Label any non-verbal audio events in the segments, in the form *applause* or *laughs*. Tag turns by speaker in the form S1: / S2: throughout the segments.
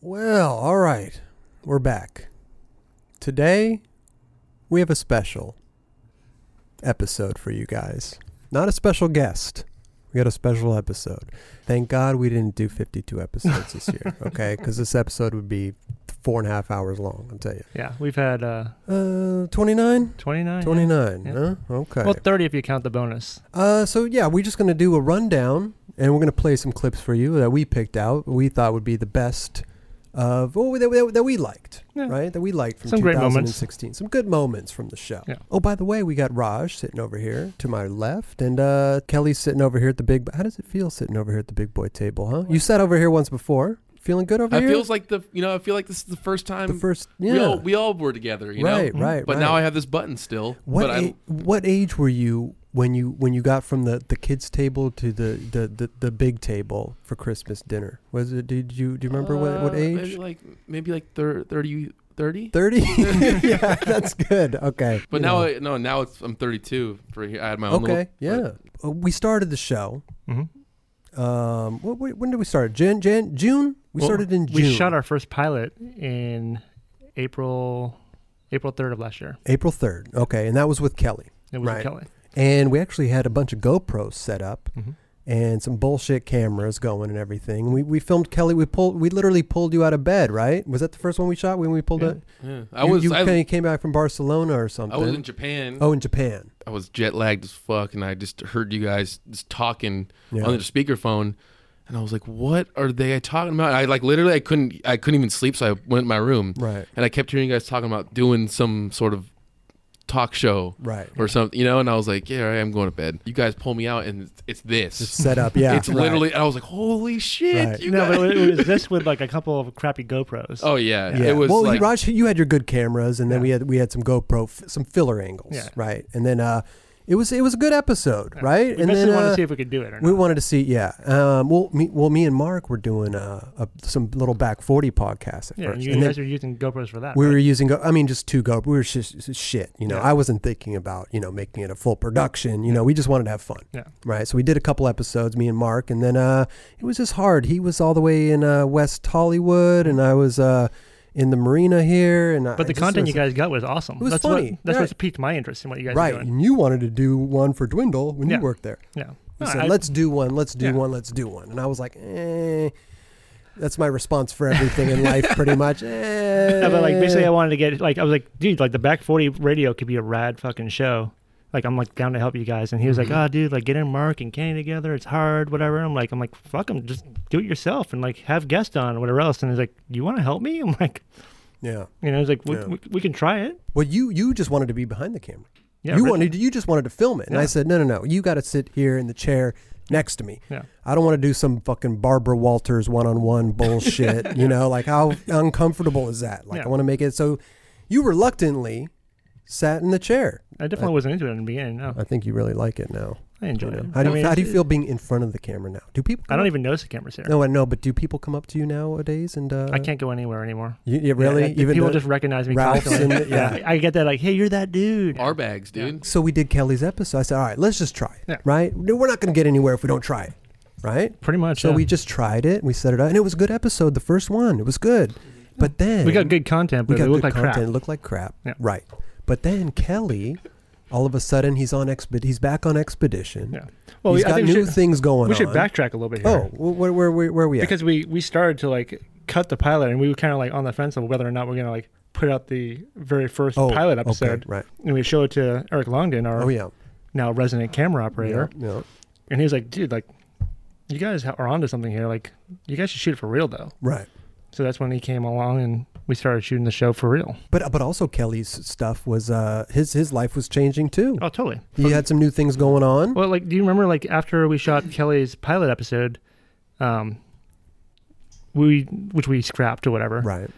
S1: Well, all right. We're back. Today, we have a special episode for you guys. Not a special guest. We got a special episode. Thank God we didn't do 52 episodes this year, okay? Because this episode would be four and a half hours long, I'll tell you.
S2: Yeah, we've had uh,
S1: Uh, 29?
S2: 29. yeah.
S1: 29,
S2: Yeah.
S1: huh? Okay.
S2: Well, 30 if you count the bonus.
S1: Uh, so yeah, we're just gonna do a rundown, and we're gonna play some clips for you that we picked out. We thought would be the best of oh that, that, that we liked,
S2: Yeah.
S1: right? That we liked from
S2: Some great moments.
S1: 2016. Some good moments from the show.
S2: Yeah.
S1: Oh, by the way, we got Raj sitting over here to my left, and uh, Kelly's sitting over here at the big. How does it feel sitting over here at the big boy table, huh? You sat over here once before. Feeling good over
S3: It
S1: here?
S3: feels like the you know I feel like this is the first time
S1: the first, yeah,
S3: we all we all were together. You
S1: right,
S3: know,
S1: right,
S3: but
S1: right.
S3: now I have this button still.
S1: What
S3: but
S1: a-
S3: I,
S1: what age were you when you when you got from the, the kids table to the, the, the, the big table for Christmas dinner? Was it did you do you remember what, what
S3: Uh, Maybe
S1: age?
S3: like maybe like thir- 30, 30?
S1: Thirty.
S3: *laughs*
S1: *laughs* yeah, that's good. Okay.
S3: But
S1: You
S3: now
S1: know.
S3: I, no now it's I'm thirty two for here. I had my own.
S1: okay.
S3: little,
S1: Yeah. Uh, we started the show.
S2: Mm-hmm.
S1: Um, what, what, when did we start? Jan, Jan, June. We
S2: Well,
S1: started in June.
S2: We shot our first pilot in April April 3rd of last year.
S1: April third. Okay, and that was with Kelly.
S2: It was with
S1: Right.
S2: Kelly.
S1: And we actually had a bunch of GoPros set up
S2: Mhm.
S1: and some bullshit cameras going and everything. We, we filmed Kelly. We pulled. We literally pulled you out of bed. Right? Was that the first one we shot when we pulled
S2: Yeah.
S1: it?
S3: yeah. I
S1: You-
S3: was
S1: You
S3: I,
S1: kinda came back from Barcelona or something.
S3: I was in Japan.
S1: oh, in Japan.
S3: I was jet lagged as fuck, and I just heard you guys just talking
S1: Yeah.
S3: on the speakerphone, and I was like, "What are they talking about?" I like literally I couldn't I couldn't even sleep, so I went in my room,
S1: Right.
S3: and I kept hearing you guys talking about doing some sort of talk show
S1: Right.
S3: or something, you know. And I was like, "Yeah, all right, I'm going to bed." You guys pull me out, and it's, it's this.
S1: It's set up.
S3: *laughs*
S1: Yeah.
S3: it's
S1: right.
S3: literally. And I was like, "Holy shit!"
S1: Right.
S3: You
S2: no,
S3: guys.
S2: but
S3: *laughs*
S2: it was this with like a couple of crappy GoPros.
S3: oh yeah.
S1: Yeah.
S3: it was
S1: well,
S3: like
S1: Raj, you had your good cameras, and then
S2: Yeah.
S1: we had we had some GoPro, f- some filler angles,
S2: Yeah.
S1: right? And then uh, it was it was a good episode,
S2: Yeah.
S1: right?
S2: We
S1: and
S2: basically
S1: then
S2: wanted
S1: uh,
S2: to see if we could do it or
S1: We
S2: not.
S1: wanted to see, yeah. Um, well, me, well, me and Mark were doing uh, a, some little back forty podcasts at
S2: yeah,
S1: first,
S2: and you
S1: and
S2: guys
S1: then
S2: are using GoPros for that.
S1: we were
S2: right?
S1: using, go- I mean, just two go. We were just shit, you know.
S2: Yeah.
S1: I wasn't thinking about you know making it a full production. You know, we just wanted to have fun,
S2: Yeah.
S1: right? So we did a couple episodes, me and Mark, and then uh, it was just hard. He was all the way in uh, West Hollywood, and I was uh, in the marina here, and I
S2: But the
S1: just
S2: content
S1: was-
S2: you guys got was awesome.
S1: It was
S2: that's
S1: funny.
S2: What, that's
S1: Yeah.
S2: what's piqued my interest in what you guys
S1: right?
S2: are doing.
S1: And you wanted to do one for Dwindle when
S2: Yeah.
S1: you worked there.
S2: Yeah.
S1: He
S2: No,
S1: said,
S2: I-
S1: "Let's do one. Let's do
S2: Yeah.
S1: one. Let's do one." And I was like, "Eh." That's my response for everything in life,
S2: *laughs*
S1: pretty much. Eh.
S2: No, but like basically, I wanted to get like I was like, dude, like the back forty radio could be a rad fucking show. Like I'm like down to help you guys, and he was like,
S1: Mm-hmm.
S3: Mhm.
S2: oh, dude, like get in Mark and Kenny together. It's hard, whatever. I'm like, I'm like, fuck him, just do it yourself and like have guests on, whatever else. And he's like, you want to help me? *laughs* I'm like,
S1: yeah.
S2: you know, he's like, we,
S1: Yeah.
S2: we, we can try it.
S1: Well, you you just wanted to be behind the camera.
S2: Yeah,
S1: you
S2: really.
S1: wanted you just wanted to film it, and I
S2: Yeah.
S1: said, "No, no, no. You got to sit here in the chair next to me.
S2: Yeah.
S1: I don't want to do some fucking Barbara Walters
S2: *laughs*
S1: one-on-one bullshit. You know, like how uncomfortable is that? Like
S2: Yeah.
S1: I want to make it so." You reluctantly sat in the chair.
S2: I definitely wasn't into it in the beginning. No,
S1: I think you really like it now.
S2: I
S1: you
S2: enjoyed
S1: know.
S2: it.
S1: How do you,
S2: I mean,
S1: how do you
S2: it's-
S1: feel being in front of the camera now? Do people?
S2: I don't even notice the cameras here.
S1: No, I know, but do people come up to you nowadays? And uh,
S2: I can't go anywhere anymore.
S1: You, you really
S2: Yeah, yeah,
S1: even
S2: people
S1: though-
S2: just recognize me.
S1: Ralph's
S2: constantly. *laughs*
S1: and- yeah.
S2: I get that like, hey, you're that dude.
S3: our bags, dude.
S1: so we did Kelly's episode. I said, all right, let's just try it.
S2: Yeah.
S1: Right? No, We're not going to get anywhere if we don't try it. Right?
S2: Pretty much.
S1: So
S2: yeah.
S1: we just tried it. We set it up, and it was a good episode. The first one, it was good. But then
S2: we got good content,
S1: We
S2: but
S1: got
S2: it
S1: good
S2: looked like
S1: content.
S2: crap.
S1: It looked like crap.
S2: Yeah.
S1: Right. But then Kelly, all of a sudden, he's on exped. He's back on expedition.
S2: Yeah. Well,
S1: he's
S2: I
S1: got
S2: think
S1: new
S2: we should,
S1: things going.
S2: we should
S1: on.
S2: backtrack a little bit here.
S1: Oh, wh- where where where, where are we at?
S2: because we we started to like cut the pilot, and we were kind of like on the fence of whether or not we're gonna like put out the very first
S1: oh,
S2: pilot
S1: okay,
S2: episode,
S1: right?
S2: and we showed it to Eric Longden, our
S1: Oh yeah.
S2: now resident camera operator,
S1: Yeah, yeah.
S2: and he was like, "Dude, like, you guys ha- are onto something here. Like, you guys should shoot it for real, though."
S1: Right.
S2: So that's when he came along, and we started shooting the show for real.
S1: But but also Kelly's stuff was uh his his life was changing too.
S2: Oh, totally.
S1: He had some new things going on.
S2: Well, like, do you remember like after we shot Kelly's pilot episode, um, we which we scrapped or whatever,
S1: Right.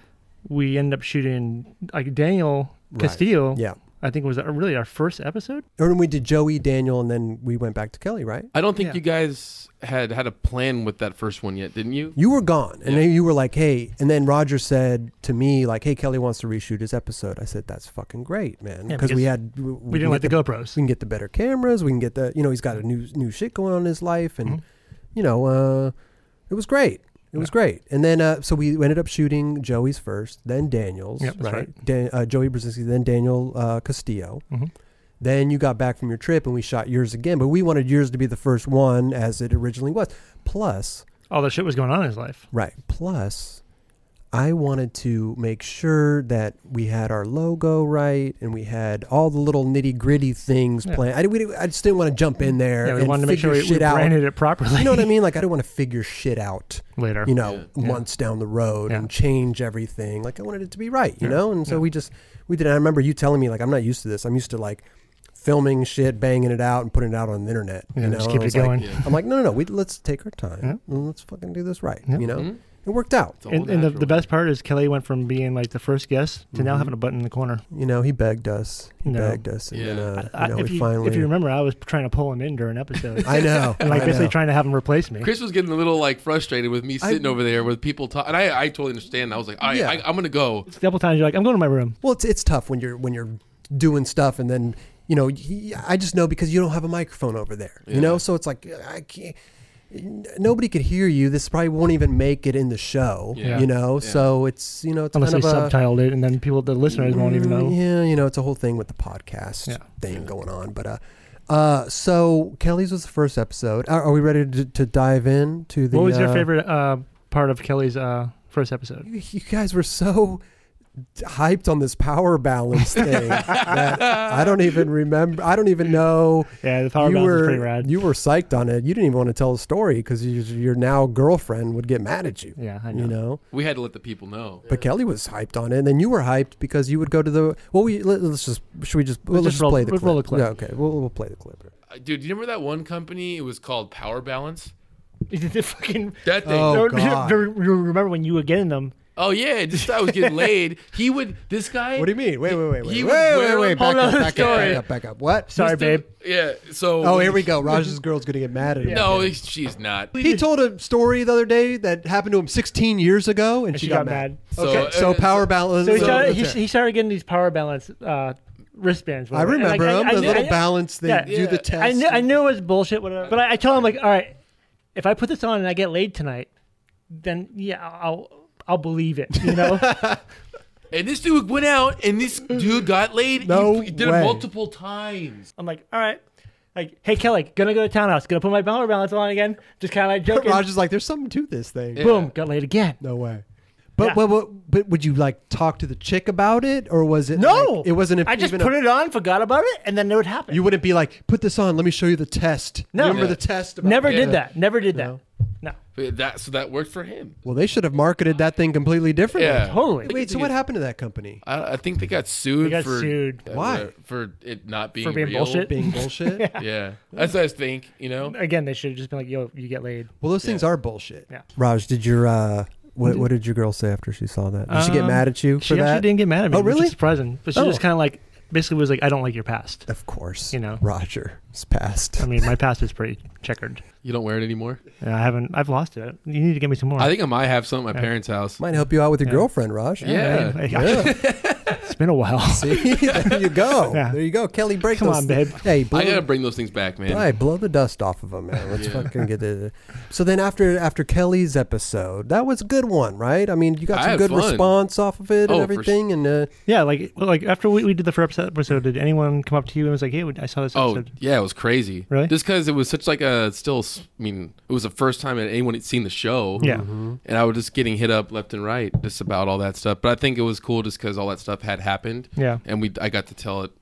S2: we ended up shooting like Daniel
S1: Right.
S2: Castillo.
S1: Yeah.
S2: I think was really our first episode.
S1: Or when we did Joey Daniel and then we went back to Kelly, right?
S3: I don't think
S2: Yeah.
S3: you guys had had a plan with that first one yet, didn't you?
S1: You were gone. And
S3: Yeah.
S1: then you were like, hey, and then Roger said to me, like, hey, Kelly wants to reshoot his episode. I said, that's fucking great, man.
S2: Yeah,
S1: Because we
S2: because
S1: had we,
S2: We didn't
S1: can
S2: like the
S1: get
S2: GoPros.
S1: We can get the better cameras. We can get the you know he's got a new new shit going on in his life, and
S2: Mhm.
S1: you know uh, it was great. It It was great. And then, uh, so we ended up shooting Joey's first, then Daniel's,
S2: Yep, that's
S1: Dan, uh, Joey Brzezinski, then Daniel uh, Castillo.
S2: Mhm.
S1: Then you got back from your trip and we shot yours again, but we wanted yours to be the first one as it originally was. Plus,
S2: All that shit was going on in his life.
S1: Right. Plus, I wanted to make sure that we had our logo right and we had all the little nitty gritty things
S2: Yeah.
S1: planned. I, didn't- we didn't- I just didn't want to jump in there
S2: Yeah, we
S1: and
S2: wanted to make
S1: figure
S2: sure we, we
S1: shit out.
S2: branded it properly.
S1: You know what I mean? Like, I
S2: *laughs*
S1: don't want to figure shit out,
S2: Later.
S1: you know,
S2: Yeah.
S1: months down the road
S2: Yeah.
S1: and change everything. Like, I wanted it to be right, you
S2: Yeah.
S1: know? And so
S2: Yeah.
S1: we just, we did. I remember you telling me, like, I'm not used to this. I'm used to, like, filming shit, banging it out, and putting it out on the internet.
S2: Yeah,
S1: you know?
S2: just
S1: And
S2: keep
S1: I
S2: it
S1: was like-
S2: going.
S3: Yeah.
S1: I'm like, no, no, no. We, let's take our time.
S2: Yeah.
S1: and Let's fucking do this right,
S2: Yeah.
S1: you know?
S3: Mhm.
S1: It worked out.
S3: It's all
S2: and and the,
S3: natural.
S2: the best part is Kelly went from being like the first guest to now
S1: Mhm.
S2: having a button in the corner.
S1: You know, he begged us. He
S2: No.
S1: begged us. And then,
S3: Yeah.
S1: uh,
S2: I-
S1: you know,
S2: if,
S1: we
S2: you,
S1: finally.
S2: if you remember, I was trying to pull him in during episodes.
S1: *laughs* I know.
S2: and like
S1: I
S2: basically
S1: know.
S2: trying to have him replace me.
S3: Chris was getting a little like frustrated with me
S1: I-
S3: sitting over there with people talking, and I, I totally understand. I was like, all right,
S1: Yeah.
S3: I, I'm gonna go.
S2: Couple times you're like, I'm going to my room.
S1: Well, it's, it's tough when you're when you're doing stuff and then you know he, I just know because you don't have a microphone over there. You know,
S3: Yeah.
S1: so it's like I can't. n- Nobody could hear you. This probably won't even make it in the show.
S3: Yeah.
S1: You know,
S3: Yeah.
S1: so it's you know it's
S2: Unless they
S1: kind of a,
S2: subtitled it, and then people, the listeners, won't
S1: Mm,
S2: even know.
S1: Yeah, you know, it's a whole thing with the podcast
S2: Yeah.
S1: thing going on. But uh, uh, so Kelly's was the first episode. Are, are we ready to, to dive in to the?
S2: What was your
S1: uh,
S2: favorite uh, part of Kelly's uh, first episode?
S1: You, you guys were so hyped on this power balance
S2: *laughs*
S1: thing that I don't even remember. I don't even know.
S2: Yeah, the power
S1: you
S2: balance
S1: were
S2: is pretty rad.
S1: you were psyched on it. You didn't even want to tell a story because you, your now girlfriend would get mad at you.
S2: yeah, I know.
S1: You know.
S3: We had to let the people know.
S1: But Kelly was hyped on it, and then you were hyped because you would go to the. Well, we let, us just should we just let's,
S2: just
S1: just
S2: roll-
S1: play the
S2: we'll
S1: clip.
S2: roll the clip.
S1: Yeah, okay, we'll, we'll play the clip.
S3: Uh, Dude, do you remember that one company? It was called Power
S2: *laughs*
S3: Balance.
S2: the fucking.
S3: That thing.
S2: *laughs*
S1: Oh,
S3: Oh,
S1: *laughs*
S2: Or-
S1: God.
S2: you remember when you were getting them?
S3: yeah, just I was getting laid. He would. This guy.
S1: What do you mean? Wait, wait, wait, wait,
S3: He
S1: wait,
S3: would
S1: wait,
S3: wear
S1: wait,
S3: a
S1: Back
S2: whole
S1: up,
S2: nother
S1: back up, back
S2: story.
S1: up, back up. What?
S2: Sorry, babe.
S3: Yeah. So.
S1: Oh, here we go.
S2: *laughs*
S1: Raj's girl's gonna get mad at him.
S3: No, she's not.
S1: He told a story the other day that happened to him 16 years ago, and, she, got, mad.
S3: So,
S1: okay,
S3: uh,
S1: so power balance.
S2: So he,
S1: so
S2: started, he,
S1: that's it.
S2: he started getting these power balance uh, wristbands.
S1: I
S2: whatever. And,
S1: remember
S2: like, I-
S1: him.
S2: I
S1: the
S2: knew-
S1: little
S2: I-
S1: balance thing.
S2: yeah.
S1: Do the test.
S2: I knew, I knew it was bullshit, whatever. But I, I told him like, all right, if I put this on and I get laid tonight, then yeah, I'll I'll believe it. You know,
S3: *laughs* And this dude went out, and this dude got laid.
S1: No
S3: he, he did
S1: way.
S3: it multiple times.
S2: I'm like, all right, like, hey Kelly, gonna go to townhouse, gonna put my power balance on again, just kind of
S3: *laughs*
S2: like joking.
S1: Raj is like, there's something to this thing.
S2: Boom, got laid again.
S1: No way. But,
S2: Yeah.
S1: but, but but would you like talk to the chick about it, or was it?
S2: No,
S1: like, it wasn't.
S2: I just
S1: even a-
S2: put it on, forgot about it, and then it would happen.
S1: You wouldn't be like, put this on. Let me show you the test.
S2: *laughs* No.
S1: remember
S2: Yeah.
S1: the test. About
S2: never
S1: the-
S2: did that. Never did
S1: No.
S2: that. No,
S3: But that so that worked for him.
S1: Well, they should have marketed that thing completely differently.
S3: Yeah.
S2: totally.
S1: Wait, so what happened to that company?
S3: I, I think they got sued.
S2: They got
S3: for,
S2: sued.
S3: uh,
S1: Why?
S3: For it not being
S2: For being
S3: real.
S2: bullshit? *laughs*
S1: Being bullshit.
S3: *laughs* Yeah, that's what I think. You know,
S2: Again, they should have just been like, yo, you get laid.
S1: Well, those things are bullshit.
S2: Yeah.
S1: Raj, did your uh, what, what did your girl say after she saw that? Did she get
S2: Um,
S1: mad at you for
S2: She
S1: that?
S2: actually didn't get mad at me.
S1: Oh,
S2: which is
S1: really?
S2: surprising. But she
S1: Oh.
S2: just kind of like basically was like, I don't like your past.
S1: Of course.
S2: You know.
S1: Roger is past.
S2: I mean, my past is pretty checkered.
S3: you don't wear it anymore.
S2: And I haven't. I've lost it. You need to give me some more.
S3: I think I might have some at my parents' house.
S1: Might help you out with your girlfriend, Raj.
S3: Yeah.
S2: Like, *laughs* it's been a
S1: *laughs*
S2: while.
S1: See, there you go.
S2: *laughs* Yeah.
S1: There you go, Kelly. Break
S2: Come
S1: those
S2: on,
S1: thi-
S2: babe.
S1: Hey, blow,
S3: I gotta bring those things back, man.
S1: all right, blow the dust off of them, man. Let's
S3: Yeah.
S1: fucking get it. So then after after Kelly's episode, that was a good one, right? I mean, you got
S3: I
S1: some
S3: had
S1: good
S3: fun.
S1: response off of it
S3: Oh,
S1: and
S3: for
S1: everything, and uh,
S2: Yeah, like well, like after we, we did the first episode, did anyone come up to you and was like, "Hey, I saw this
S3: Oh
S2: episode."
S3: yeah, it was crazy.
S2: Really?
S3: Just because it was such like a still. s- I mean, it was the first time that anyone had seen the show.
S2: Yeah.
S1: Mm-hmm.
S3: and I was just getting hit up left and right just about all that stuff. But I think it was cool just because all that stuff had happened.
S2: Yeah.
S3: and we I got to tell it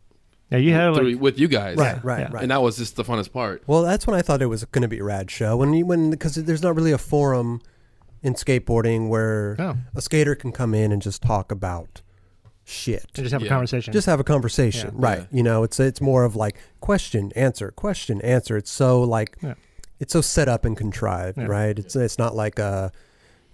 S2: Yeah, you had
S3: through,
S2: like
S3: with you guys.
S1: right, right,
S2: Yeah.
S1: right.
S3: And that was just the funnest part.
S1: Well, that's when I thought it was going to be a rad show. When you, when because there's not really a forum in skateboarding where
S3: Oh.
S2: No.
S1: a skater can come in and just talk about shit.
S2: to just have a
S3: Yeah.
S2: conversation.
S1: Just have a conversation,
S2: Yeah.
S1: right? You know, it's it's more of like question answer question answer. It's so like
S2: Yeah.
S1: it's so set up and contrived,
S2: Yeah.
S1: right? It's it's not like a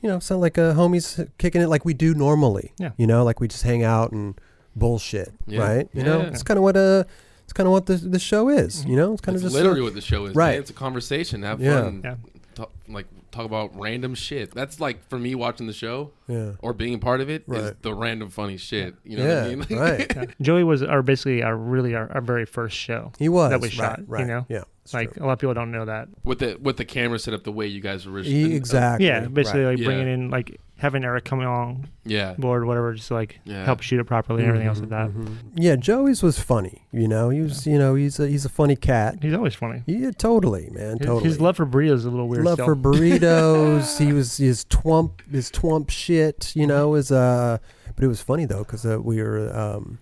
S1: you know, it's not like a homies kicking it like we do normally.
S2: Yeah.
S1: You know, like we just hang out and bullshit,
S3: Yeah.
S1: right? You know,
S3: Yeah.
S1: it's kind of what uh
S2: Mm-hmm.
S1: it's kind of what the the show is. You know, it's kind
S3: That's
S1: of just
S3: literally what the show is.
S1: Right.
S3: man. It's a conversation. Have
S1: Yeah.
S3: fun.
S2: Yeah.
S3: talk, like talk about random shit. That's like for me watching the show
S1: Yeah.
S3: or being a part of it is
S1: Right.
S3: the random funny shit. You know
S1: yeah.
S3: what I mean? *laughs*
S1: right.
S2: Yeah. Joey was our basically our really our, our very first show.
S1: He was.
S2: That we
S1: right,
S2: shot, you
S1: Right.
S2: know?
S1: Yeah. it's
S2: like
S1: true.
S2: a lot of people don't know that.
S3: with the with the camera set up the way you guys
S1: E-
S3: originally
S1: exactly.
S2: Yeah, basically
S1: right.
S2: like
S3: uh, Yeah.
S2: bringing in like having Eric coming on
S3: yeah.
S2: board or whatever, just to, like
S3: Yeah. Mm-hmm,
S2: help shoot it properly and everything else like that.
S1: Yeah, Joey's was funny. You know, he was. You know, he's a, he's a funny cat.
S2: He's always funny.
S1: Yeah, totally, man.
S2: His-
S1: Totally.
S2: His love for burritos is a little weird.
S1: love
S2: still.
S1: for
S2: *laughs*
S1: burritos. he was his twump, his twump shit.
S3: Mm-hmm.
S1: You know, is uh. But it was funny though, because uh, we were um,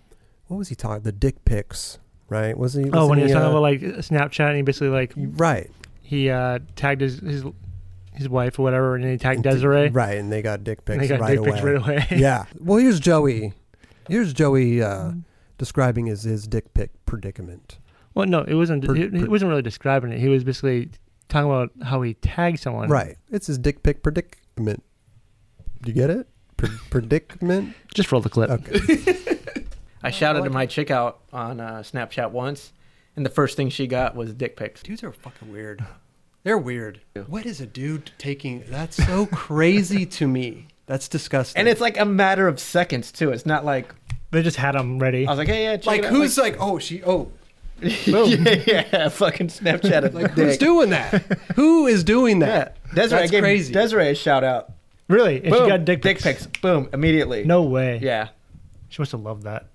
S1: what was he talking? The dick pics, right? Was he?
S2: oh,
S1: wasn't
S2: when he was talking
S1: uh,
S2: about like Snapchat, and he basically like
S1: right,
S2: he uh, tagged his, his his wife or whatever, and then he tagged
S1: And d-
S2: Desiree,
S1: right, and they got dick pics
S2: and they got
S1: right
S2: dick
S1: away.
S2: pics right away.
S1: *laughs*
S2: Mm-hmm.
S1: yeah. Well, here's Joey. Here's Joey uh, describing his his dick pic predicament.
S2: *laughs* Well, no, it wasn't.
S1: Per-
S2: he, he
S1: per-
S2: wasn't really describing it. He was basically talking about how he tagged someone.
S1: Right, it's his dick pic predicament. Do you get it?
S4: *laughs*
S1: Pre- predicament.
S2: Just roll the clip.
S1: Okay.
S4: I shouted to my chick out on uh, Snapchat once, and the first thing she got was dick pics.
S5: Dudes are fucking weird. They're weird. What is a dude taking? That's so crazy to me. That's disgusting.
S4: And it's like a matter of seconds too. It's not like
S2: They just had him ready.
S4: I was like, hey, yeah, check
S5: like
S4: it out.
S5: who's like, oh she, oh
S4: Like, *laughs* yeah, yeah, fucking Snapchat. it.
S5: like who's doing that? Who is doing
S4: Yeah,
S5: that?
S4: Desiree I
S5: That's
S4: gave
S5: crazy.
S4: Desiree a shout out.
S2: really? And she
S4: Boom.
S2: got dick pics.
S4: Boom, immediately.
S2: No way.
S4: Yeah,
S2: She must have loved that.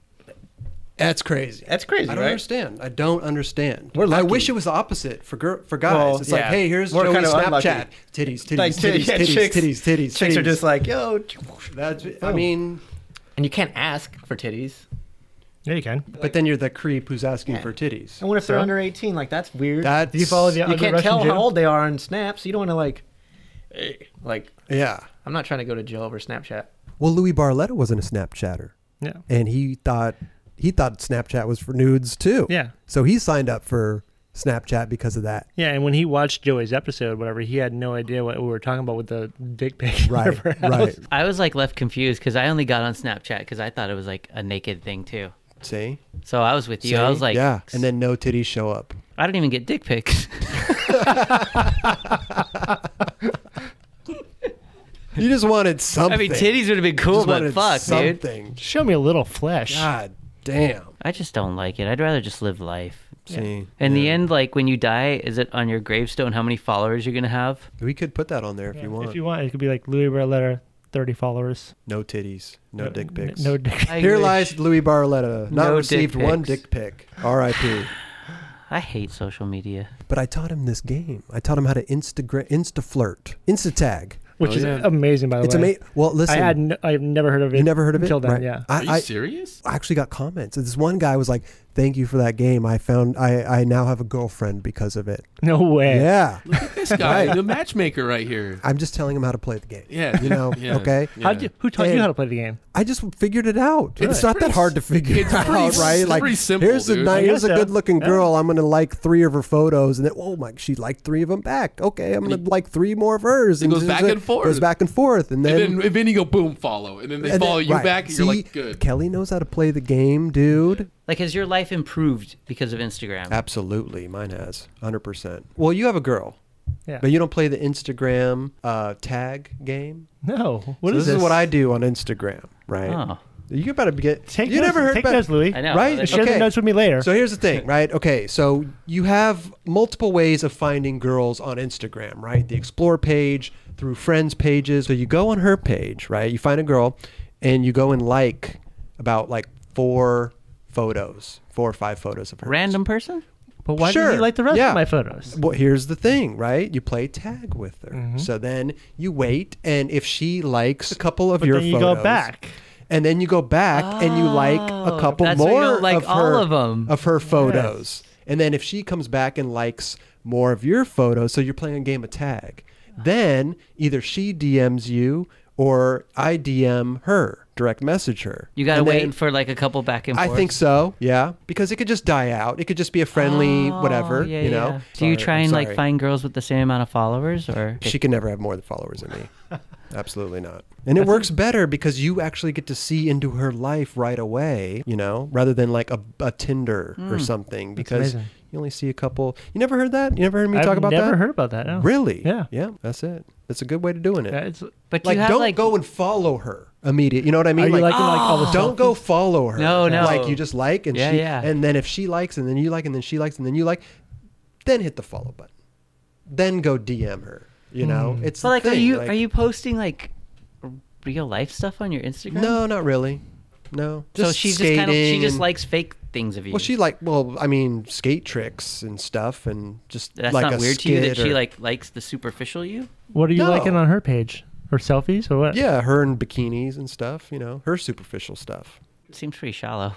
S5: That's crazy.
S4: that's crazy,
S5: I don't
S4: right?
S5: understand. I don't understand.
S4: We're
S5: I
S4: lucky.
S5: wish it was the opposite for gir- for guys.
S4: Well,
S5: it's
S4: yeah.
S5: like, hey, here's
S4: We're
S5: Joey's
S4: kind of unlucky.
S5: Snapchat. Titties, titties,
S4: Like,
S5: titties,
S4: yeah,
S5: titties,
S4: chicks-
S5: titties, titties.
S4: Chicks are
S5: titties.
S4: just like, yo,
S5: That's,
S4: Oh,
S5: I
S2: Oh.
S5: mean,
S4: and you can't ask for titties.
S2: Yeah, you can.
S5: but then you're the creep who's asking
S4: Yeah.
S5: for titties.
S4: And what if they're
S2: So?
S4: under 18? Like that's weird.
S5: That's
S2: Do you follow the
S4: you
S2: other
S4: can't
S2: Russian
S4: tell
S2: Jew?
S4: how old they are on Snap, so you don't want to like, eh, like
S5: yeah.
S4: I'm not trying to go to jail over Snapchat.
S1: Well, Louis Barletta wasn't a Snapchatter.
S2: Yeah.
S1: and he thought he thought Snapchat was for nudes too.
S2: Yeah.
S1: So he signed up for Snapchat because of that.
S2: Yeah, and when he watched Joey's episode, whatever, he had no idea what we were talking about with the dick pic.
S1: Right. right.
S6: I was like left confused because I only got on Snapchat because I thought it was like a naked thing too.
S5: See?
S6: So I was with you. I
S5: See?
S6: was like,
S1: Yeah.
S5: And then no titties show up.
S6: I didn't even get
S4: *laughs*
S5: *laughs*
S6: dick pics.
S1: You just wanted something.
S6: I mean, titties would have been
S1: You
S6: cool,
S1: just
S6: but
S1: wanted
S6: fuck, dude.
S1: something.
S2: Show me a little flesh.
S1: God damn.
S6: I just don't like it. I'd rather just live life.
S1: See,
S6: In the end, like when you die, is it on your gravestone how many followers you're gonna have?
S1: we could put that on there if you want.
S2: If you want, it could be like Louis Barletta, 30 followers.
S1: no titties, no, dick pics.
S2: No dick.
S6: I
S1: Here
S6: wish-
S1: lies Louis Barletta. Not
S6: No dick
S1: received one
S6: pics.
S1: dick pic. R.I.P.
S6: *sighs* I hate social media.
S1: But I taught him this game. I taught him how to Instagram, Insta flirt, Insta tag.
S2: Which
S3: Oh,
S2: is
S3: yeah.
S2: amazing, by the
S1: It's
S2: way.
S1: amazing. Well, listen,
S2: I had n- I've never heard of it.
S1: you never heard of it
S2: until then.
S1: Right.
S2: Yeah.
S1: I,
S3: Are you
S1: I-
S3: serious?
S1: I actually got comments. This one guy was like, "Thank you for that game. I found I I now have a girlfriend because of it."
S2: No way.
S1: Yeah,
S3: This guy, the matchmaker right here.
S1: I'm just telling him how to play the game.
S3: Yeah.
S1: you know.
S3: *laughs* Yeah.
S1: Okay,
S3: Yeah.
S2: How'd you, who taught you
S1: And-
S2: how to play the game?
S1: I just figured it out. It's not
S3: pretty
S1: that hard to figure
S3: it's
S1: *laughs* out,
S3: pretty s-
S1: right?
S3: it's
S1: like,
S3: pretty simple,
S1: here's a
S3: dude.
S1: ni-
S3: I
S1: here's a
S2: guess so.
S1: good-looking
S2: Yeah.
S1: girl. I'm gonna like three of her photos, and then oh my, she liked three of them back. Okay, I'm gonna like three more of hers.
S3: It
S1: and
S3: goes
S1: just-
S3: back
S1: just-
S3: and forth.
S1: Goes back and forth, and then.
S3: and then, and then you go boom follow, and then they
S1: and then-
S3: follow you
S1: right.
S3: back, and you're
S1: See,
S3: like, good.
S1: Kelly knows how to play the game, dude.
S6: Like, has your life improved because of Instagram?
S1: Absolutely, mine has 100%. Well, you have a girl.
S2: Yeah.
S1: But you don't play the Instagram uh, tag game.
S2: No. What
S1: So
S2: is
S1: this, is what I do on Instagram, right?
S6: Oh.
S1: You better get.
S2: Take
S1: you
S2: notes,
S1: never heard
S2: take
S1: about
S2: notes, Louis.
S6: I know.
S1: right?
S6: That's-
S2: Share
S1: Okay.
S2: the notes with me later.
S1: So here's the thing, right? Okay, so you have multiple ways of finding girls on Instagram, right? The explore page, through friends pages. So you go on her page, right? You find a girl and you go and like about like four photos, four or five photos of her.
S6: Random person?
S2: but why
S1: Sure.
S2: did you like the rest
S1: Yeah.
S2: of my photos?
S1: Well, here's the thing, right? You play tag with her. So then you wait, and if she likes a couple of
S2: But
S1: your
S2: then you
S1: photos,
S2: go back.
S1: and then you go back and you like a
S6: Oh,
S1: couple
S6: that's why you
S1: more
S6: don't like
S1: of her
S6: all of 'em.
S1: of her photos. And then if she comes back and likes more of your photos, so you're playing a game of tag. Then either she DMs you or I DM her, direct message her.
S6: You gotta
S1: And
S6: wait
S1: then-
S6: for like a couple back and
S1: I
S6: forth.
S1: think so. Yeah, because it could just die out. It could just be a friendly
S6: Oh,
S1: whatever,
S6: yeah,
S1: you know.
S6: yeah. Do you
S1: Sorry,
S6: try
S1: I'm
S6: and like
S1: sorry.
S6: find girls with the same amount of followers or
S1: She can never have more than followers than me. Absolutely not. And it works better because you actually get to see into
S6: Hmm.
S1: her life right away, you know, rather than like a, a Tinder or something because
S2: amazing.
S1: You only see a couple. You never heard that? You never heard me
S2: I've
S1: talk about
S2: never
S1: that?
S2: heard about that. No.
S1: Really?
S2: Yeah.
S1: Yeah, that's it. That's a good way to doing it.
S2: Yeah, it's,
S6: But
S1: like
S6: you have
S1: don't
S6: like
S1: go and follow her immediate. You know what I mean?
S2: are you liking like all the
S1: don't go follow her.
S6: No, no.
S1: Like you just like and
S6: Yeah,
S1: she
S6: yeah.
S1: and then if she likes and then you like and then she likes and then you like, then hit the follow button. Then go DM her. You know,
S2: Hmm.
S1: it's
S6: Hmm. But
S1: the
S6: like, are
S1: thing,
S6: you
S1: like-
S6: are you posting like real life stuff on your Instagram?
S1: No, not really. No,
S6: So
S1: just
S6: she just
S1: skating.
S6: kind of she just
S1: and-
S6: likes fake things of you.
S1: Well, she like well, I mean, skate tricks and stuff, and just
S6: That's
S1: like
S6: not
S1: a
S6: weird to you that
S1: skit
S6: she
S1: or-
S6: like likes the superficial you.
S2: What are you
S1: No. *laughs*
S2: liking on her page? Her selfies or what?
S1: Yeah, her in bikinis and stuff. You know, her superficial stuff.
S6: Seems
S1: *laughs*
S6: pretty shallow.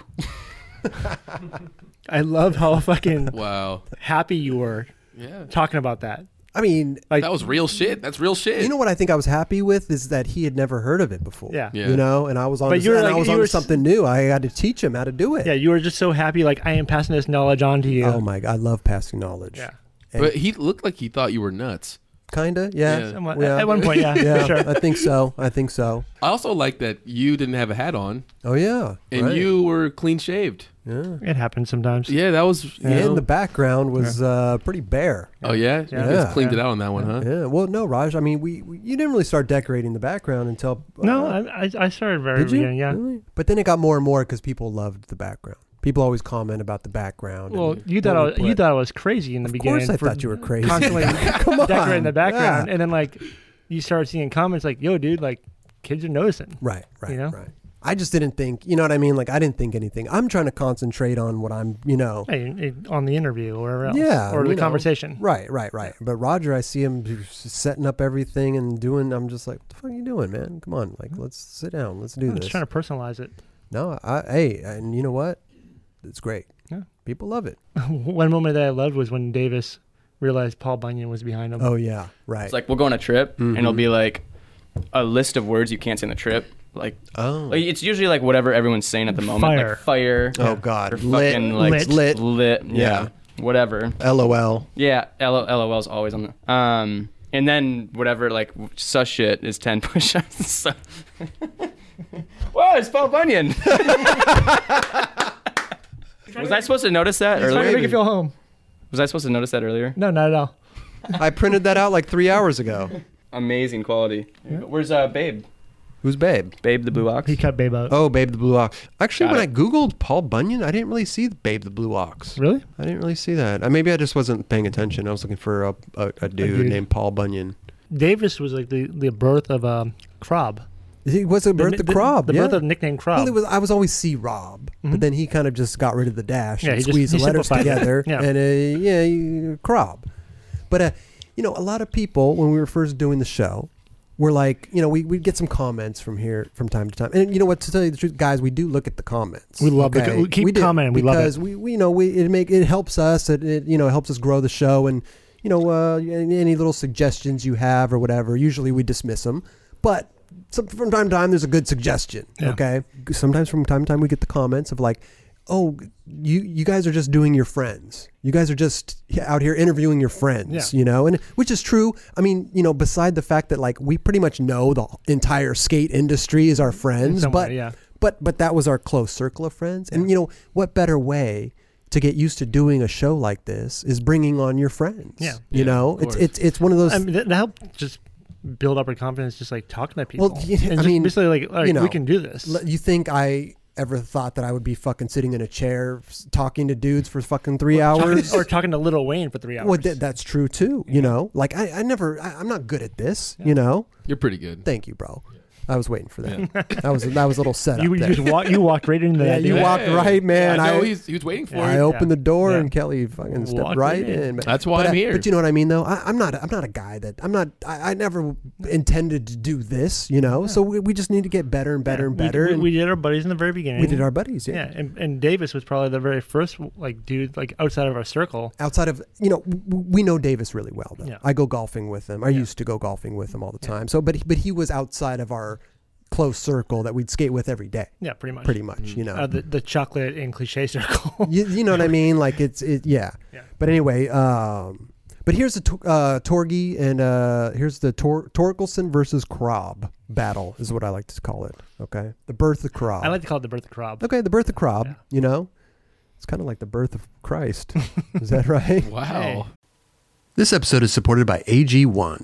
S7: I love how fucking
S3: Wow.
S7: happy you were
S3: Yeah.
S7: talking about that.
S1: I mean,
S3: That was real shit. That's real shit.
S1: you know what I think I was happy with is that he had never heard of it before.
S7: Yeah.
S3: Yeah.
S1: You know, and I was on.
S7: But you were
S1: and I
S7: like-
S1: was
S7: you
S1: on
S7: were s-
S1: something new. I had to teach him how to do it.
S7: Yeah, you were just so happy. Like I am passing this knowledge on to you.
S1: Oh my! God, I love passing knowledge.
S7: Yeah.
S3: but he looked like he thought you were nuts.
S1: Kinda. Yeah.
S3: Yeah.
S7: Somewhat-
S1: Yeah.
S7: At one point, yeah,
S1: *laughs* Yeah,
S7: for sure.
S1: I think so. I think so.
S3: I also like that you didn't have a hat on
S1: Oh yeah.
S3: and
S1: right.
S3: you were clean shaved.
S1: Yeah.
S2: It happens sometimes.
S3: Yeah, that was. You
S1: And
S3: know-
S1: the background was uh, pretty bare.
S3: oh yeah,
S2: Yeah.
S3: you guys
S1: Yeah.
S3: cleaned it out on that one, huh?
S1: Yeah. Well, no, Raj. I mean, we, we you didn't really start decorating the background until uh,
S2: No, I, I- I started very
S1: did you?
S2: beginning. Yeah.
S1: Really? But then it got more and more because people loved the background. People always comment about the background. and-
S2: Well, you thought I
S1: Totally
S2: was, you
S1: put-
S2: thought I was crazy in the
S1: of
S2: beginning.
S1: course, I
S2: for
S1: thought you were crazy. *laughs*
S2: Constantly
S1: Come on.
S2: decorating the background,
S1: Yeah.
S2: and then like you start seeing comments like, "Yo, dude, like kids are noticing."
S1: Right, right,
S2: know?
S1: right. I just didn't think, you know what I mean? Like, I didn't think anything. I'm trying to concentrate on what I'm, you know.
S2: Hey, it- on the interview or wherever else,
S1: Yeah,
S2: or
S1: you
S2: the
S1: know.
S2: conversation.
S1: Right, right, right. But Roger, I see him s- setting up everything and doing, I'm just like, what the fuck are you doing, man? Come on. Like, let's sit down. Let's do
S2: Mm-hmm. I'm
S1: this.
S2: just trying to personalize it.
S1: No, I, hey, and you know what? It's great.
S2: Yeah.
S1: People love it.
S2: *laughs* One moment that I loved was when Davis realized Paul Bunyan was behind him.
S1: Oh, yeah, right. Mm-hmm.
S8: It's like we'll go on a trip and it'll be like a list of words you can't say in the trip. Like,
S1: oh.
S8: like, it's usually like whatever everyone's saying at the moment.
S2: Fire.
S8: Like fire.
S1: Oh, God.
S8: Or
S1: Lit.
S8: fucking like
S1: Lit. Lit.
S8: Lit. Yeah. Whatever.
S1: LOL.
S8: Yeah. L- LOL is always on the. Um, and then whatever like sus shit is ten *laughs* push-ups. so. Wow, it's
S4: *laughs*
S8: Paul Bunyan. was I supposed to notice that
S2: Trying to
S8: earlier?
S2: make you feel home.
S8: Was I supposed to notice that earlier?
S2: No, not at all.
S1: *laughs* I printed that out like three hours ago.
S8: Amazing quality. Where's uh, Babe?
S1: Who's Babe?
S8: Babe the Blue Ox.
S2: He cut Babe out.
S1: Oh, Babe the Blue Ox. Actually,
S8: Got
S1: when
S8: it.
S1: I Googled Paul Bunyan, I didn't really see Babe the Blue Ox.
S2: Really?
S1: I didn't really see that. Uh, maybe I just wasn't paying attention. I was looking for a, a, a, dude,
S2: dude.
S1: named Paul Bunyan.
S2: Davis was like the, the birth of um, Krob.
S1: He was a birth
S2: ni-
S1: the, Crob.
S2: The
S1: yeah.
S2: birth of the nickname Mm-hmm. Krob.
S1: well, it was, I was always C Rob, but then he kind of just got rid of the dash
S2: Yeah,
S1: and
S2: he just-
S1: squeezed
S2: he
S1: the letters
S2: simplified it.
S1: together.
S2: Yeah.
S1: And uh, yeah, you- Crob. But, uh, you know, a lot of people, when we were first doing the show, were like, you know, we, we'd get some comments from here from time to time. And you know what, to tell you the truth, guys, we do look at the comments.
S2: We love the co- we keep
S1: do,
S2: commenting. We love it.
S1: because because we, we you know we it make it helps us it, it you know helps us grow the show and you know uh, any, any little suggestions you have or whatever usually we dismiss them but some, from time to time there's a good suggestion
S2: Yeah.
S1: okay sometimes from time to time we get the comments of like oh you you guys are just doing your friends you guys are just out here interviewing your friends
S2: Yeah.
S1: you know and which is true i mean you know beside the fact that like we pretty much know the entire skate industry is our friends
S2: some
S1: but
S2: way, yeah.
S1: but but that was our close circle of friends and you know what better way to get used to doing a show like this is bringing on your friends
S2: Yeah.
S1: you know
S3: course.
S1: it's it's it's one of those
S2: I mean, that, that helped just build up her confidence, just like talking to people.
S1: Well, yeah,
S2: and
S1: I
S2: just
S1: mean,
S2: basically like, all right,
S1: you know,
S2: we can do this.
S1: l- you think i ever thought that i would be fucking sitting in a chair s- talking to dudes for fucking three hours *laughs*
S2: *laughs* or talking to Little Wayne for three hours.
S1: well, th- that's true too you know like i, I never I, i'm not good at this you know
S3: You're pretty good.
S1: thank you bro i was waiting for that that was that was a little setup
S2: you, you
S1: there.
S2: just walk, you walked right into
S1: Yeah,
S2: that.
S1: you
S2: dude.
S1: walked right, man.
S3: I know
S1: I-
S3: he's, he was waiting for
S1: I
S3: it.
S1: opened the door
S2: Yeah.
S1: and Kelly fucking stepped
S2: Walked
S1: right
S2: right in.
S1: in. but-
S3: That's why
S1: but
S3: I'm
S1: I-
S3: here.
S1: But you know what I mean, though. I, I'm not. I'm not a guy that. I'm not. I, I never intended to do this. You know. So we, we just need to get better and better and
S2: We-
S1: better.
S2: We,
S1: and
S2: we did our buddies in the very beginning.
S1: we did our buddies. Yeah.
S2: yeah, and, and Davis was probably the very first like dude like outside of our circle.
S1: Outside of you know, w- w- we know Davis really well. Though
S2: Yeah.
S1: I go golfing with him. I used to go golfing with him all the time. So, but he- but he was outside of our close circle that we'd skate with every day,
S2: Yeah, pretty much.
S1: pretty much. You know.
S2: Uh, the, the chocolate and cliche circle. *laughs*
S1: you, you know what I mean? Like it's it, yeah.
S2: Yeah.
S1: But anyway, um, but here's the Tor- uh, Torgi and uh, here's the Tor- Torkelson versus Krob battle is what I like to call it. Okay, the birth of Krob. *laughs*
S2: I like to call it the birth of Krob.
S1: okay, the birth of Krob.
S2: Yeah.
S1: You know, It's kind of like the birth of Christ. Is that *laughs* right?
S3: Wow.
S1: This episode is supported by AG1.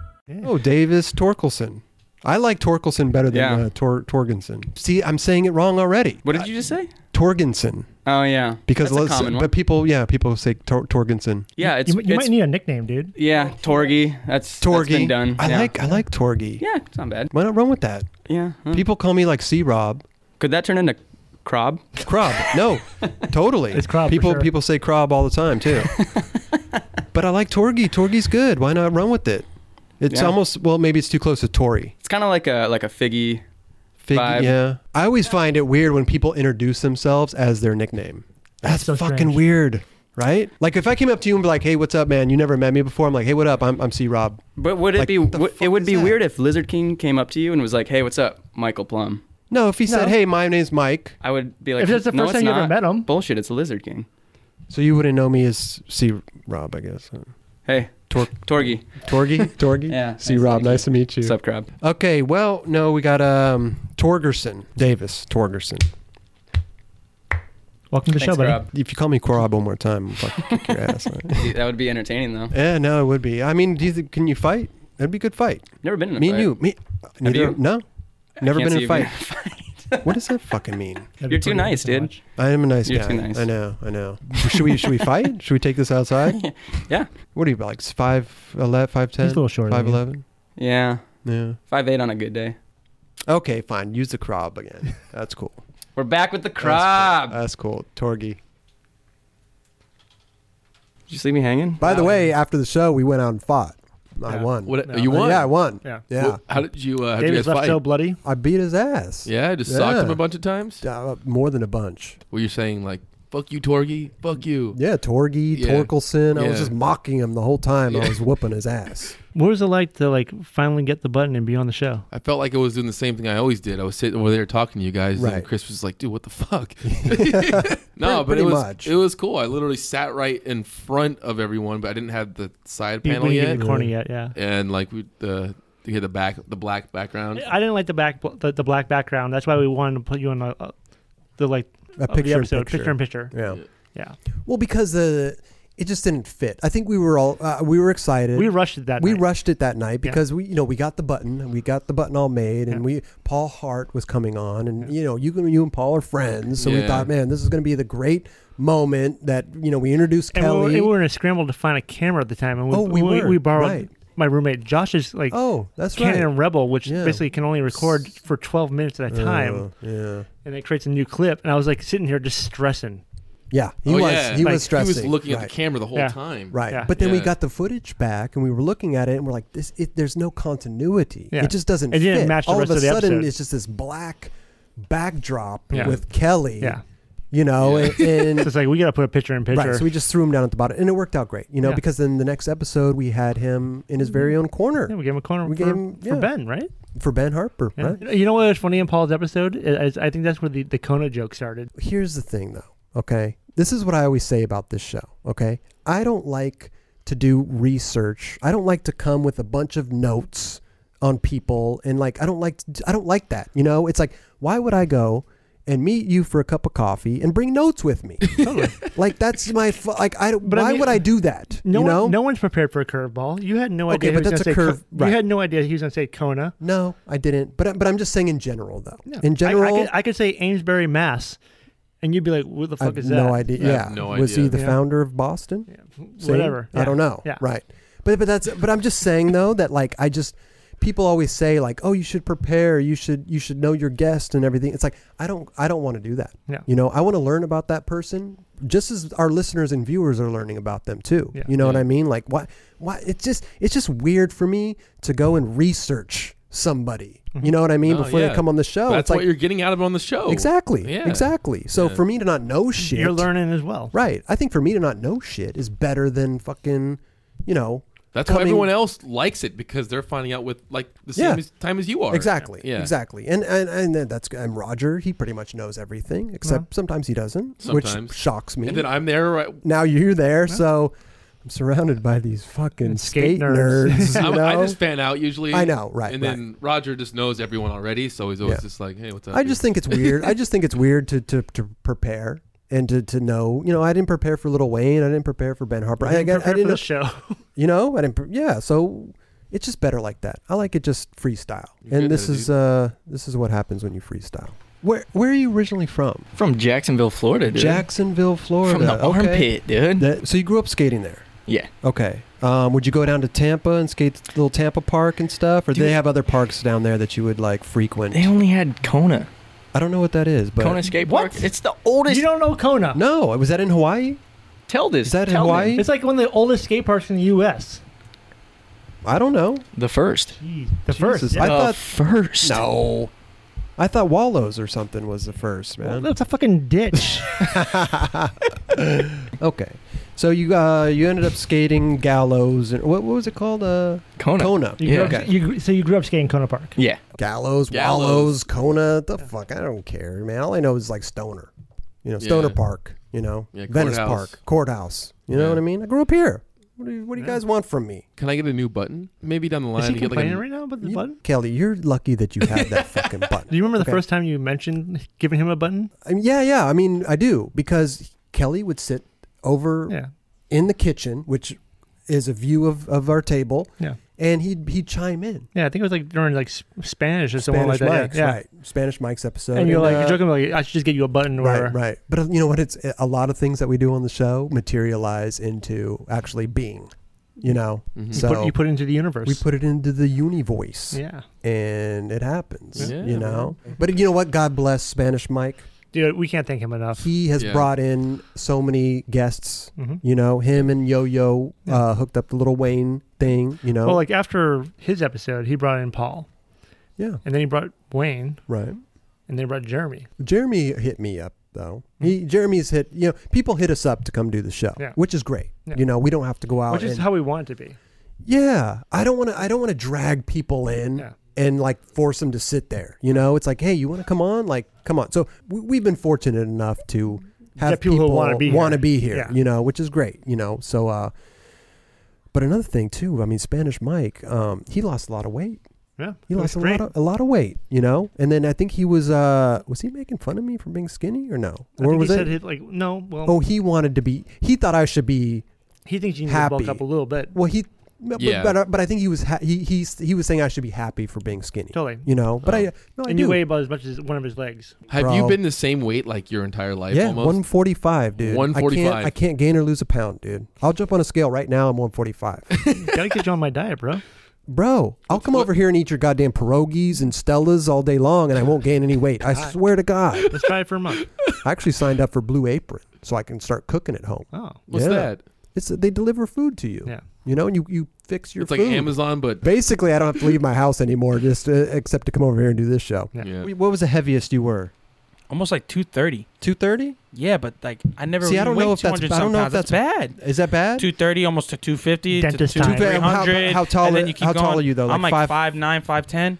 S1: Oh, Davis Torkelson. I like Torkelson better than
S8: Yeah.
S1: uh, Tor- Torgensen. See, I'm saying it wrong already.
S8: What did you just say?
S1: Torgensen.
S8: Oh yeah,
S1: Because
S8: That's a
S1: let's-
S8: common one.
S1: but people, yeah, people say Tor- Torgensen.
S8: yeah, it's,
S7: you you
S8: it's
S7: might need a nickname, dude.
S8: yeah Torgy. That's
S1: Torgy.
S8: That's been done.
S1: I
S8: yeah.
S1: like I like Torgy.
S8: Yeah, it's not bad.
S1: Why not run with that?
S8: Yeah. huh.
S1: People call me like C Rob.
S8: Could that turn into Crob?
S1: Crab.
S8: *laughs*
S1: No, totally.
S7: It's Crab for
S1: People
S7: sure.
S1: people say Crab all the
S8: *laughs*
S1: time too. but I like Torgy. Torgy's good. Why not run with it? It's
S8: Yeah.
S1: almost well, maybe it's too close to Tory.
S8: It's kind of like a like a figgy.
S1: Fig-
S8: Vibe.
S1: yeah. I always find it weird when people introduce themselves as their nickname. That's,
S7: That's so
S1: fucking
S7: strange.
S1: weird, right? Like if I came up to you and be like, "Hey, what's up, man? You never met me before." I'm like, "Hey, what up? I'm I'm C Rob."
S8: But would it
S1: Like,
S8: be
S1: what the
S8: would-
S1: fuck
S8: it would
S1: is
S8: be
S1: that?
S8: weird if Lizard King came up to you and was like, "Hey, what's up, Michael Plum?"
S1: No, if he said, "Hey, my name's Mike,"
S8: I would be like,
S7: If that's the
S8: "No,
S7: first
S8: it's
S7: time you ever
S8: not.
S7: met him."
S8: bullshit. It's Lizard King.
S1: so you wouldn't know me as C Rob, I guess.
S8: Hey,
S1: Tor-
S8: Torgy, *laughs*
S1: Torgy, Torgy,
S7: *laughs*
S8: Yeah,
S1: C
S8: nice
S1: Rob,
S8: to meet
S1: nice to meet you.
S8: what's up, Crob?
S1: Okay, well, no, we got um Torgerson Davis Torgerson.
S7: Welcome to the
S8: Thanks,
S7: show, buddy.
S8: Crob.
S1: If you call me Corab one more time, I'll fucking kick your ass.
S8: *laughs* That would be entertaining though.
S1: yeah, no, it would be. I mean, do you think, can you fight? That'd be a good fight.
S8: Never been in a
S1: Me
S8: fight.
S1: and you. Me. Neither.
S8: you?
S1: No. Never
S8: Can't
S1: been in
S8: see
S1: a
S8: you being
S1: fight. *laughs* what does that fucking mean?
S7: That'd
S8: *laughs*
S7: be
S8: You're too
S7: pretty
S8: nice,
S7: interesting to
S8: dude.
S7: watch.
S1: I am a nice
S8: You're
S1: guy.
S8: too nice.
S1: I know. I know. Should we? Should we fight? Should we take this outside?
S8: *laughs* Yeah,
S1: What are you like? Five eleven? Five ten?
S7: He's a little shorter
S1: Five
S7: than you.
S1: eleven?
S8: yeah.
S1: Yeah.
S8: Five eight on a good day.
S1: Okay, fine. Use the crab again. That's cool.
S8: *laughs* We're back with the
S1: That's
S8: Crob.
S1: cool. That's cool. Torgi.
S8: Did you just leave me hanging?
S1: By the way, after the show, we went out and fought. I
S7: Yeah.
S1: won.
S3: What
S7: No.
S3: you
S7: Uh,
S3: won?
S1: Yeah, I won.
S7: Yeah.
S1: Yeah.
S3: Wh- How did you? Uh, how did you
S7: David's
S3: guys
S7: left
S3: fight?
S7: so bloody.
S1: I beat his ass.
S3: yeah, just socked
S1: Yeah.
S3: him a bunch of times.
S1: Uh, more than a bunch.
S3: Were you saying like, "Fuck you, Torgy. Fuck you"?
S1: Yeah, Torgi,
S3: Yeah.
S1: Torkelson. I was
S3: Yeah.
S1: just mocking him the whole time. I
S3: Yeah.
S1: was whooping his ass.
S2: What was it like to like finally get the button and be on the show?
S3: I felt like I was doing the same thing I always did. I was sitting over there talking to you guys,
S1: Right.
S3: and Chris was like, "Dude, what the
S1: *laughs*
S3: fuck?" *laughs*
S1: Pretty-
S3: no, but
S1: pretty
S3: it was
S1: much.
S3: it was cool. I literally sat right in front of everyone, but I didn't have the side
S2: You-
S3: panel
S2: we
S3: yet,
S2: didn't get the corner yet, yeah.
S3: and like we the we had the back the black background.
S2: I didn't like the back the, the black background. That's why we wanted to put you on the uh, the like
S1: A
S2: of the
S1: picture, in
S2: episode
S1: picture.
S2: picture in picture.
S1: Yeah.
S2: Yeah,
S1: Well, because the it just didn't fit. I think we were all uh, we were excited.
S2: we rushed it that.
S1: we
S2: night.
S1: rushed it that night
S2: Yeah.
S1: because we you know we got the button and we got the button all made and
S2: Yeah.
S1: we Paul Hart was coming on and you know you can- you and Paul are friends so we
S3: Yeah.
S1: thought man this is going to be the great moment that you know we introduced
S2: And we, were,
S1: Kelly.
S2: and we were in a scramble to find a camera at the time, and we
S1: E? Oh, we
S2: we,
S1: were,
S2: we borrowed
S1: right.
S2: my roommate Josh's like
S1: oh, that's right.
S2: Canon Rebel, which
S1: Yeah.
S2: basically can only record for 12 minutes at a time,
S1: Oh, yeah.
S2: and it creates a new clip. And I was like sitting here just stressing.
S1: Yeah, he
S3: Oh,
S1: was.
S3: yeah.
S1: He
S3: Like, he
S1: was
S3: was
S1: stressing.
S3: looking at the
S1: Right.
S3: camera the whole Yeah. time.
S1: Right,
S3: Yeah.
S1: but then we
S3: Yeah.
S1: got the footage back, and we were looking at it, and we're like, "This, it, there's no continuity.
S7: Yeah.
S1: It just doesn't.
S7: It didn't
S1: fit.
S7: match the
S1: All
S7: rest
S1: of a
S7: of the
S1: sudden,
S7: episode.
S1: it's just this black backdrop
S7: Yeah.
S1: with Kelly.
S7: Yeah.
S1: you know, and, and
S7: *laughs* So it's like we got to put a picture in picture.
S1: Right, so we just threw him down at the bottom, and it worked out great, you know,
S7: Yeah. Mm-hmm.
S1: because then the next episode we had him in his very own corner. Yeah, we
S7: gave him a corner
S1: we
S7: for-
S1: gave him,
S7: for Ben, right?
S1: For Ben Harper,
S7: Yeah.
S1: right?
S7: You know what was funny in Paul's episode? Is I think that's where the, the Kona joke started.
S1: Here's the thing, though. Okay, this is what I always say about this show. Okay, I don't like to do research. I don't like to come with a bunch of notes on people, and like I don't like to, I don't like that. You know, it's like why would I go and meet you for a cup of coffee and bring notes with
S7: *laughs*
S1: me? Totally. like that's my fu- like I don't.
S7: But I
S1: why
S7: mean,
S1: would I do that?
S7: No
S1: you know?
S7: one, no one's prepared for a curveball. You had no
S1: Okay,
S7: idea. he
S1: but
S7: was
S1: that's
S7: gonna
S1: a
S7: say
S1: curve-
S7: Co-
S1: right.
S7: You had no idea he was going to say Kona.
S1: No, I didn't. But but I'm just saying in general though. In
S7: I-
S1: general,
S7: I, could, I could say Amesbury, Mass, and you'd be like, "What the
S1: I
S7: fuck
S1: have
S7: is that?"
S1: no idea. Yeah, was he the
S7: Yeah.
S1: founder of Boston? See?
S7: Whatever.
S1: I
S7: Yeah.
S1: don't know.
S7: Yeah.
S1: Right. But but that's but I'm just saying though that like I just people always say like oh you should prepare you should you should know your guest and everything. It's like I don't I don't want to do that.
S7: Yeah.
S1: You know I want to learn about that person just as our listeners and viewers are learning about them too.
S7: Yeah.
S1: You know what I mean? Like why why it's just it's just weird for me to go and research somebody.
S7: Mm-hmm.
S1: You know what I mean?
S3: No,
S1: Before
S3: Oh, yeah.
S1: they come on the show,
S3: That's
S1: it's like
S3: what you're getting out of on the show.
S1: Exactly.
S3: Yeah.
S1: Exactly. So
S3: Yeah.
S1: for me to not know shit,
S7: You're learning as well.
S1: Right. I think for me to not know shit is better than fucking, you know.
S3: That's why
S1: coming-
S3: everyone else likes it because they're finding out with like the same
S1: Yeah.
S3: as, time as you are.
S1: Exactly.
S3: Yeah.
S1: Exactly. And and and then that's and Roger. He pretty much knows
S7: Uh-huh.
S1: everything, except sometimes he doesn't,
S3: Sometimes.
S1: which shocks me.
S3: And then I'm there. Right,
S1: now you're there, so I'm surrounded by these fucking skate,
S7: Skate
S1: nerds.
S3: *laughs*
S7: nerds.
S1: you
S3: I'm- I
S1: know?
S3: just fan out usually.
S1: I know, right,
S3: And then Roger just knows everyone already, so he's always
S1: Yeah.
S3: just like, "Hey, what's up?"
S1: I
S3: dude?"
S1: just think it's weird. I just think it's weird to, to, to prepare and to, to know. You know, I didn't prepare for Little Wayne. I didn't prepare for Ben Harper.
S7: You
S1: I,
S7: didn't
S1: got- I
S7: prepare for
S1: didn't
S7: the
S1: know-
S7: show.
S1: *laughs* You know, I didn't. Pre- yeah, so it's just better like that. I like it just freestyle.
S8: good
S1: and this
S8: at it,
S1: is uh this is what happens when you freestyle. Where where are you originally from?
S8: From Jacksonville, Florida, dude.
S1: Jacksonville, Florida.
S8: From the
S1: Okay.
S8: armpit, dude.
S1: That- so you grew up skating there.
S8: Yeah.
S1: Okay. Um, would you go down to Tampa and skate the little Tampa Park and stuff, or do they
S8: Dude.
S1: have other parks down there that you would like frequent?
S8: They only had Kona.
S1: I don't know what that is, but
S8: Kona skate park. It's the oldest.
S7: You don't know Kona.
S1: No, was that in Hawaii?
S8: Tell this.
S1: Is that in
S8: tell them.
S1: Hawaii?
S7: It's like one of the oldest skate parks in the U.S.
S1: I don't know.
S8: The first.
S7: The first.
S1: Jesus,
S7: Yeah.
S1: I thought
S8: first.
S1: No. I thought Wallows or something was the first, man.
S7: Well, that's a fucking ditch.
S1: *laughs* Okay. So you uh, you ended up skating gallows and what, what was it called? Uh,
S8: Kona.
S1: Kona.
S7: You grew up-
S1: Okay.
S7: you- so you grew up skating Kona Park.
S8: Yeah.
S1: Gallows,
S3: Gallows.
S1: wallows, Kona. The fuck, I don't care, man. All I know is like Stoner, you know, Stoner
S3: Yeah.
S1: Park, you know,
S3: Yeah,
S1: Venice
S3: courthouse.
S1: Park, courthouse. You
S3: *laughs*
S1: know
S3: Yeah.
S1: what I mean? I grew up here. What do you, what do you guys want from me,
S3: Can I get a new button? Maybe down the line.
S7: Is he
S3: you get like
S7: complaining
S3: a,
S7: right now about the
S1: You-
S7: button?
S1: Kelly? You're lucky that you have
S7: *laughs*
S1: that fucking button.
S7: Do you remember the
S1: Okay.
S7: first time you mentioned giving him a button?
S1: I mean, Um, yeah, yeah. I mean, I do because Kelly would sit over
S7: Yeah.
S1: in the kitchen, which is a view of, of our table,
S7: Yeah.
S1: and he'd he'd chime in.
S7: Yeah, I think it was like during like S- Spanish or something
S1: Spanish
S7: like that.
S1: Mike's,
S7: yeah.
S1: right? Spanish Mike's episode,
S7: And you're like, you're
S1: uh,
S7: joking, like, I should just get you a button or
S1: right, right. But uh, you know what? It's a lot of things that we do on the show materialize into actually being. You know,
S3: Mhm.
S1: so
S7: put, Mm-hmm. you put it into the universe.
S1: we put it into the univoice,
S7: yeah.
S1: and it happens.
S3: Yeah,
S1: you know, but you know what? God bless Spanish Mike.
S7: Dude, we can't thank him enough.
S1: He has
S3: Yeah.
S1: brought in so many guests.
S7: Mhm.
S1: You know, him and Yo Yo uh, hooked up the little Wayne thing. You know,
S7: Well, like after his episode, he brought in Paul,
S1: yeah,
S7: and then he brought Wayne,
S1: right.
S7: and then he brought Jeremy.
S1: Jeremy hit me up though. He Jeremy's hit you know people hit us up to come do the show,
S7: Hmm. Yeah.
S1: which is great.
S7: Yeah.
S1: You know we don't have to go out.
S7: Which is
S1: and-
S7: how we want it to be.
S1: yeah, I don't want to. I don't want to drag people in
S7: Yeah.
S1: and like force them to sit there. You know, it's like hey, you want to come on? Like come on. So we, we've been fortunate enough to have
S7: Get people who wanna be here.
S1: wanna be here.
S7: Yeah.
S1: You know, which is great. You know, so uh, but another thing too. I mean, Spanish Mike, um, he lost a lot of weight.
S7: Yeah.
S1: He
S7: it
S1: lost
S7: was
S1: a
S7: great.
S1: lot of a lot of weight, you know. And then I think he was uh was he making fun of me for being skinny or no?
S7: I
S1: or
S7: think
S1: was
S7: he
S1: it?
S7: said he- like no? Well,
S1: oh, he wanted to be. He thought I should be.
S7: he thinks you need to
S1: happy.
S7: bulk up a little bit.
S1: Well, he. But,
S3: Yeah.
S1: but, I- but I think he was ha- he he he was saying I should be happy for being skinny.
S7: Totally.
S1: You know. But I uh, no I
S7: and
S1: do.
S7: you weigh about as much as one of his legs.
S3: Oh. Have
S1: Bro.
S3: you been the same weight like your entire Oh, life?
S1: yeah,
S3: almost.
S1: one forty five, dude. I
S3: 145.
S1: can't, I
S3: *laughs*
S1: can't gain or lose a pound, dude. I'll jump on a scale right now. I'm one forty five.
S7: Gotta get you on my diet, bro.
S1: Bro, I'll come over here and eat your goddamn pierogies and Stellas all day long, and I won't gain any weight.
S7: *laughs*
S1: I swear to God.
S2: Let's try it for a month.
S1: I actually signed up for Blue Apron so I can start cooking at home.
S2: Oh,
S3: What's that?
S1: It's they deliver food to you.
S2: Yeah.
S1: you know, and you you fix your.
S3: It's like
S1: food.
S3: Amazon, but
S1: Basically, I don't
S3: *laughs*
S1: have to leave my house anymore, just uh, except to come over here and do this show.
S3: yeah.
S5: What was the heaviest you were?
S9: Almost like 230.
S5: 230?
S9: Yeah, but like I never
S5: See, I don't
S9: weighed
S5: know if that's
S9: 200
S5: I don't know if
S9: sometimes.
S5: that's
S9: bad.
S5: Is that bad?
S9: 230 almost to 250
S5: Dentist
S9: to
S5: time.
S9: 200,
S5: How- how tall
S9: and then
S5: are-
S9: you keep
S5: how tall
S9: going.
S5: are you, though?
S9: I'm
S5: Like
S9: like
S5: five-
S9: 5'9", 5'10".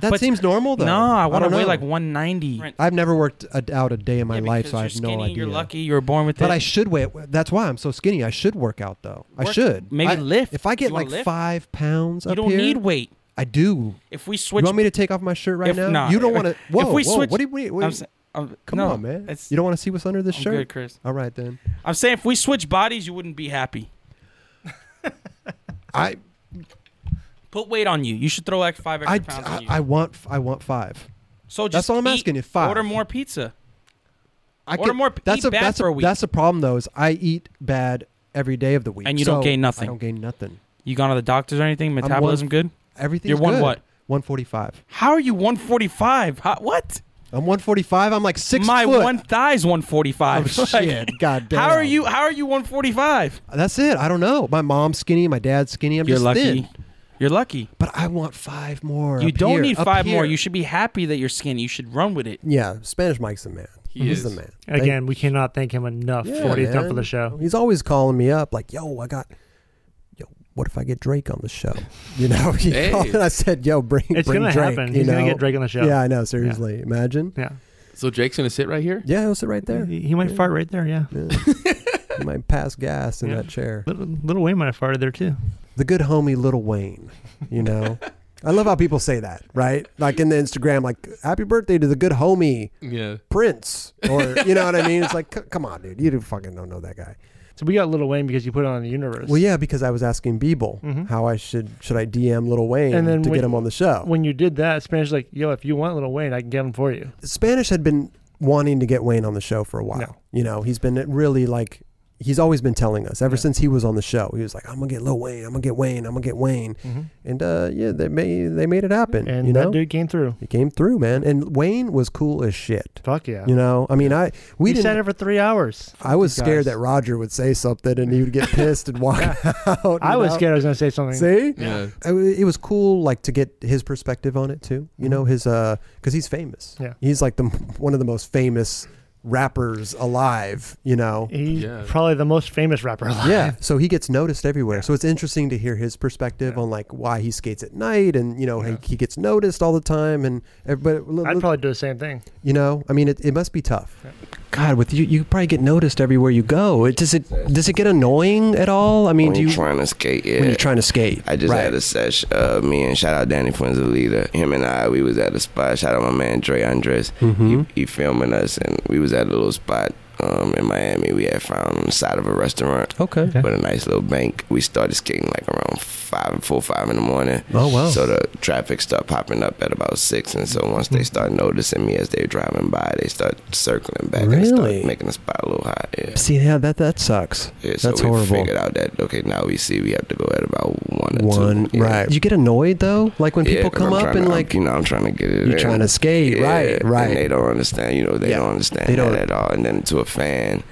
S5: That seems normal though.
S9: No, I want
S5: don't
S9: to weigh
S5: know.
S9: like 190.
S5: I've never worked a, out a day in my life, so I have
S9: You're
S5: no
S9: skinny,
S5: idea.
S9: you're lucky, you were born with
S5: but
S9: it.
S5: I should weigh. That's why I'm so skinny. I should work out though. I
S9: Work-
S5: should.
S9: maybe
S5: I-
S9: lift.
S5: If I get
S9: You wanna
S5: like
S9: lift?
S5: five pounds
S9: You
S5: up
S9: don't
S5: here-
S9: need weight.
S5: I do.
S9: If we switch-
S5: you want me to take off my shirt right
S9: If
S5: now?
S9: not-
S5: you don't want to.
S9: if
S5: Whoa,
S9: we
S5: whoa,
S9: switch-
S5: What do you? What do you- what do
S9: I'm
S5: you-
S9: s- I'm-
S5: come
S9: uh, no,
S5: on, man.
S9: it's-
S5: You don't want to see what's under this
S9: I'm
S5: shirt,
S9: good, Chris.
S5: All right then.
S9: I'm saying if we switch bodies, you wouldn't be happy.
S5: *laughs* I
S9: Put weight on you. You should throw like five extra
S5: I,
S9: pounds on
S5: I,
S9: you.
S5: I want I want five.
S9: so just
S5: that's all I'm
S9: eat,
S5: asking. If five.
S9: Order more pizza.
S5: I
S9: order
S5: could-
S9: more.
S5: That's
S9: eat
S5: a
S9: bad
S5: that's
S9: for a
S5: a
S9: week.
S5: that's a problem though. Is I eat bad every day of the week,
S9: And you don't
S5: so
S9: gain nothing.
S5: I don't gain nothing.
S9: You gone to the doctors or anything?
S5: I'm
S9: Metabolism
S5: one-
S9: good?
S5: Everything's
S9: You're one
S5: good.
S9: what?
S5: One forty five.
S9: How are you 145? How, what?
S5: I'm one forty five. I'm like six
S9: My
S5: foot.
S9: one thigh's 145.
S5: Oh,
S9: *laughs* Like,
S5: shit. God damn.
S9: How are you? How are you 145?
S5: That's it. I don't know. My mom's skinny. My dad's skinny. I'm
S9: You're
S5: just
S9: lucky.
S5: thin.
S9: You're lucky.
S5: But I want five more.
S9: You
S5: up
S9: don't
S5: here,
S9: need
S5: up
S9: five more.
S5: here.
S9: You should be happy that you're skinny. You should run with it.
S1: Yeah, Spanish Mike's the man.
S9: He
S1: He's the
S9: is.
S1: man. Thank-
S2: Again, we cannot thank him enough
S1: Yeah,
S2: for what he's done for
S1: man.
S2: the show.
S1: He's always calling me up, like, "Yo, I got, yo, what if I get Drake on the show?" *laughs* You know, he
S2: Hey.
S1: called and I said, "Yo, bring,
S2: It's
S1: bring
S2: gonna
S1: Drake."
S2: happen.
S1: You
S2: He's
S1: know?
S2: gonna get Drake on the show.
S1: Yeah, I know.
S2: Yeah.
S1: Seriously, imagine.
S2: Yeah,
S3: So Jake's gonna sit right here.
S1: yeah, he'll sit right there.
S2: He might
S1: Yeah.
S2: fart right there. Yeah. *laughs*
S1: he might pass gas in
S2: Yeah.
S1: that chair.
S2: Little, little Wayne might have farted there too.
S1: The good homie, Little Wayne. You
S2: *laughs*
S1: know, I love how people say that, right? Like in the Instagram, like "Happy birthday to the good homie."
S3: Yeah.
S1: Prince,
S2: *laughs*
S1: or you know what I mean? It's like, c- come on, dude, you don't fucking don't know that guy.
S2: So we got Little Wayne because you put it on the universe.
S1: Well, yeah, because I was asking Beeble
S2: Mhm.
S1: how I should should I DM Little Wayne
S2: And then
S1: to
S2: when-
S1: get him on the show.
S2: When you did that, Spanish was like, yo, if you want Little Wayne, I can get him for you.
S1: Spanish had been wanting to get Wayne on the show for a while. You know, he's been really like he's always been telling us ever since he was on the show. He was like, "I'm gonna get Lil Wayne. I'm gonna get Wayne. I'm gonna get Wayne."
S10: Mm-hmm.
S1: And uh, yeah, they made they made it happen.
S2: And
S1: you
S2: that
S1: know,
S2: dude came through.
S1: he came through, man. And Wayne was cool as shit.
S2: Fuck yeah.
S1: You know, I mean, I we
S2: We
S1: didn't.
S2: sat it for three hours.
S1: I was
S2: Guys.
S1: scared that Roger would say something and he would get pissed and
S2: *laughs*
S1: walk out.
S2: I
S1: you
S2: was
S1: know?
S2: scared I was going to say something.
S1: See,
S2: Yeah.
S1: I w- it was cool, like to get his perspective on it too. You know, his uh, because he's famous.
S2: Mm-hmm. Yeah.
S1: he's like the one of the most famous rappers alive. You know,
S2: He's probably the most famous rapper alive.
S1: yeah. So he gets noticed everywhere. So it's interesting to hear his perspective on like why he skates at night, and you know, he, he gets noticed all the time, and eh, but
S2: I'd probably do the same thing.
S1: you know, I mean, it, it must be tough.
S5: God, with you, you probably get noticed everywhere you go. It, does it does it get annoying at all? I mean,
S11: when
S5: do you?
S11: are trying to skate, yeah.
S5: when you're trying to skate,
S11: I just
S5: right.
S11: had a sesh. Uh, me and shout out Danny Fuenzalita. Him and I, we was at a spot. Shout out my man Dre Andres.
S5: Mhm.
S11: He, he filming us, and we was at a little spot um, in Miami. We had found on the side of a restaurant.
S5: Okay.
S11: With a nice little bank. We started skating like around five, four, five in the morning.
S5: Oh, wow.
S11: So the traffic started popping up at about six, and so once
S5: Hmm.
S11: they start noticing me as they're driving by, they start circling back and
S5: Really?
S11: start making the spot a little hot. Yeah.
S5: See, yeah, that that sucks.
S11: Yeah, so
S5: That's
S11: we
S5: horrible.
S11: figured out that okay, now we see we have to go at about one or
S5: One
S11: two. Yeah.
S5: right? You get annoyed though, like when
S11: Yeah,
S5: people
S11: 'cause
S5: come
S11: I'm
S5: up
S11: trying
S5: and
S11: to- I'm-
S5: like
S11: you know, I'm trying to get it.
S5: You're
S11: in.
S5: trying to skate,
S11: Yeah,
S5: right, right.
S11: And they don't understand. You know, they don't understand
S5: they don't-
S11: that at all. And then to a fan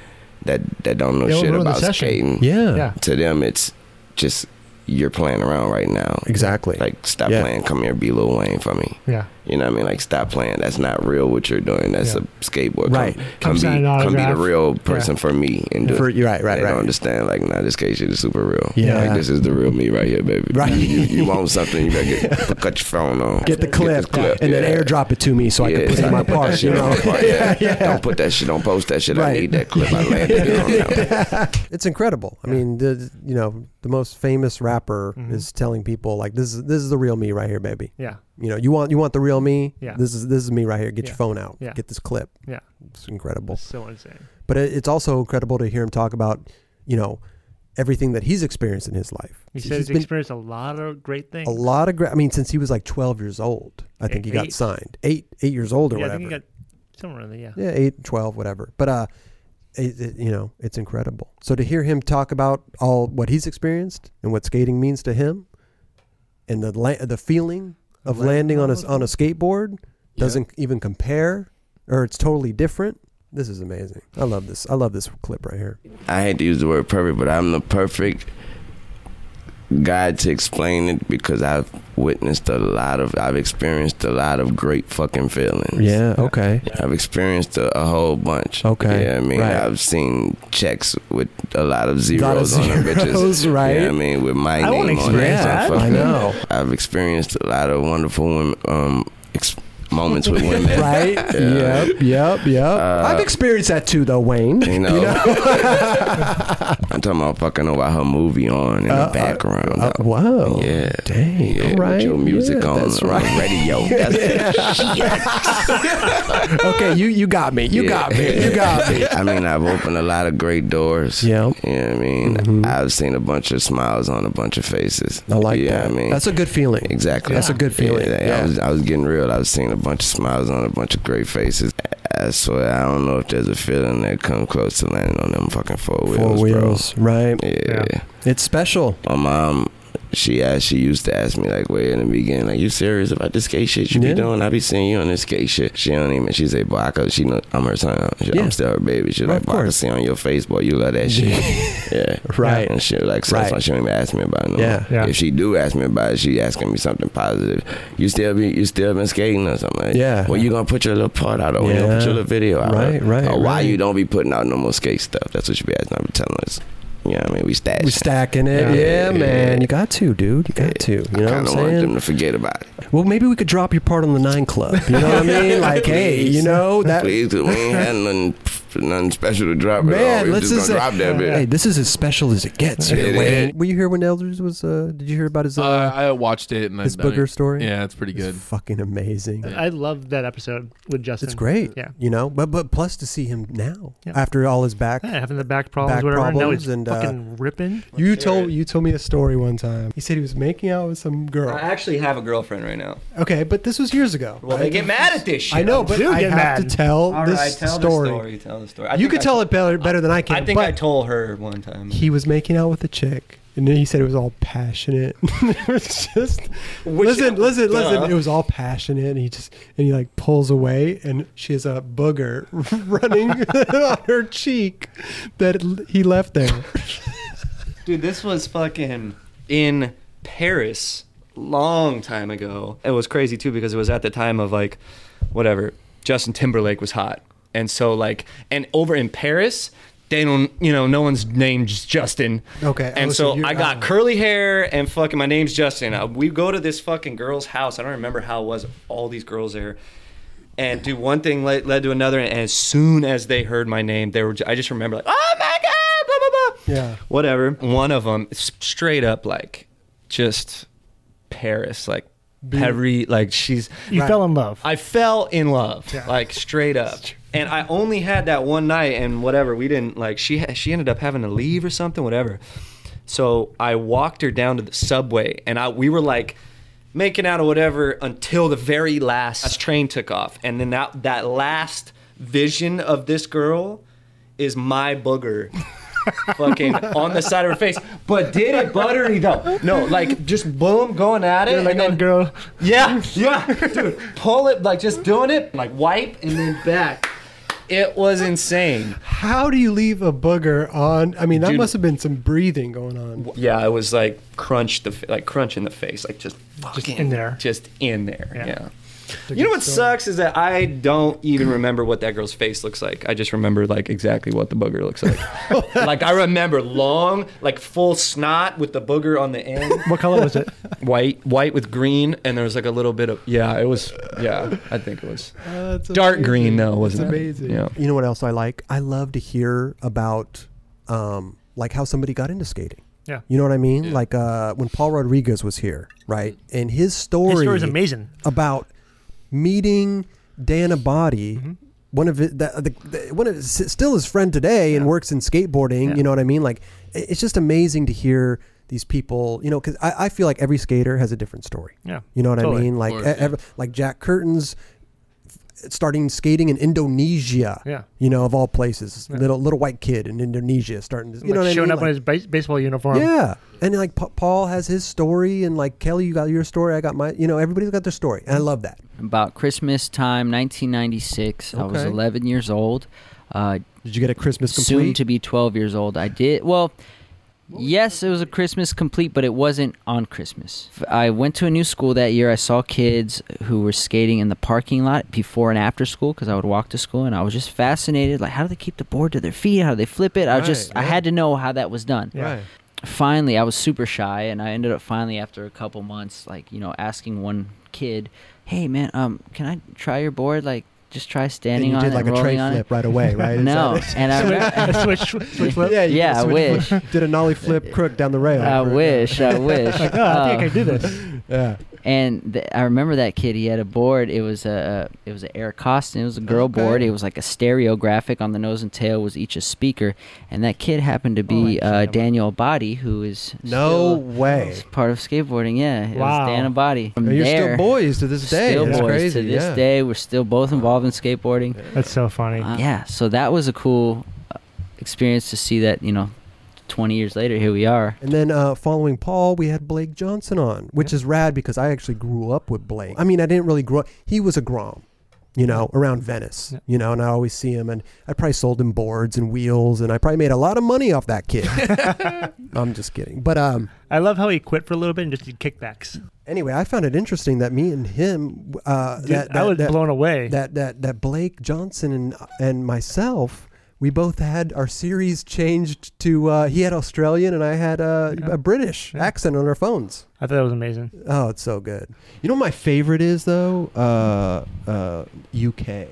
S11: that that don't know
S5: They don't
S11: shit
S5: ruin the
S11: about
S5: session.
S11: skating,
S5: Yeah. Yeah.
S11: to them it's just you're playing around right now.
S1: Exactly.
S11: Like stop
S1: Yeah.
S11: playing. Come here, be Lil Wayne for me.
S2: Yeah.
S11: You know what I mean? Like stop playing. That's not real. What you're doing. That's
S1: Yeah.
S11: a skateboard.
S1: Right.
S11: Come,
S1: Come sign
S11: come
S1: an
S11: be come be the
S1: autograph.
S11: real person
S1: Yeah.
S11: for me. And do
S1: For-
S11: it.
S1: you're right, right,
S11: They don't
S1: right.
S11: understand. Like nah, this skate shit is super real.
S1: Yeah.
S11: Like this is the real me right here, baby.
S1: Right.
S11: You, you want something? You better get cut your phone on.
S5: get the
S11: this
S5: clip, and then
S11: yeah.
S5: airdrop it to me so I can
S11: Yeah,
S5: put it
S11: so
S5: in
S11: *laughs*
S5: my
S11: don't that
S5: part.
S11: shit
S5: You
S11: on
S5: know?
S11: my
S5: *laughs*
S1: *laughs*
S11: part, yeah. Don't put that shit. Don't post that shit. I
S1: Right.
S11: need that
S1: *laughs*
S11: clip. I landed it on now.
S1: it's incredible. I mean, the you know the most famous rapper is telling people like this is this is the real me right here, baby.
S2: Mm-hmm. Yeah.
S1: You know, you want you want the real me.
S2: Yeah.
S1: This is this is me right here. Get
S2: Yeah.
S1: your phone out.
S2: Yeah.
S1: Get this clip.
S2: Yeah.
S1: It's incredible.
S2: So insane.
S1: But it, it's also incredible to hear him talk about you know everything that he's experienced in his life.
S2: He said he's, experienced a lot of great things.
S1: a lot of. Gra- I mean, since he was like 12 years old, I think he got
S2: E, Eight.
S1: signed. Eight eight years old or
S2: yeah, I
S1: whatever.
S2: think he got somewhere in there, yeah.
S1: yeah, eight, 12, whatever. But uh, it, it- you know, it's incredible. So to hear him talk about all what he's experienced and what skating means to him, and the la- the feeling of
S5: Landing
S1: landing on a
S5: on
S1: on a skateboard doesn't even compare, or it's totally different. This is amazing. I love this. I love this clip right here.
S11: I hate to use the word perfect, but I'm the perfect guy to explain it because I've witnessed a lot of, I've experienced a lot of great fucking feelings.
S1: Yeah. Okay.
S11: I've experienced a, a whole bunch.
S1: Okay,
S11: You know what I mean,
S1: right.
S11: I've seen checks with a lot of zeros,
S1: Lot of
S11: on them
S1: zeros,
S11: bitches.
S1: right.
S11: *laughs* You know what I mean, with my
S1: I wanna
S11: name on
S1: experience
S11: it.
S1: that.
S11: Fucking-
S1: I know.
S11: I've experienced a lot of wonderful women, um, ex- moments with
S1: *laughs*
S11: women.
S1: Right.
S11: *laughs* Yeah. Uh,
S1: Yep. Yep. Yep. I've experienced that too, though, Wayne.
S11: You know, I'm talking about fucking over her movie on in
S1: Uh,
S11: the background.
S1: uh,
S11: though.
S1: wow.
S11: Yeah.
S1: Dang.
S11: Yeah, with
S1: right,
S11: your music
S1: yeah,
S11: on
S1: that's
S11: on
S1: right.
S11: radio.
S1: *laughs*
S11: That's
S6: *laughs*
S1: okay, you you got me. You
S11: Yeah.
S1: got me.
S11: *laughs*
S1: You got me.
S11: I mean, I've opened a lot of great doors. Yeah. You know what I mean?
S1: Mm-hmm.
S11: I've seen a bunch of smiles on a bunch of faces. I like
S1: that.
S11: I mean?
S1: That's a good feeling.
S11: Exactly.
S1: That's a good feeling.
S11: Yeah, I, was, I was getting real. I was seeing a bunch of smiles on a bunch of great faces. I swear, I don't know if there's a feeling that come close to landing on them fucking four wheels.
S1: Four
S11: bro.
S1: wheels, right?
S11: Yeah.
S1: It's special.
S11: My mom, she asked, she used to ask me like, way in the beginning, like, you serious about this skate shit you
S1: Yeah.
S11: be doing? I be seeing you on this skate shit. She don't even. She say, boy, I could, she know I'm her son. She,
S1: Yeah.
S11: I'm still her baby. She
S1: Well,
S11: like,
S1: of
S11: boy, I can
S1: course.
S11: see on your face, boy, you love that shit. *laughs* yeah,
S1: *laughs* Right.
S11: And she like, so that's
S1: Right.
S11: why she don't even ask me about it. No
S1: Yeah.
S11: more.
S1: Yeah.
S11: If she do ask me about it, she asking me something positive. You still be, you still been skating or something. Like,
S1: Yeah.
S11: When you gonna put your
S12: *laughs*
S11: little part out? Or when you gonna
S1: Yeah.
S11: put your little video out?
S1: Right, right,
S11: Or why
S1: right.
S11: you don't be putting out no more skate stuff? That's what she be asking. I be telling us. You know what I mean? We stash.
S1: We're stacking it. Yeah,
S11: Yeah.
S1: man. You got to, dude. You got to. You know what
S11: I
S1: I'm
S11: kind of want them
S1: saying?
S11: to forget about it.
S1: Well, maybe we could drop your part on the Nine Club. You know what I
S11: *laughs*
S1: mean? Like, hey, you know that.
S11: Please, 'cause we
S1: *laughs*
S11: ain't had nothing, nothing special to drop. at all.
S1: Man,
S11: We
S1: let's
S11: just,
S1: just say,
S11: gonna
S1: *laughs*
S11: drop that bit.
S1: hey, this is as special as it gets.
S11: It
S1: here,
S11: is.
S1: Wayne. Were you here when Elders was? Uh, did you hear about his? Uh,
S3: Uh, I watched it and
S1: his
S3: I, I mean,
S1: booger story.
S3: Yeah, it's pretty good.
S1: fucking amazing.
S7: I love that episode with Justin.
S1: It's great.
S7: Yeah.
S1: You know, but but plus to see him now
S7: Yeah.
S1: after all his back
S7: Yeah, having the back problems,
S1: back
S7: whatever. now
S1: problems
S7: he's
S1: and uh,
S7: fucking ripping.
S5: You told you told me a story one time. He said he was making out with some girl.
S8: I actually have a girlfriend right now.
S5: Okay, but this was years ago.
S8: Well, they get mad at this shit.
S5: I know, but
S8: Do
S5: I
S8: get
S5: have
S8: mad.
S5: to tell
S8: All
S5: this
S8: right, tell the
S5: story.
S8: story, tell the story. I
S5: you
S8: think
S5: could
S8: I
S5: tell it better better than I can.
S8: I think
S5: but
S8: I told her one time.
S5: he was making out with a chick, and then he said it was all passionate. *laughs* it was just listen, listen,
S8: duh.
S5: listen. It was all passionate, and he just and he like pulls away, and she has a booger *laughs* running on her cheek that he left there.
S8: Dude, this was fucking in Paris long time ago. It was crazy too because it was at the time of like whatever, Justin Timberlake was hot. And so like and over in Paris, they don't you know, no one's name's Justin.
S5: Okay,
S8: And
S5: oh, so
S8: so,
S5: you're-
S8: I got curly hair and fucking my name's Justin. Uh, we go to this fucking girl's house. I don't remember how it was all these girls there. And do one thing led, led to another and as soon as they heard my name, they were ju- I just remember like, "Oh my god, blah blah blah."
S5: Yeah.
S8: whatever. One of them, straight up, like, just Paris, like, Paris, like, she's.
S7: You fell in love.
S8: I fell in love, like, straight up. And I only had that one night, and whatever. We didn't, like, she, ha- she ended up having to leave or something, whatever. So I walked her down to the subway, and I, we were like, making out or whatever until the very last train took off. And then that, that last vision of this girl is my booger fucking on the side of her face. But did it buttery though. No, like just boom, going at it. and then,
S7: girl.
S8: Yeah, yeah, dude. Pull it, like just doing it, like wipe and then back. It was insane.
S5: How do you leave a booger on? I mean, that
S8: Dude.
S5: must have been some breathing going on.
S8: Yeah, it was like crunch the fa- like crunch in the face, like just fucking
S7: in there.
S8: just in there. Yeah. You know what sucks is that I don't even remember what that girl's face looks like. I just remember like exactly what the booger looks like. *laughs* like I remember long, like full snot with the booger on the end.
S7: What color
S2: *laughs*
S7: was it?
S8: White, white with green, and there was like a little bit of yeah. It was yeah. I think it was
S5: Uh, it's
S8: dark green
S5: amazing.
S8: though,
S5: It's
S8: wasn't
S5: amazing.
S8: it? Yeah.
S1: You know what else I like? I love to hear about um, like how somebody got into skating.
S7: Yeah. Mm-hmm.
S1: You know what I mean? Like uh, when Paul Rodriguez was here, right? And his story
S7: story's amazing.
S1: about meeting Dan Abadi,
S7: Mm-hmm.
S1: one of his, the, the, the, one of his, s- still his friend today and works in skateboarding. You know what I mean? Like i- it's just amazing to hear these people. You know, because I, I feel like every skater has a different story.
S7: Yeah.
S1: You know what
S7: Totally.
S1: I mean? e, Like
S7: Of
S1: e- ev- like Jack Curtin's starting skating in Indonesia.
S2: Yeah.
S1: You know, of all places,
S2: Yeah.
S1: little little white kid in Indonesia starting. To, you
S2: like
S1: know what I
S2: showing
S1: mean?
S2: up
S1: Like-
S2: in his base- baseball uniform.
S1: Yeah, and like Pa- Paul has his story, and like Kelly, you got your story. I got my. You know, everybody's got their story, and I love that.
S13: About Christmas time, 1996. I was
S1: Okay.
S13: 11 years old. Uh,
S1: did you get a Christmas
S13: Soon
S1: complete?
S13: to be 12 years old. I did. Well, yes, it was a Christmas complete, but it wasn't on Christmas. F- I went to a new school that year. I saw kids who were skating in the parking lot before and after school because I would walk to school, and I was just fascinated. Like, how do they keep the board to their feet? How do they flip it? I was
S7: Right,
S13: just, I
S7: right.
S13: had to know how that was done
S7: Yeah. Right.
S13: finally i was super shy and i ended up finally after a couple months like you know asking one kid hey man um can i try your board like just try standing
S1: you
S13: on
S1: did
S13: it
S1: like a
S13: rolling
S1: tray
S13: on it."
S1: flip right away,
S13: *laughs*
S1: right? Is
S13: no
S1: that it? *laughs*
S13: and i
S1: Switch-
S13: *laughs* re-
S1: switch- *laughs* switch flip? Yeah,
S13: yeah
S1: you did
S13: yeah i
S1: switch
S13: wish
S1: Did a nollie flip crook down the rail? *laughs*
S13: I wish, I wish.
S1: Like, oh, I think I can do this. *laughs* Yeah.
S13: And th- I remember that kid. He had a board. It was a it was an Air Costin. It was a girl board. It was like a stereo graphic on the nose and tail was each a speaker. And that kid happened to be uh, Daniel Body, who is
S1: No
S13: still
S1: way.
S13: part of skateboarding. Yeah, it
S1: Wow.
S13: was Daniel Body. From
S1: And you're still
S13: there-
S1: boys to this day.
S13: Still
S1: That's
S13: boys
S1: crazy,
S13: to this
S1: yeah.
S13: day. We're still both involved in skateboarding.
S2: That's so funny.
S13: Uh, yeah, so that was a cool uh, experience to see that. You know, 20 years later, here we are.
S1: And then uh, following Paul, we had Blake Johnson on, which is rad because I actually grew up with Blake. I mean, I didn't really grow up. He was a Grom, you know, around Venice, you know, and I always see him. And I probably sold him boards and wheels, and I probably made a lot of money off that
S2: *laughs*
S1: kid. I'm just kidding. But um,
S2: I love how he quit for a little bit and just did kickbacks.
S1: anyway, I found it interesting that me and him, uh,
S2: Dude,
S1: that,
S2: I was blown
S1: away. That that that Blake Johnson and and myself, we both had our series changed to. Uh, he had Australian and I had uh, a British accent on our phones.
S2: I thought that was amazing.
S1: Oh, it's so good. You know what my favorite is though? Uh, uh, UK.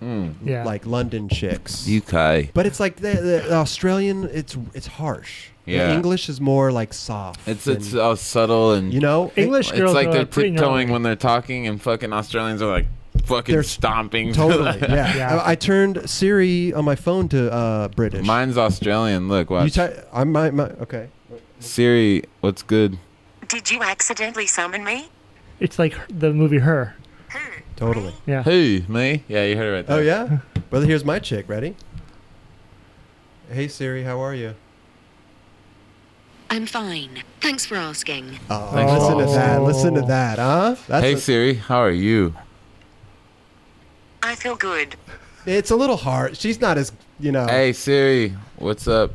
S14: Hmm.
S2: Yeah.
S1: Like London chicks.
S14: UK.
S1: But it's like the, the Australian. It's it's harsh. The
S14: Yeah.
S1: English is more like soft.
S14: It's it's uh, subtle and
S1: You know? English
S14: it's
S1: girls
S14: like
S1: are uh,
S14: they're
S1: pretty
S14: tiptoeing
S1: normal.
S14: when they're talking, and fucking Australians are like fucking
S1: They're s-
S14: stomping.
S1: *laughs*
S14: *laughs*
S1: Totally. Yeah. I, I turned Siri on my phone to uh, British.
S14: Mine's Australian. Look, watch.
S1: You ty- I my, my okay.
S14: Siri, what's good?
S15: Did you accidentally summon me?
S2: It's like the movie Her.
S1: Totally.
S2: Yeah.
S14: Who me? Yeah, you heard it right there.
S1: Oh yeah. well, here's my chick. Ready? Hey Siri, how are you?
S16: I'm fine. Thanks for asking.
S15: Uh,
S1: Oh,
S14: Thanks,
S1: listen to
S14: Paul.
S1: that. Listen to that, huh? That's
S14: hey
S1: a-
S14: Siri, how are you?
S15: I feel good.
S1: It's a little hard. She's not as you know.
S14: Hey Siri, what's up?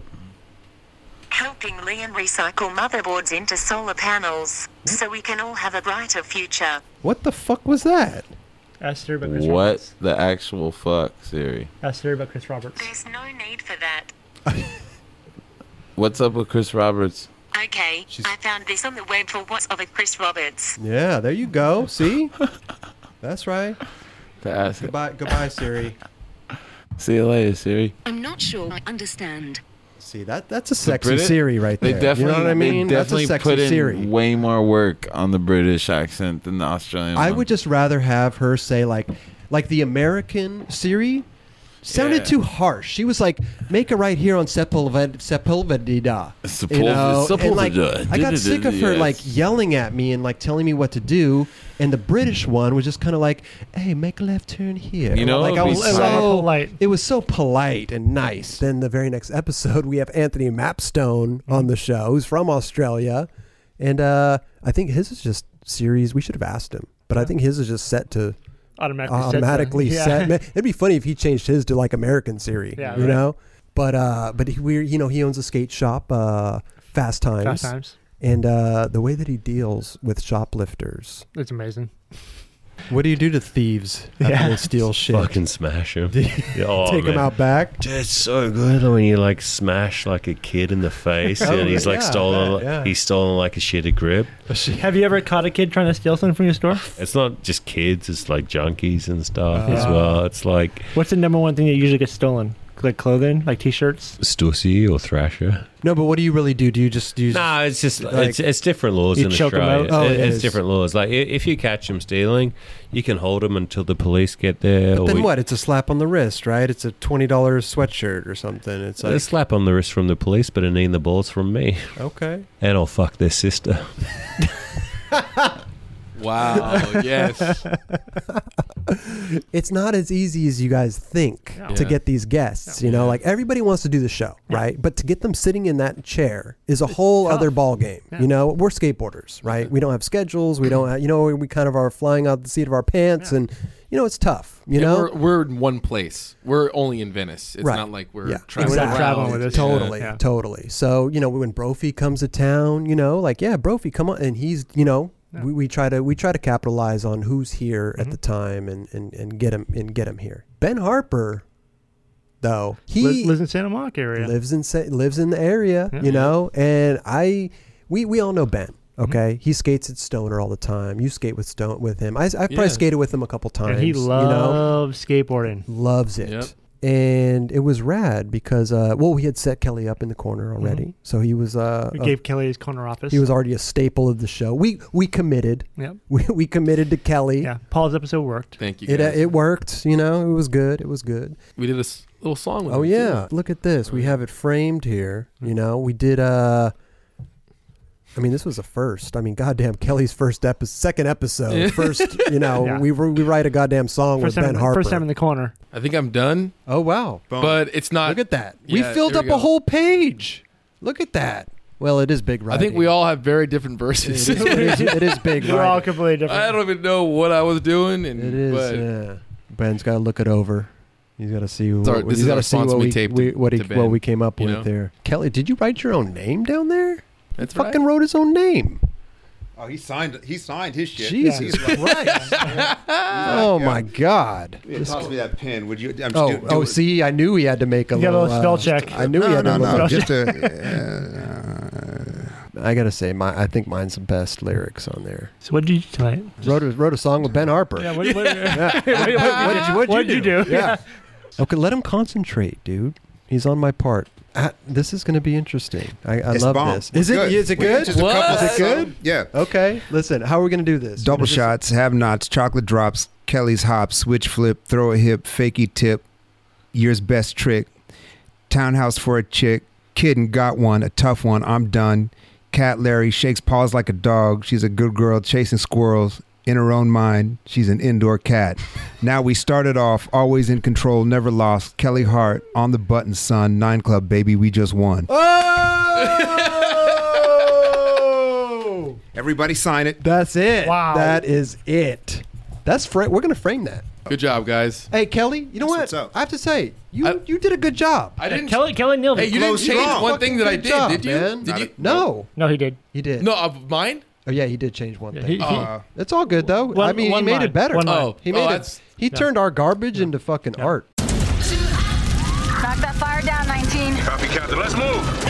S15: Helping Liam recycle motherboards into solar panels so we can all have a brighter future.
S1: What the fuck was that?
S2: Asked her about Chris Roberts.
S14: What the actual fuck, Siri?
S2: Asked her about Chris Roberts.
S15: There's no need for that.
S14: What's up with Chris Roberts?
S15: Okay, I found this on the web for What's Of a Chris Roberts.
S1: Yeah, there you
S14: *laughs*
S1: go. See? That's right.
S14: To ask it.
S1: Goodbye, goodbye, Siri.
S14: See you later, Siri.
S16: I'm not sure I understand.
S1: See that? That's a sexy
S14: Briti-
S1: Siri right there.
S14: They definitely,
S1: you know what I
S14: they
S1: mean? That's a
S14: definitely
S1: sexy
S14: put in
S1: Siri.
S14: way more work on the British accent than the Australian.
S1: I
S14: one.
S1: *laughs* would just rather have her say like, like the American Siri sounded
S14: Yeah.
S1: too harsh. She was like, make it right here on Sepulveda. Sepulvedida. You know?
S14: Sepulveda.
S1: And, like, I got sick of her
S14: Yes.
S1: like yelling at me and like telling me what to do. And the British one was just kind of like, hey, make a left turn here.
S14: You know,
S1: like
S14: it'd be so-
S1: polite. It was so polite and nice.
S17: Then the very next episode, we have Anthony Mapstone on the show, who's from Australia.
S1: And uh, I think his is just series. We should have asked him, but I think his is just set to
S2: Automatically set to-
S1: automatically
S2: yeah.
S1: set.
S2: *laughs*
S1: Ma- It'd be funny if he changed his to like American Siri,
S2: Yeah,
S1: you
S2: right.
S1: know. But uh, but he, we you know he owns a skate shop, uh, Fast Times.
S2: Fast Times.
S1: And uh, the way that he deals with shoplifters,
S2: It's amazing.
S1: what do you do to thieves
S2: after Yeah.
S1: they *laughs* steal shit?
S10: Fucking smash
S1: *laughs*
S10: him. oh,
S1: Take 'em
S10: man.
S1: out back?
S10: Dude, it's so good when you like smash like a kid in the face
S1: *laughs*
S2: Oh,
S10: and he's like
S2: yeah, I
S10: stolen.
S2: bet, yeah.
S10: He's stolen like a shit of grip.
S2: Have you ever caught a kid trying to steal something from your store?
S10: It's not just kids. It's like junkies and stuff as
S1: Uh.
S2: Yeah.
S10: well. It's like
S2: What's the number one thing that usually gets stolen? Like clothing, like T-shirts.
S10: Stussy or Thrasher.
S1: No, but what do you really do? Do you just do? You
S10: No, it's just
S1: like-
S10: it's, it's different laws
S1: You
S10: in
S1: choke 'em
S10: Australia.
S1: out? Oh,
S10: It-
S1: it
S10: it's
S1: is.
S10: different laws. Like i- if you catch them stealing, you can hold them until the police get there.
S1: But
S10: or
S1: then
S10: we-
S1: what? It's a slap on the wrist, right? It's a twenty dollars sweatshirt or something. It's
S10: a
S1: like
S10: slap on the wrist from the police, but a knee in the balls from me.
S1: Okay.
S10: And I'll fuck their *laughs* sister.
S3: *laughs*
S14: Wow. yes.
S1: *laughs* it's not as easy as you guys think
S14: No.
S1: to
S14: Yeah.
S1: get these guests. You know, like everybody wants to do the show, right? But to get them sitting in that chair is a whole other ball game. You know, we're skateboarders, right? We don't have schedules. We don't, have, you know, we kind of are flying out the seat of our pants, and you know, it's tough. You
S3: Yeah,
S1: know,
S3: we're, we're in one place. We're only in Venice. It's
S1: Right.
S3: not like we're
S1: Yeah,
S3: traveling
S1: exactly.
S3: around.
S1: Totally,
S3: Yeah.
S1: totally. So you know, when Brophy comes to town, you know, like yeah, Brophy, come on, and he's you know, we, we try to we try to capitalize on who's here at
S2: Mm-hmm.
S1: the time and and and get him and get him here. Ben Harper, though, he
S2: Li- lives in Santa Monica area.
S1: lives in Sa- lives in the area,
S2: Yeah. Mm-hmm.
S1: you know. And I, we we all know Ben. Okay, he skates at Stoner all the time. You skate with Stone with him. I, I've probably
S2: Yeah.
S1: skated with him a couple times.
S2: And he
S1: you know?
S2: loves skateboarding.
S1: Loves it. And it was rad because, uh, well, we had set Kelly up in the corner
S3: Mm-hmm.
S1: already,
S2: Mhm.
S1: so he was. Uh,
S2: We
S1: a-
S2: gave Kelly his corner office.
S1: He was already a staple of the show. We we committed.
S2: Yep.
S1: *laughs* We, we committed to Kelly. Yeah.
S2: Paul's episode worked.
S3: Thank
S1: It uh, it worked. You know, it was good. It was good.
S3: we did a s- little song with
S1: Oh
S3: him,
S1: yeah,
S3: too. Mm-hmm.
S1: look at this. We have it framed here. You know, we did. Uh, I mean, this was a first. I mean, goddamn, Kelly's first episode,
S3: *laughs*
S1: second episode, first. You know,
S2: Yeah.
S1: we we write a goddamn song
S2: First
S1: with
S2: time,
S1: Ben Harper.
S2: first time in the corner.
S3: I think I'm done.
S1: Oh wow!
S3: But it's not. Look at
S1: that. we filled up a whole page. Look at that. Well, it is big
S3: I
S1: writing.
S3: think we all have very different verses.
S1: It is- it is- it is big We're all writing.
S2: completely different.
S3: I don't even know what I was doing. And
S1: It is.
S3: but
S1: yeah. Ben's got to look it over. He's got to see. What,
S3: our- this
S1: he's
S3: is
S1: got
S3: our
S1: to see
S3: response
S1: what
S3: we
S1: we,
S3: taped
S1: we- what, he,
S3: to
S1: what
S3: Ben,
S1: we came up
S3: you
S1: with
S3: know?
S1: there. Kelly, did you write your own name down there?
S3: That's
S1: he fucking wrote his own name.
S18: Oh, he signed. He signed his shit. *laughs*
S1: Jesus
S18: Christ!
S1: oh my God!
S18: Yeah,
S1: This-
S18: toss me that pen, would you? I'm just
S1: oh,
S18: do- do
S1: oh,
S18: it.
S1: see, I knew he had to make a
S18: You got a
S1: little, uh,
S18: little spell check.
S1: I knew he
S18: No,
S1: had
S18: no,
S1: to
S18: no,
S1: make
S18: just
S1: *laughs* I gotta say, my I think mine's the best lyrics on there.
S2: So what did you tonight?
S1: Wrote a, wrote a song with Ben Harper.
S2: Yeah, what- what-
S1: Yeah.
S2: what- *laughs* what- what did you- what did you do?
S1: Yeah.
S2: Yeah.
S1: Okay, let him concentrate, dude. He's on my part. Ah, this is going to be interesting. I, I
S18: It's
S1: love
S18: bomb.
S1: this.
S18: We're
S1: Is it?
S18: good.
S1: Is it
S18: We
S1: good?
S18: just a couple
S1: Is it good?
S18: songs. Yeah.
S1: Okay. Listen, how are we going to do this?
S18: Double
S1: Is this-
S18: shots, have nots, chocolate drops, Kelly's hop, switch flip, throw a hip, fakey tip, year's best trick, townhouse for a chick, kid and got one, a tough one, I'm done. Cat Larry shakes paws like a dog. She's a good girl chasing squirrels. In her own mind, she's an indoor cat. Now we started off always in control, never lost. Kelly Hart on the button, son. Nine Club, baby, we just won.
S1: Oh!
S18: Everybody sign it.
S1: That's it.
S18: Wow.
S1: That is it. That's fra- We're going to frame that.
S3: Good job, guys.
S1: Hey, Kelly, you know what? I have to say, you you did a good job.
S3: I didn't-
S2: Kelly, Kelly nailed
S3: Hey,
S2: it.
S3: you didn't change one thing that I did, did you?
S1: man.
S3: Did you?
S1: No.
S2: No, he did.
S1: He did.
S3: No, of mine.
S1: Oh yeah, he did change one
S2: Yeah,
S1: thing.
S2: he- he- Uh,
S1: it's all good though. I
S2: one-
S1: mean, he
S2: one
S1: made
S2: line.
S1: it better.
S2: One line. Oh,
S1: he
S2: oh,
S1: made it.
S2: that's-
S1: He
S2: yeah.
S1: turned our garbage into fucking art.
S19: Knock that fire down, 19.
S20: Copy, Captain. Let's move.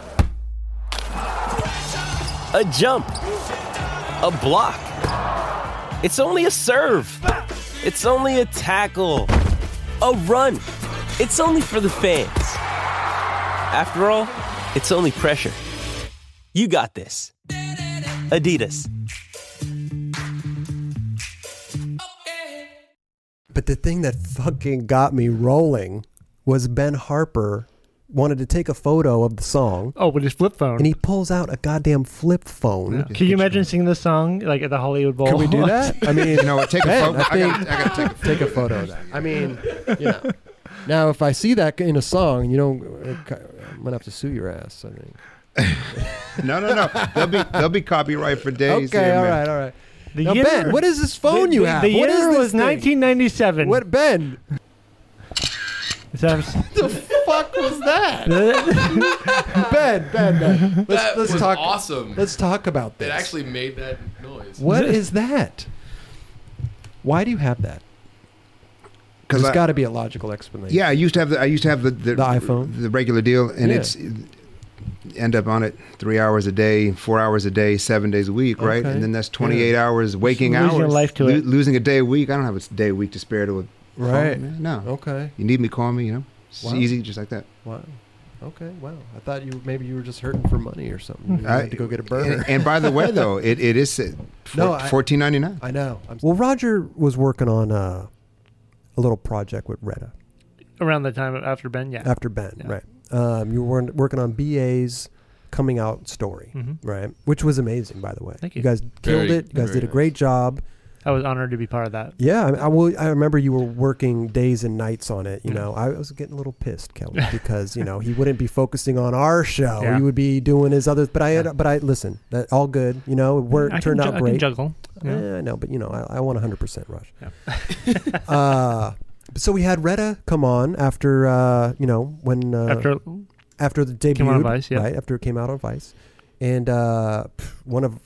S21: a jump, a block. It's only a serve. It's only a tackle, a run. It's only for the fans. After all, it's only pressure. You got this. Adidas.
S1: But the thing that fucking got me rolling was Ben Harper wanted to take a photo of the song.
S2: Oh, with his flip phone.
S1: And he pulls out a goddamn flip phone.
S2: Can you imagine singing this song like at the Hollywood Bowl?
S1: Can we do
S2: *laughs*
S1: that? I mean,
S18: you know what? Take a
S1: man,
S18: photo.
S1: I
S18: I
S1: think-
S18: gotta- I gotta
S1: take a photo of that. I mean, you know. Now, if I see that in a song, you know, I'm gonna have to sue your ass. I
S2: *laughs*
S1: think.
S18: No, no, no. They'll be they'll be copyright for days.
S1: Okay,
S18: here,
S1: all
S18: man.
S1: right, all right. now, Ben, what is this phone
S2: the,
S1: you
S2: the,
S1: have?
S2: The
S1: What is
S2: year
S1: this
S2: was
S1: thing?
S2: 1997. What,
S1: Ben?
S2: the
S1: fuck was that? Ben, Ben, Ben. Let's,
S3: That
S1: let's
S3: was
S1: talk.
S3: awesome.
S1: Let's talk about
S3: It
S1: this.
S3: actually made that noise. *laughs*
S1: What is that? Why do you have that?
S18: I-
S1: Because there's got to be a logical explanation.
S18: Yeah, I used to have the I used to have the the,
S1: iPhone?
S18: the regular deal, and
S1: Yeah.
S18: it's end up on it three hours a day, four hours a day, seven days a week, right?
S1: Okay.
S18: And then that's twenty eight hours waking
S2: Losing
S18: hours,
S2: your life to it.
S18: losing a day a week. I don't have a day a week to spare to a Call
S1: Right.
S18: me, man. No.
S1: Okay.
S18: You need me, call me, you know? It's
S1: Wow.
S18: easy, just like that.
S1: Wow. Okay. Wow. I thought you maybe you were just hurting for money or something. You
S18: I-
S1: had to go get a burger.
S18: And, and by
S1: *laughs*
S18: the way, though, it, it is uh, four,
S1: No, I-
S18: $14.99.
S1: I know. well, Roger was working on uh, a little project with Retta
S7: around the time after Ben. Yeah.
S1: after Ben, right? Um, you were working on BA's coming out story,
S7: Mhm.
S1: right? Which was amazing, by the way.
S7: Thank
S1: Mm-hmm. You
S7: you.
S1: guys killed
S7: Very-
S1: it. You guys
S7: very
S1: did a great job.
S7: I was honored to be part of that.
S1: Yeah, I, I will. I remember you were working days and nights on it. You
S7: Yeah.
S1: know, I was getting a little pissed,
S7: *laughs*
S1: Kelly, because you know he wouldn't be focusing on our show.
S7: Yeah.
S1: He would be doing his others. But I, had, but I listen. That all good. You know, it worked.
S7: I can
S1: turned
S7: ju-
S1: out
S7: I can
S1: great.
S7: juggle, yeah.
S1: Yeah, I know, but you know, I, I want 100 percent rush. *laughs* uh, so we had Retta come on after uh, you know when uh,
S7: After-
S1: after the debut
S7: Came out on Vice, yeah.
S1: right after it came out on Vice, and uh, pff, one of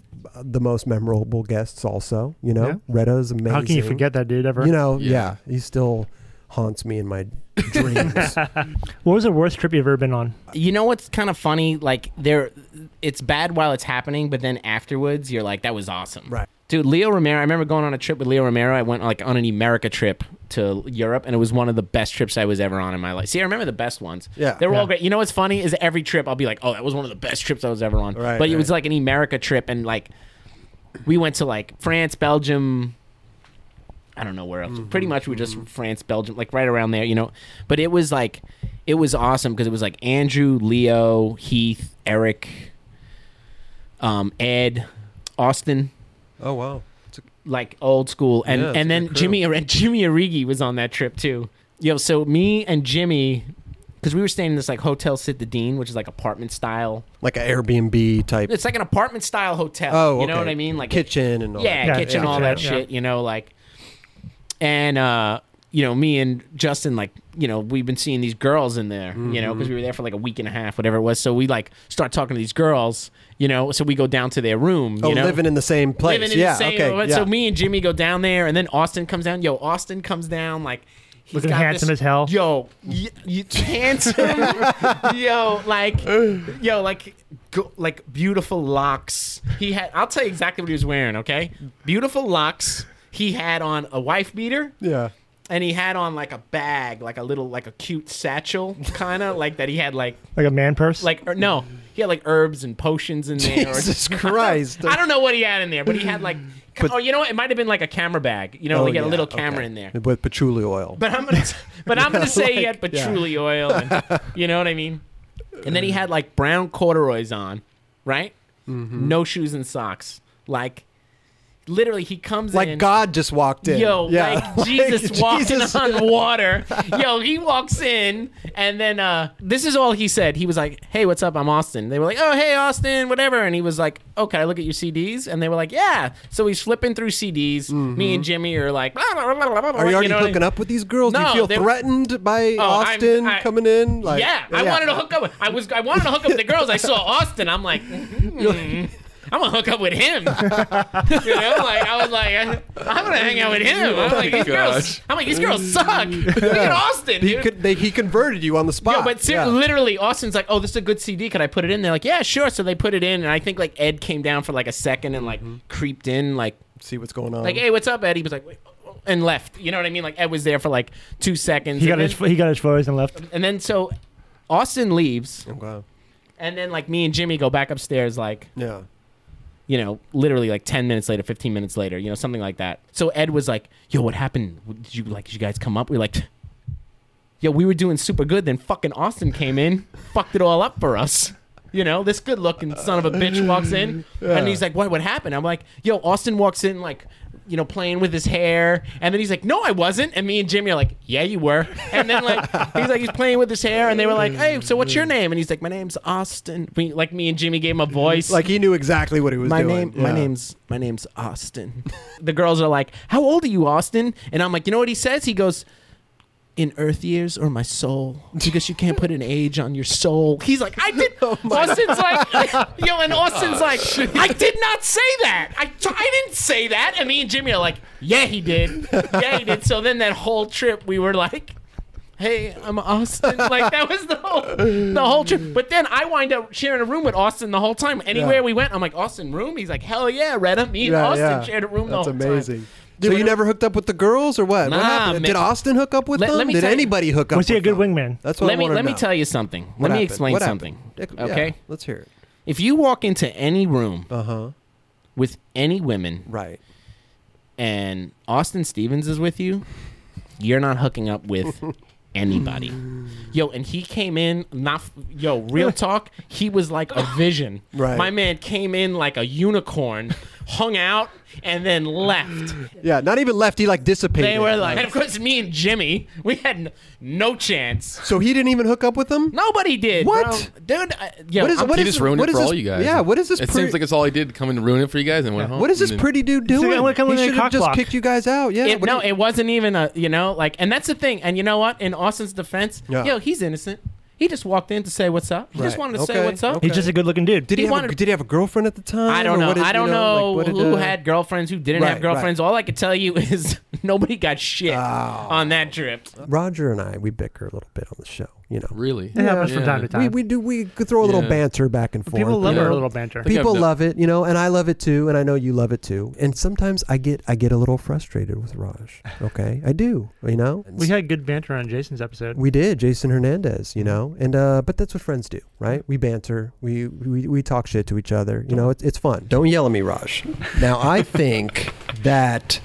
S1: the most memorable guests also. You know,
S7: Yeah.
S1: Retta is amazing.
S7: How can you forget that dude ever?
S1: You know, yeah.
S7: Yeah.
S1: he still haunts me in my.
S2: *laughs*
S7: what was the worst trip you've ever been on?
S4: You know what's kind of funny? Like there, it's bad while it's happening, but then afterwards, you're like, "That was awesome."
S1: Right.
S4: Dude, Leo Romero. I remember going on a trip with Leo Romero. I went like on an America trip to Europe, and it was one of the best trips I was ever on in my life. See, I remember the best ones.
S1: Yeah.
S4: they were all
S1: Yeah.
S4: great. You know what's funny is every trip I'll be like, "Oh, that was one of the best trips I was ever on."
S1: Right,
S4: but it
S1: right.
S4: was like an America trip, and like we went to like France, Belgium. I don't know where else.
S1: Mm-hmm,
S4: Pretty much we just France, Belgium, like right around there, you know. But it was like it was awesome because it was like Andrew, Leo, Heath, Eric, um, Ed, Austin.
S1: Oh wow.
S4: Like old school, and
S1: Yeah, it's
S4: and
S1: a
S4: then
S1: good crew.
S4: Jimmy *laughs* Jimmy Origi was on that trip too. Yo, so me and Jimmy, because we were staying in this like hotel Citadine, which is like apartment style.
S1: Like an Airbnb type.
S4: It's like an apartment style hotel.
S1: Oh,
S4: you know
S1: okay.
S4: what I mean? Like
S1: Kitchen and all
S4: yeah,
S1: that.
S4: kitchen,
S1: Yeah,
S4: all
S1: yeah,
S4: that
S1: yeah.
S4: shit. You know, like and uh, you know, me and Justin, like you know, we've been seeing these girls in there, you know,
S1: Mm-hmm.
S4: because we were there for like a week and a half, whatever it was. So we like start talking to these girls, you know. So we go down to their room.
S1: Oh,
S4: you know?
S1: living in the same place.
S4: Living in
S1: yeah.
S4: the same-
S1: okay. yeah.
S4: So me and Jimmy go down there, and then Austin comes down. Yo, Austin comes down like. he's
S7: Looking
S4: got
S7: handsome
S4: this-
S7: as hell.
S4: Yo, y- you *laughs* handsome.
S7: *laughs*
S4: yo, like, yo, like, go, like beautiful locks. He had. I'll tell you exactly what he was wearing. Okay, beautiful locks. He had on a wife beater
S1: yeah.
S4: and he had on like a bag, like a little, like a cute satchel, kind of like that. He had like
S7: Like a man purse?
S4: like or, no, he had like herbs and potions in there.
S1: *laughs* Jesus
S4: or,
S1: Christ.
S4: *laughs* I don't know what he had in there, but he had like oh, you know what? It might have been like a camera bag. You know,
S1: Oh,
S4: like he had
S1: yeah,
S4: a little camera
S1: okay.
S4: in there.
S1: with patchouli oil.
S4: But I'm gonna, *laughs* but I'm
S1: *laughs*
S4: gonna say he had
S1: Like, yeah.
S4: patchouli oil, and,
S1: *laughs*
S4: you know what I mean. And then he had like brown corduroys on, right?
S1: Mm-hmm.
S4: No shoes and socks. Like, literally, he comes
S1: like
S4: in.
S1: God just walked in.
S4: Yo,
S1: yeah. *laughs*
S4: like Jesus walking
S1: Jesus.
S4: on water. *laughs* Yo, he walks in, and then uh, this is all he said. He was like, "Hey, what's up? I'm Austin." They were like, "Oh, hey, Austin, whatever." And he was like, "Oh, can I look at your CDs?" And they were like, "Yeah." So he's flipping through CDs. Me and Jimmy are like, blah, blah, blah, blah, blah,
S1: Mm-hmm. Are you already
S4: know what I
S1: hooking
S4: mean?
S1: up with these girls? Do you
S4: No,
S1: feel
S4: they-
S1: threatened by
S4: Oh, I'm-
S1: Austin
S4: I-
S1: coming in? Like,
S4: yeah, I wanted to hook up. With, I was. I wanted to hook up with the girls. I saw Austin. I'm
S1: *laughs*
S4: like, "Hmm, I'm gonna hook up with him. *laughs* you know, like I was like, I- I'm gonna hang out with him. I'm
S1: *laughs* Oh
S4: like,
S1: my
S4: these girls.
S1: gosh.
S4: I'm like, these
S1: *laughs*
S4: girls suck. *laughs* Look at Austin.
S1: He,
S4: dude.
S1: con- they, he converted you on the spot.
S4: Yo, but ser-
S1: Yeah.
S4: literally, Austin's like, "Oh, this is a good CD. Could I put it in?" They're like, "Yeah, sure." So they put it in, and I think like Ed came down for like a second and like creeped in, like
S1: see what's going on.
S4: Like, hey, what's up, Ed? He was like, Wait, oh, oh," and left. You know what I mean? Like Ed was there for like two seconds.
S7: He
S4: and
S7: got his
S4: then-
S7: he got his photos and left.
S4: and then so Austin leaves. And then like me and Jimmy go back upstairs like
S1: Yeah.
S4: You know, literally like 10 minutes later, 15 minutes later, you know, something like that. So Ed was like, "Yo, what happened? Did you like did you guys come up?" We are like, *laughs* "Yo, we were doing super good, then fucking Austin came in, *laughs* fucked it all up for us." You know, this good-looking son of a bitch walks in
S7: Yeah.
S4: and he's like, "What what happened?" I'm like, "Yo, Austin walks in like you know, playing with his hair, and then he's like, "No, I wasn't." And me and Jimmy are like, "Yeah, you were." And then like he's like, he's playing with his hair, and they were like, "Hey, so what's your name?" And he's like, "My name's Austin." We, like me and Jimmy gave him a voice.
S1: Like he knew exactly what he was
S4: my
S1: doing.
S4: name, my
S1: Yeah.
S4: name's, my name's Austin. *laughs* the girls are like, "How old are you, Austin?" And I'm like, "You know what he says?" He goes, "In Earth years or my soul, because you can't put an age on your soul." He's like, "I
S1: *laughs*
S4: did."
S1: Oh
S4: Austin's like, *laughs* "Yo," and Austin's
S7: Oh,
S4: like,
S1: *laughs*
S4: "I did not say that. I, t- I didn't say that." And me and Jimmy are like, "Yeah, he did. Yeah, he did." So then that whole trip, we were like. Hey, I'm Austin. *laughs* Like that was the whole the whole trip. But then I wind up sharing a room with Austin the whole time. Anywhere
S1: Yeah.
S4: we went, I'm like Austin room. He's like, hell yeah, Retta. Me and
S1: Yeah,
S4: Austin
S1: yeah.
S4: shared a room
S1: That's
S4: the whole time.
S1: amazing. so you never hooked up with the girls or what?
S4: Nah,
S1: what happened? Did
S4: man.
S1: Austin hook up with
S4: Let-
S1: them?
S4: let me
S1: Did
S4: tell you-
S1: anybody hook up?
S4: Was he a
S1: with
S4: good
S1: them?
S4: wingman?
S1: That's what
S4: let
S1: I
S4: me
S1: want to
S4: let
S1: know.
S4: me tell you something. let me
S1: What happened?
S4: explain
S1: What happened?
S4: something.
S1: Yeah,
S4: Okay.
S1: let's hear it.
S4: If you walk into any room with any women,
S1: right,
S4: and Austin Stevens is with you, you're not hooking up with anybody. Yo, and he came in not yo,
S3: *laughs*
S4: real talk, he was like a vision.
S1: Right.
S4: My man came in like a unicorn, hung out, and then left.
S1: Yeah, not even left. He like dissipated.
S4: They were like, and *laughs* of course, me and Jimmy, we had n- no chance.
S1: So he didn't even hook up with them.
S4: Nobody did.
S1: What?
S4: bro. dude? I, yo,
S1: What is-
S4: I'm-
S1: what
S3: he
S1: is-
S3: just ruined
S1: what
S3: it
S1: is
S3: for all
S1: this-
S3: you guys.
S1: yeah, what is this
S3: It
S1: pre-
S3: seems like it's all he did, come and ruin it for you guys and went home.
S1: What is this
S3: and then-
S1: pretty dude
S3: He's like,
S1: doing?
S3: "I wanna come
S1: he
S3: in and
S1: should have just
S3: cockblock."
S1: kicked you guys out. Yeah.
S4: It-
S1: what do
S4: no,
S1: you-
S4: it wasn't even a you know like, and that's the thing. And you know what? In Austin's defense,
S1: Yeah.
S4: yo, he's innocent. He just walked in to say what's up. He just
S1: Right.
S4: wanted to
S1: Okay,
S4: say what's up.
S1: okay. He's just a
S2: good-looking dude.
S1: did he,
S4: he
S1: have
S4: wanted-
S1: a, did he have a girlfriend at the time?
S4: I don't
S1: or
S4: know.
S1: what did-
S4: I don't
S1: you know,
S4: know,
S1: like, what did,
S4: who
S1: uh,
S4: had girlfriends, who didn't
S1: Right,
S4: have girlfriends. All I could tell you *laughs* is nobody got shit
S1: Oh.
S4: on that trip.
S1: Roger and I, we bicker a little bit on the show. You know,
S3: really,
S4: It happens from time to time.
S1: We, we do. We could throw a little
S4: Yeah.
S1: banter back and forth.
S2: People love
S1: you
S2: our
S1: know?
S2: little banter. I think
S1: People
S2: I've done-
S1: love it, you know, and I love it too, and I know you love it too. And sometimes I get I get a little frustrated with Raj. Okay, I do. You know,
S2: We had good banter on Jason's episode.
S1: we did Jason Hernandez. You know, and uh, but that's what friends do, right? We banter. We we, we talk shit to each other. You know, it's it's fun. Don't yell at me, Raj. Now I think that.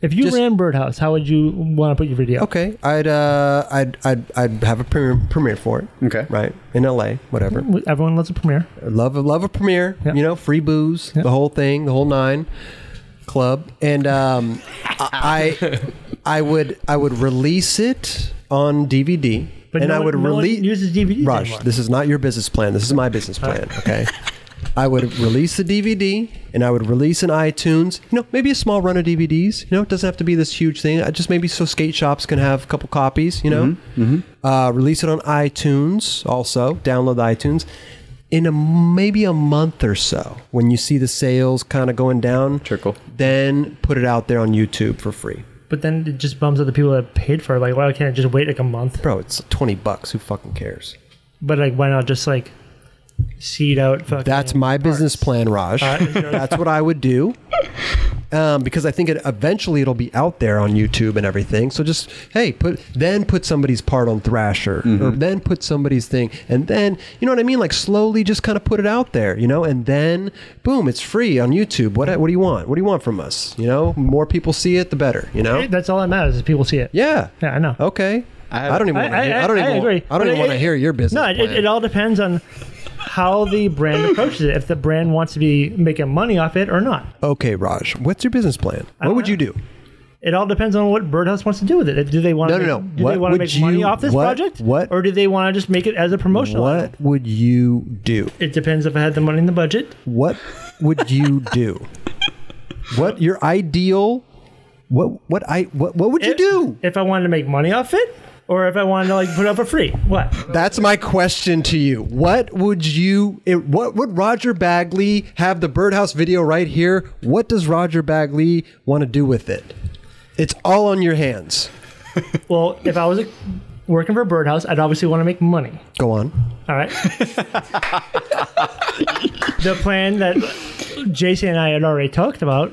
S2: If you ran Birdhouse, how would you want to put your video?
S1: Okay, I'd uh, I'd I'd I'd have a premiere, premiere for it. Okay, right in L.A. Whatever.
S2: Everyone loves a premiere.
S1: Love love a premiere. You know, free booze, the whole thing, the whole nine club, and um, I I would I would release it on DVD,
S2: But
S1: and
S2: no
S1: I
S2: one-
S1: would
S2: no one
S1: release
S2: uses DVDs
S1: Rush,
S2: anymore.
S1: this is not your business plan. This is my business
S2: *laughs*
S1: plan. Okay. I would release the DVD and I would release an iTunes. You know, maybe a small run of DVDs. You know, it doesn't have to be this huge thing. I just maybe so skate shops can have a couple copies. You
S2: Mm-hmm.
S1: know,
S20: Mm-hmm,
S1: Uh, release it on iTunes. Also, download the iTunes. In a maybe a month or so, when you see the sales kind of going down, trickle, then put it out there on YouTube for free.
S2: But then it just bums out the people that paid for it. Like, why can't I just wait like a month?
S1: Bro, it's twenty bucks. Who fucking cares?
S2: But like, why not just like seed out? Fucking
S1: That's my business plan, Raj.
S2: All *laughs* right.
S1: That's what I would do. Um, because I think it, eventually it'll be out there on YouTube and everything. So just hey, put then put somebody's part on Thrasher, or
S2: Mm-hmm.
S1: then put somebody's thing, and then you know what I mean. Like slowly, just kind of put it out there, you know, and then boom, it's free on YouTube. What what do you want? What do you want from us? You know, more people see it, the better. You know.
S2: That's all that matters is people see it.
S1: Yeah.
S2: Yeah, I know.
S1: Okay. I, don't even. wanna hear- I don't even. wanna- I don't
S2: But
S1: even
S2: it-
S1: want to hear your business.
S2: No, it, it,
S1: plan.
S2: it all depends on how the brand approaches it. If the brand wants to be making money off it or not,
S1: okay, Raj. What's your business plan? What
S2: I don't
S1: would
S2: know.
S1: you do?
S2: it all depends on what Birdhouse wants to do with it. Do they want
S1: No,
S2: to
S1: no, no.
S2: make, do
S1: What
S2: they want to
S1: would
S2: make money
S1: you-
S2: off this
S1: what-
S2: project?
S1: what-
S2: or do they want to just make it as a promotional? item?
S1: What would you do?
S2: It depends if I had the money in the budget.
S1: What would you do? what your ideal? What what I what what would you do?
S2: If I wanted to make money off it, or if I wanted to like put it up for free, what?
S1: That's my question to you. What would you? It, what would Roger Bagley have the birdhouse video right here? What does Roger Bagley want to do with it? It's all on your hands.
S2: Well, if I was like, working for a birdhouse, I'd obviously want to make money.
S1: Go on.
S2: All right. the plan that Jason and I had already talked about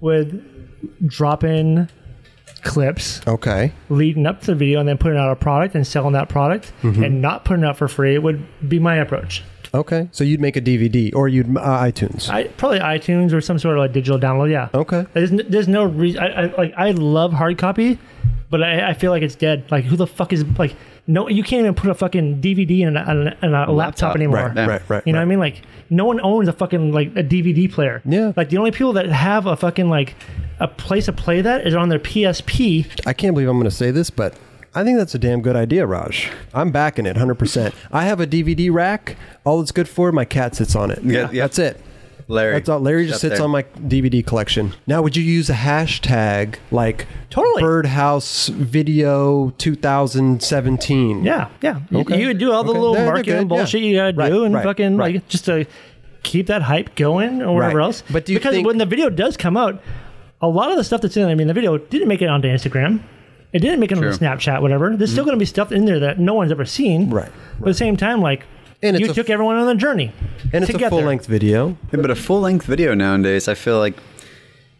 S2: with dropping clips
S1: Okay.
S2: leading up to the video and then putting out a product and selling that product
S1: Mhm.
S2: and not putting it out for free would be my approach.
S1: Okay. So you'd make a DVD or you'd uh, iTunes.
S2: I probably iTunes or some sort of like digital download. Yeah.
S1: Okay.
S2: There's, n- there's no reason. I, I like I love hard copy, but I, I feel like it's dead. Like who the fuck is like no? You can't even put a fucking DVD in a, in a, in a laptop,
S1: laptop.
S2: anymore.
S1: Right, right, right,
S2: You know
S1: right.
S2: what I mean? Like no one owns a fucking like a DVD player. Yeah. Like the only people that have a fucking like a place to play that is on their PSP.
S1: I can't believe I'm going to say this, but I think that's a damn good idea, Raj. I'm backing it 100%. I have a DVD rack. All it's good for, my cat sits on it.
S6: Yeah, yeah.
S1: That's it.
S6: Larry.
S1: That's all. Larry just
S6: Up
S1: sits
S6: there.
S1: on my DVD collection. Now, would you use a hashtag like
S2: totally.
S1: Birdhouse Video 2017?
S2: Yeah, yeah. You- You, would do all the
S1: Okay.
S2: little
S1: They're- they're
S2: marketing
S1: good, yeah.
S2: bullshit you gotta
S1: Right,
S2: do and
S1: right,
S2: fucking like just to keep that hype going or whatever
S1: Right.
S2: else.
S1: But do you
S2: because
S1: think-
S2: when the video does come out, a lot of the stuff that's in there, I mean, the video didn't make it onto Instagram. It didn't make it onto
S1: True.
S2: Snapchat, whatever. There's still going to be stuff in there that no one's ever seen. Right. But at the same time, like,
S1: and
S2: you took everyone on a journey.
S1: And it's a
S2: together.
S1: full length video.
S6: Yeah, but a full length video nowadays, I feel like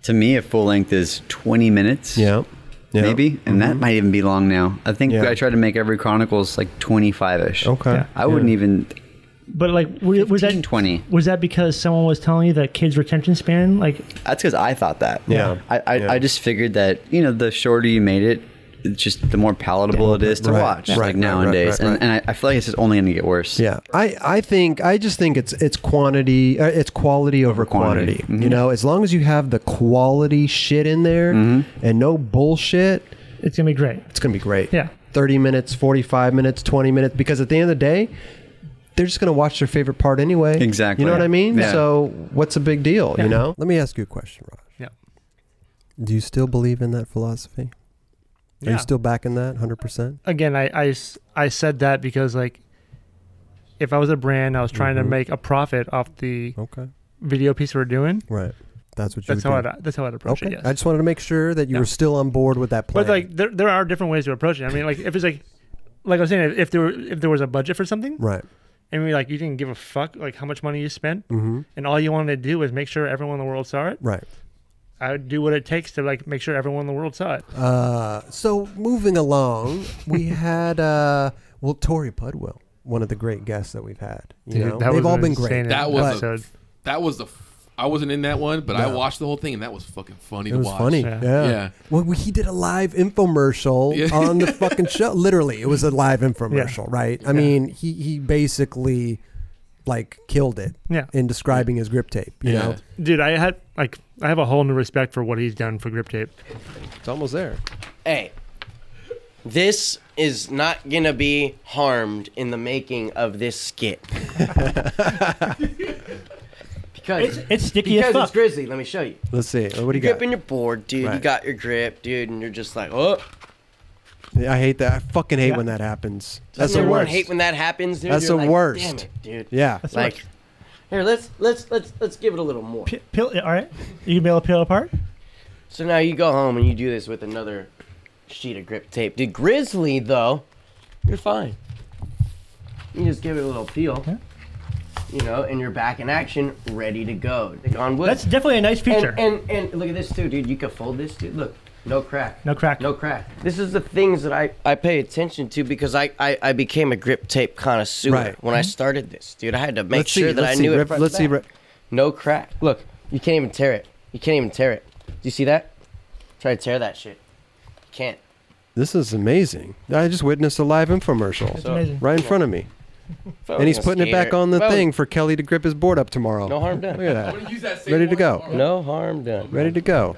S20: To me, a full length is 20 minutes.
S1: Yeah. Yeah. Mm-hmm.
S20: Maybe, and that might even be long now. I think
S21: Yeah.
S20: I tried to make every Chronicles like 25 ish.
S1: Okay.
S21: Yeah.
S20: I wouldn't even
S21: But like, w- was that
S20: 20.
S21: was that because someone was telling you that kids' retention span? Like,
S20: That's because I thought that.
S21: Yeah.
S20: I, I, I just figured that, you know, the shorter you made it, it's just the more palatable it is to
S1: Right,
S20: watch,
S1: right,
S20: like
S1: right,
S20: nowadays.
S1: right, right,
S20: And, and I, I feel like it's just only going to get worse.
S1: Yeah, I, I think I just think it's it's quantity uh, it's quality over quantity.
S20: quantity. Mm-hmm.
S1: You know, as long as you have the quality shit in there
S20: Mm-hmm.
S1: and no bullshit,
S21: it's gonna be great.
S1: It's gonna be great.
S21: Yeah,
S1: thirty minutes, forty five minutes, twenty minutes. Because at the end of the day, they're just gonna watch their favorite part anyway.
S20: Exactly.
S1: You know what I mean?
S20: Yeah.
S1: So what's a big deal?
S22: Yeah.
S1: Oh, You know. Let me ask you a question, Raj.
S22: Yeah.
S1: Do you still believe in that philosophy? Are
S21: Yeah.
S1: you still backing that hundred percent?
S2: again, I, I s- I said that because like, if I was a brand, I was trying
S1: Mhm.
S2: to make a profit off the video piece we're doing.
S1: Right. That's what you.
S2: That's
S1: would
S2: how
S1: do.
S2: I'd- that's how I'd approach it,
S1: Okay.
S2: yes.
S1: I just wanted to make sure that you were still on board with that plan.
S2: But like, there, there are different ways to approach it. I mean, like if it's like, like I was saying, if, if there were, if there was a budget for something,
S1: Right.
S2: And we like you didn't give a fuck like how much money you spent,
S1: Mhm.
S2: and all you wanted to do was make sure everyone in the world saw it.
S1: Right.
S2: I would do what it takes to like make sure everyone in the world saw it.
S1: Uh, so moving along,
S2: *laughs*
S1: we had uh, well Tori Pudwell, one of the great guests that we've had. You
S2: Dude,
S1: know,
S2: that
S1: they've
S2: was
S1: all
S2: an
S1: been great.
S2: insane
S3: That was
S1: but
S3: the, that was the. f- I wasn't in that one, but I
S1: No.
S3: watched the whole thing, and that was fucking funny
S1: it
S3: to
S1: was
S3: watch.
S1: funny. Yeah. Well, we- he did a live
S3: *laughs*
S1: infomercial
S3: Yeah.
S1: on the fucking show. Literally, it was a
S2: *laughs*
S1: live infomercial,
S22: Yeah.
S1: right? I
S22: Yeah.
S1: mean, he he basically like killed it
S2: Yeah.
S1: in describing his grip tape. You know,
S2: dude, I had like I have a whole new respect for what he's done for Grip Tape.
S1: It's almost there.
S23: Hey, this is not gonna be harmed in the making of this skit. because
S21: It's- it's sticky as
S23: because
S21: fuck.
S23: it's grizzly. Let me show you.
S1: Let's see. What do you
S23: You're
S1: got?
S23: gripping your board, dude. You
S1: Right.
S23: got your grip, dude, and you're just like, oh.
S1: I hate that. I fucking hate
S23: Yeah.
S1: when that happens.
S23: Doesn't
S1: That's the
S23: everyone
S1: worst.
S23: Hate when that happens, dude.
S1: That's
S23: You're
S1: the
S23: like,
S1: worst.
S23: Damn it, dude.
S1: Yeah.
S23: That's
S1: That's
S23: like,
S1: worse.
S23: here, let's let's let's let's give it a little more.
S21: peel, all right, you can be able to peel apart.
S23: So now you go home and you do this with another sheet of grip tape. Dude, Grizzly though, you're fine. You just give it a little peel. You know, and you're back in action, ready to go. Like on wood.
S21: That's definitely a nice feature.
S23: And, and and look at this too, dude. You can fold this, dude. Look, no crack.
S21: No crack.
S23: No crack. This is the things that I, I pay attention to because I, I, I became a grip tape connoisseur
S1: Right. Mm-hmm.
S23: when I started this, dude. I had to make
S1: Let's see,
S23: sure that
S1: let's
S23: I
S1: see,
S23: knew
S1: rip-
S23: it. front
S1: let's
S23: to
S1: see,
S23: back.
S1: rip-
S23: No crack. Look, you can't even tear it. You can't even tear it. Do you see that? Try to tear that shit. You can't.
S1: This is amazing. I just witnessed a live infomercial
S23: So- amazing.
S1: right in front of
S23: *laughs*
S1: me.
S23: I
S1: And he's
S23: was a
S1: putting it back
S23: skater-
S1: on the
S23: if I was-
S1: thing for Kelly to grip his board up tomorrow.
S23: No harm done.
S1: Look at
S23: I'm gonna use
S1: that.
S23: that same
S1: Ready to
S23: one
S1: go.
S23: tomorrow. No harm done.
S1: Ready to go.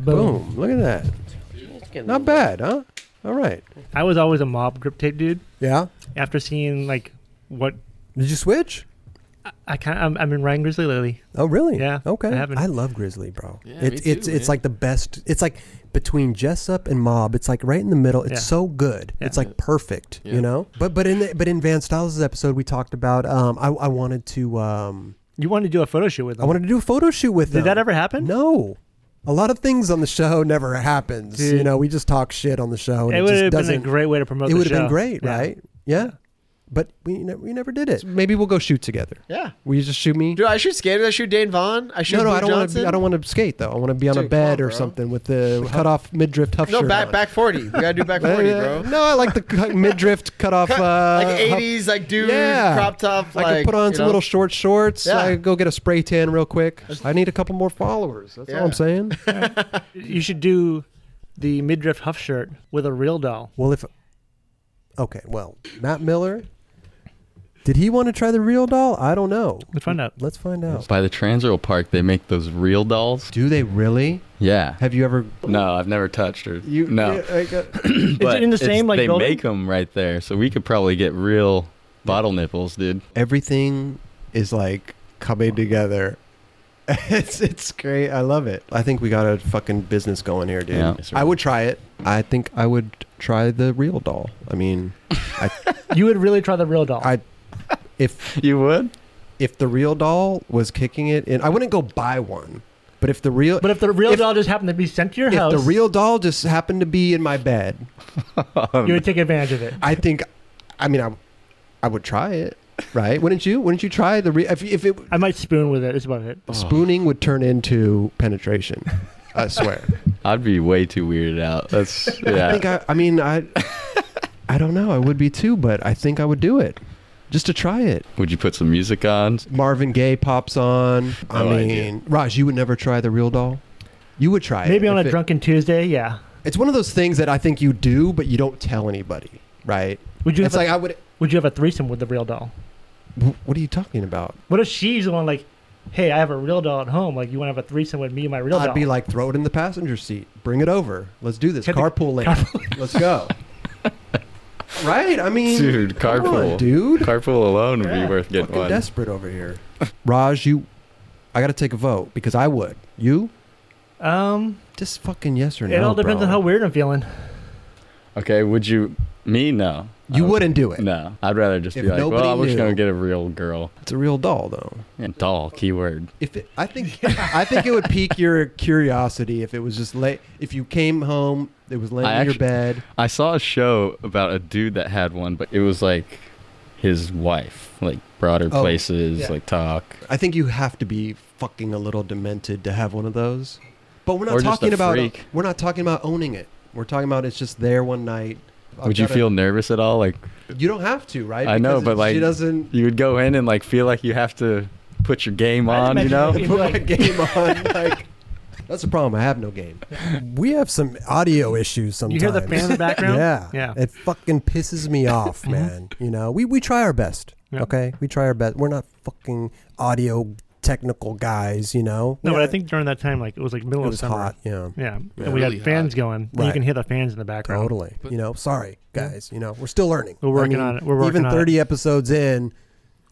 S1: Boom. Look at
S23: that.
S1: Not bad, huh? All right.
S2: I was always a mob grip tape dude.
S1: Yeah.
S2: After seeing like what
S1: did you switch?
S2: I, I kind I'm, I'm in Ryan Grizzly lately.
S1: Oh, really?
S2: Yeah.
S1: Okay.
S2: I haven't.
S1: I love Grizzly, bro.
S2: Yeah,
S1: it's
S2: me
S1: it's
S2: too,
S1: it's
S2: man.
S1: like the best. It's like between Jessup and Mob. It's like right in the middle. It's
S2: Yeah.
S1: so good.
S2: Yeah.
S1: It's like perfect.
S2: Yeah.
S1: You know. But but in the, but in Van Styles' episode, we talked about. Um, I I wanted to. Um,
S2: you wanted to do a photo shoot with.
S1: I wanted to do a photo shoot with.
S2: Did
S1: them.
S2: that ever happen?
S1: No. A lot of things on the show never happens. You
S2: Dude.
S1: know, we just talk shit on the show. And
S2: It
S1: it,
S2: would've
S1: just
S2: been a
S1: doesn't,
S2: great way to promote
S1: It
S2: the
S1: would have been
S2: show.
S1: great,
S2: Yeah.
S1: right? Yeah. But we ne- we never did it. Maybe we'll go shoot together.
S4: Yeah.
S1: Will you just shoot me?
S4: Dude, I shoot skaters. I shoot Dane Vaughn. I shoot
S1: no, no,
S4: Lou
S1: I don't want
S4: Johnson.
S1: to. I don't want to skate though. I want to be on a
S4: Dude, come
S1: bed
S4: on,
S1: or
S4: bro.
S1: something with the cut off midriff tough
S4: No,
S1: shirt.
S4: back
S1: on.
S4: back forty. We gotta do back forty, bro.
S1: No, I like
S4: *laughs*
S1: the cut, midriff cut off.
S4: Cut-
S1: uh,
S4: like
S1: huff-
S4: 80s, like, dude, crop top,
S1: I
S4: like,
S1: could put on
S4: you
S1: some
S4: know?
S1: little short shorts.
S4: Yeah.
S1: I could go get a spray tan real quick. I need a couple more followers. That's all I'm saying.
S24: *laughs*
S2: you should do the midriff huff shirt with a real doll.
S1: Well, if okay, well, Matt Miller, did he want to try the real doll? I don't know.
S2: Let's find out.
S1: Let's find out.
S25: By the Transrail Park, they make those real dolls.
S1: Do they really?
S25: Yeah.
S1: Have you ever?
S25: No, I've never touched her.
S1: You
S25: no.
S1: yeah, like, uh,
S25: But it's- They make them right there, so we could probably get real bottle nipples, dude.
S1: everything is like coming together.
S4: *laughs*
S1: it's it's great. I love it. I think we got a fucking business going here, dude.
S25: Yeah. Yes, sir.
S1: I would try it. I think I would try the real doll. I mean, I,
S2: *laughs* you would really try the real doll.
S1: I if
S25: *laughs* you would
S1: if the real doll was kicking it, and I wouldn't go buy one. But if the real
S2: But if the real doll just happened to be sent to your
S1: if
S2: house,
S1: the real doll just happened to be in my bed,
S2: *laughs*
S25: *laughs*
S2: you would take advantage of it.
S1: I think. I mean, I I would try it. right? Wouldn't you? Wouldn't you try the re- if if it Oh.
S24: I might spoon with it. That's about it.
S1: spooning would turn into
S25: *laughs*
S1: penetration? I swear.
S25: I'd be way too weirded out. *laughs* That's yeah.
S1: I think I, I mean I I don't know. I would be too, but I think I would do it just to try it.
S25: Would you put some music on?
S1: Marvin Gaye pops on. I
S25: No
S1: mean,
S25: idea.
S1: Raj, you would never try the real doll. You would try it
S24: Maybe on
S1: if
S24: a
S1: it-
S24: drunken Tuesday. Yeah.
S1: It's one of those things that I think you do, but you don't tell anybody, right?
S24: Would you?
S1: It's
S24: have
S1: like
S24: a,
S1: I would.
S24: Would you have a threesome with the real doll?
S1: Wh- What are you talking about?
S24: What if she's the one like, hey, I have a real doll at home. Like, you want to have a threesome with me and my real
S1: I'd
S24: doll?
S1: be like, throw it in the passenger seat, bring it over, let's do this,
S24: Get the-
S1: carpool lane, let's go. right? I mean,
S25: dude,
S1: come on,
S25: carpool,
S1: dude,
S25: carpool alone would
S1: Yeah.
S25: be worth getting
S1: Fucking
S25: one.
S1: desperate over here. *laughs* Raj, you, I got to take a vote because I would. You,
S24: *laughs* Um,
S1: just fucking yes or
S24: it
S1: no.
S24: all depends
S1: bro.
S24: on how weird I'm feeling.
S25: Okay, would you? Me, no.
S1: You wouldn't do it.
S25: No, I'd rather just
S1: If
S25: be like,
S1: nobody
S25: well, I'm just
S1: knew-
S25: gonna get a real girl.
S1: It's a real doll, though.
S25: Yeah, doll, keyword.
S1: If it, I think *laughs* I think it would pique your curiosity if it was just late. If you came home, it was laying
S25: I
S1: in your
S25: actu-
S1: bed.
S25: I saw a show about a dude that had one, but it was like his wife, like brought her
S1: Oh,
S25: places,
S1: yeah.
S25: like talk.
S1: I think you have to be fucking a little demented to have one of those. But we're not
S25: Or just a
S1: talking about
S25: freak.
S1: we're not talking about owning it. We're talking about it's just there one night. I've
S25: would you
S1: gotta-
S25: feel nervous at all? Like
S1: You don't have to, right?
S25: I know,
S1: Because
S25: but
S1: it-
S25: like
S1: she doesn't.
S25: You would go in and like feel like you have to put your game on, you
S1: *laughs*
S25: know?
S1: put my game on. Like that's the problem. I have no game.
S26: We have some audio issues
S1: You
S26: sometimes.
S1: hear the fan in the
S26: *laughs*
S1: background?
S26: yeah.
S1: Yeah.
S26: It fucking pisses me off, man. You know, we, we try our best.
S1: Yeah.
S26: Okay? We try our best. We're not fucking audio technical guys, you know?
S2: No,
S26: We-
S2: but I think during that time, like it was like middle
S26: It
S2: of
S26: was
S2: summer.
S26: hot, yeah.
S2: yeah,
S26: Yeah.
S2: And we
S26: Really
S2: had fans
S26: hot.
S2: going. and
S26: Right.
S2: You can hear the fans in the background.
S26: Totally. you know, sorry, guys. You know, we're still learning.
S2: We're working on it. We're working
S26: even
S2: on it.
S26: 30 episodes in,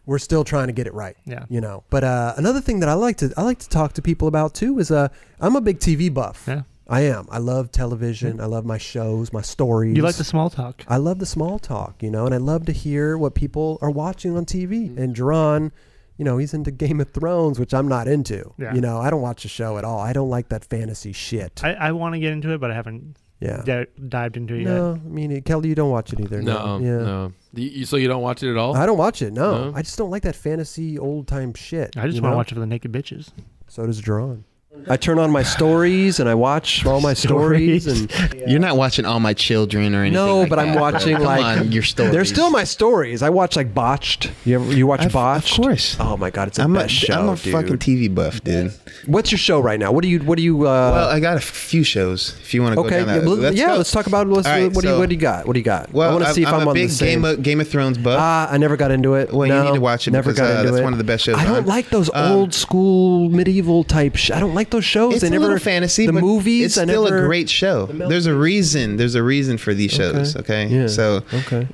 S26: we're still trying to get it right.
S2: Yeah.
S26: You know, but uh, another thing that I like to I like to talk to people about too is uh, I'm a big TV buff.
S2: Yeah.
S26: I am. I love television. I love my shows, my stories.
S2: You like the small talk.
S26: I love the small talk, you know, and I love to hear what people are watching on
S2: Mm.
S26: TV. And Jerron, you know, he's into Game of Thrones, which I'm not into.
S2: Yeah.
S26: You know, I don't watch the show at all. I don't like that fantasy shit.
S2: I, I want to get into it, but I haven't.
S26: Yeah.
S2: di- dived into it
S26: No, I mean, uh, Kelly, you don't watch it either. yeah.
S3: No, no. You- Um, you- so you don't watch it at all?
S26: I don't watch it. No.
S3: No?
S26: I just don't like that fantasy old time shit.
S2: yet. I just
S26: you
S2: want to
S26: know?
S2: watch it for the naked bitches.
S26: So does Drawn.
S1: I turn on my stories and I watch all my stories and
S5: *laughs* You're not watching all my children or anything.
S1: no,
S5: like
S1: but I'm
S5: that, bro.
S1: watching
S5: Come
S1: like
S5: on, your stories.
S1: They're still my stories. I watch like botched. You ever, you watch
S5: I've- of
S1: botched? Of course. Oh my god, it's a
S5: I'm a,
S1: best show,
S5: am a
S1: dude.
S5: fucking TV buff, dude.
S1: What's your show right now? What do you What do you? Uh,
S5: well, I got a few shows. If you want to
S1: Okay,
S5: go down that,
S1: yeah, let's, yeah,
S5: go.
S1: let's talk about let's,
S5: All right,
S1: what do you
S5: so-
S1: What do you got? What do you got?
S5: Well,
S1: I want to
S5: I'm-
S1: see if
S5: I'm
S1: I'm,
S5: a
S1: on
S5: big
S1: the same.
S5: Game of, Game of Thrones buff.
S1: Ah, I never got into it.
S5: Well, you
S1: no,
S5: need to watch it
S1: Never
S5: because,
S1: got
S5: uh,
S1: into
S5: that's
S1: it.
S5: one of the best shows
S1: I don't
S5: on-
S1: like those
S5: Um,
S1: old school medieval type. Sh- I don't like those shows.
S5: It's
S1: they
S5: a
S1: never
S5: little fantasy.
S1: The
S5: but
S1: movies.
S5: It's
S1: I
S5: still
S1: never-
S5: a great show. There's a reason. There's a reason for these shows. Okay. So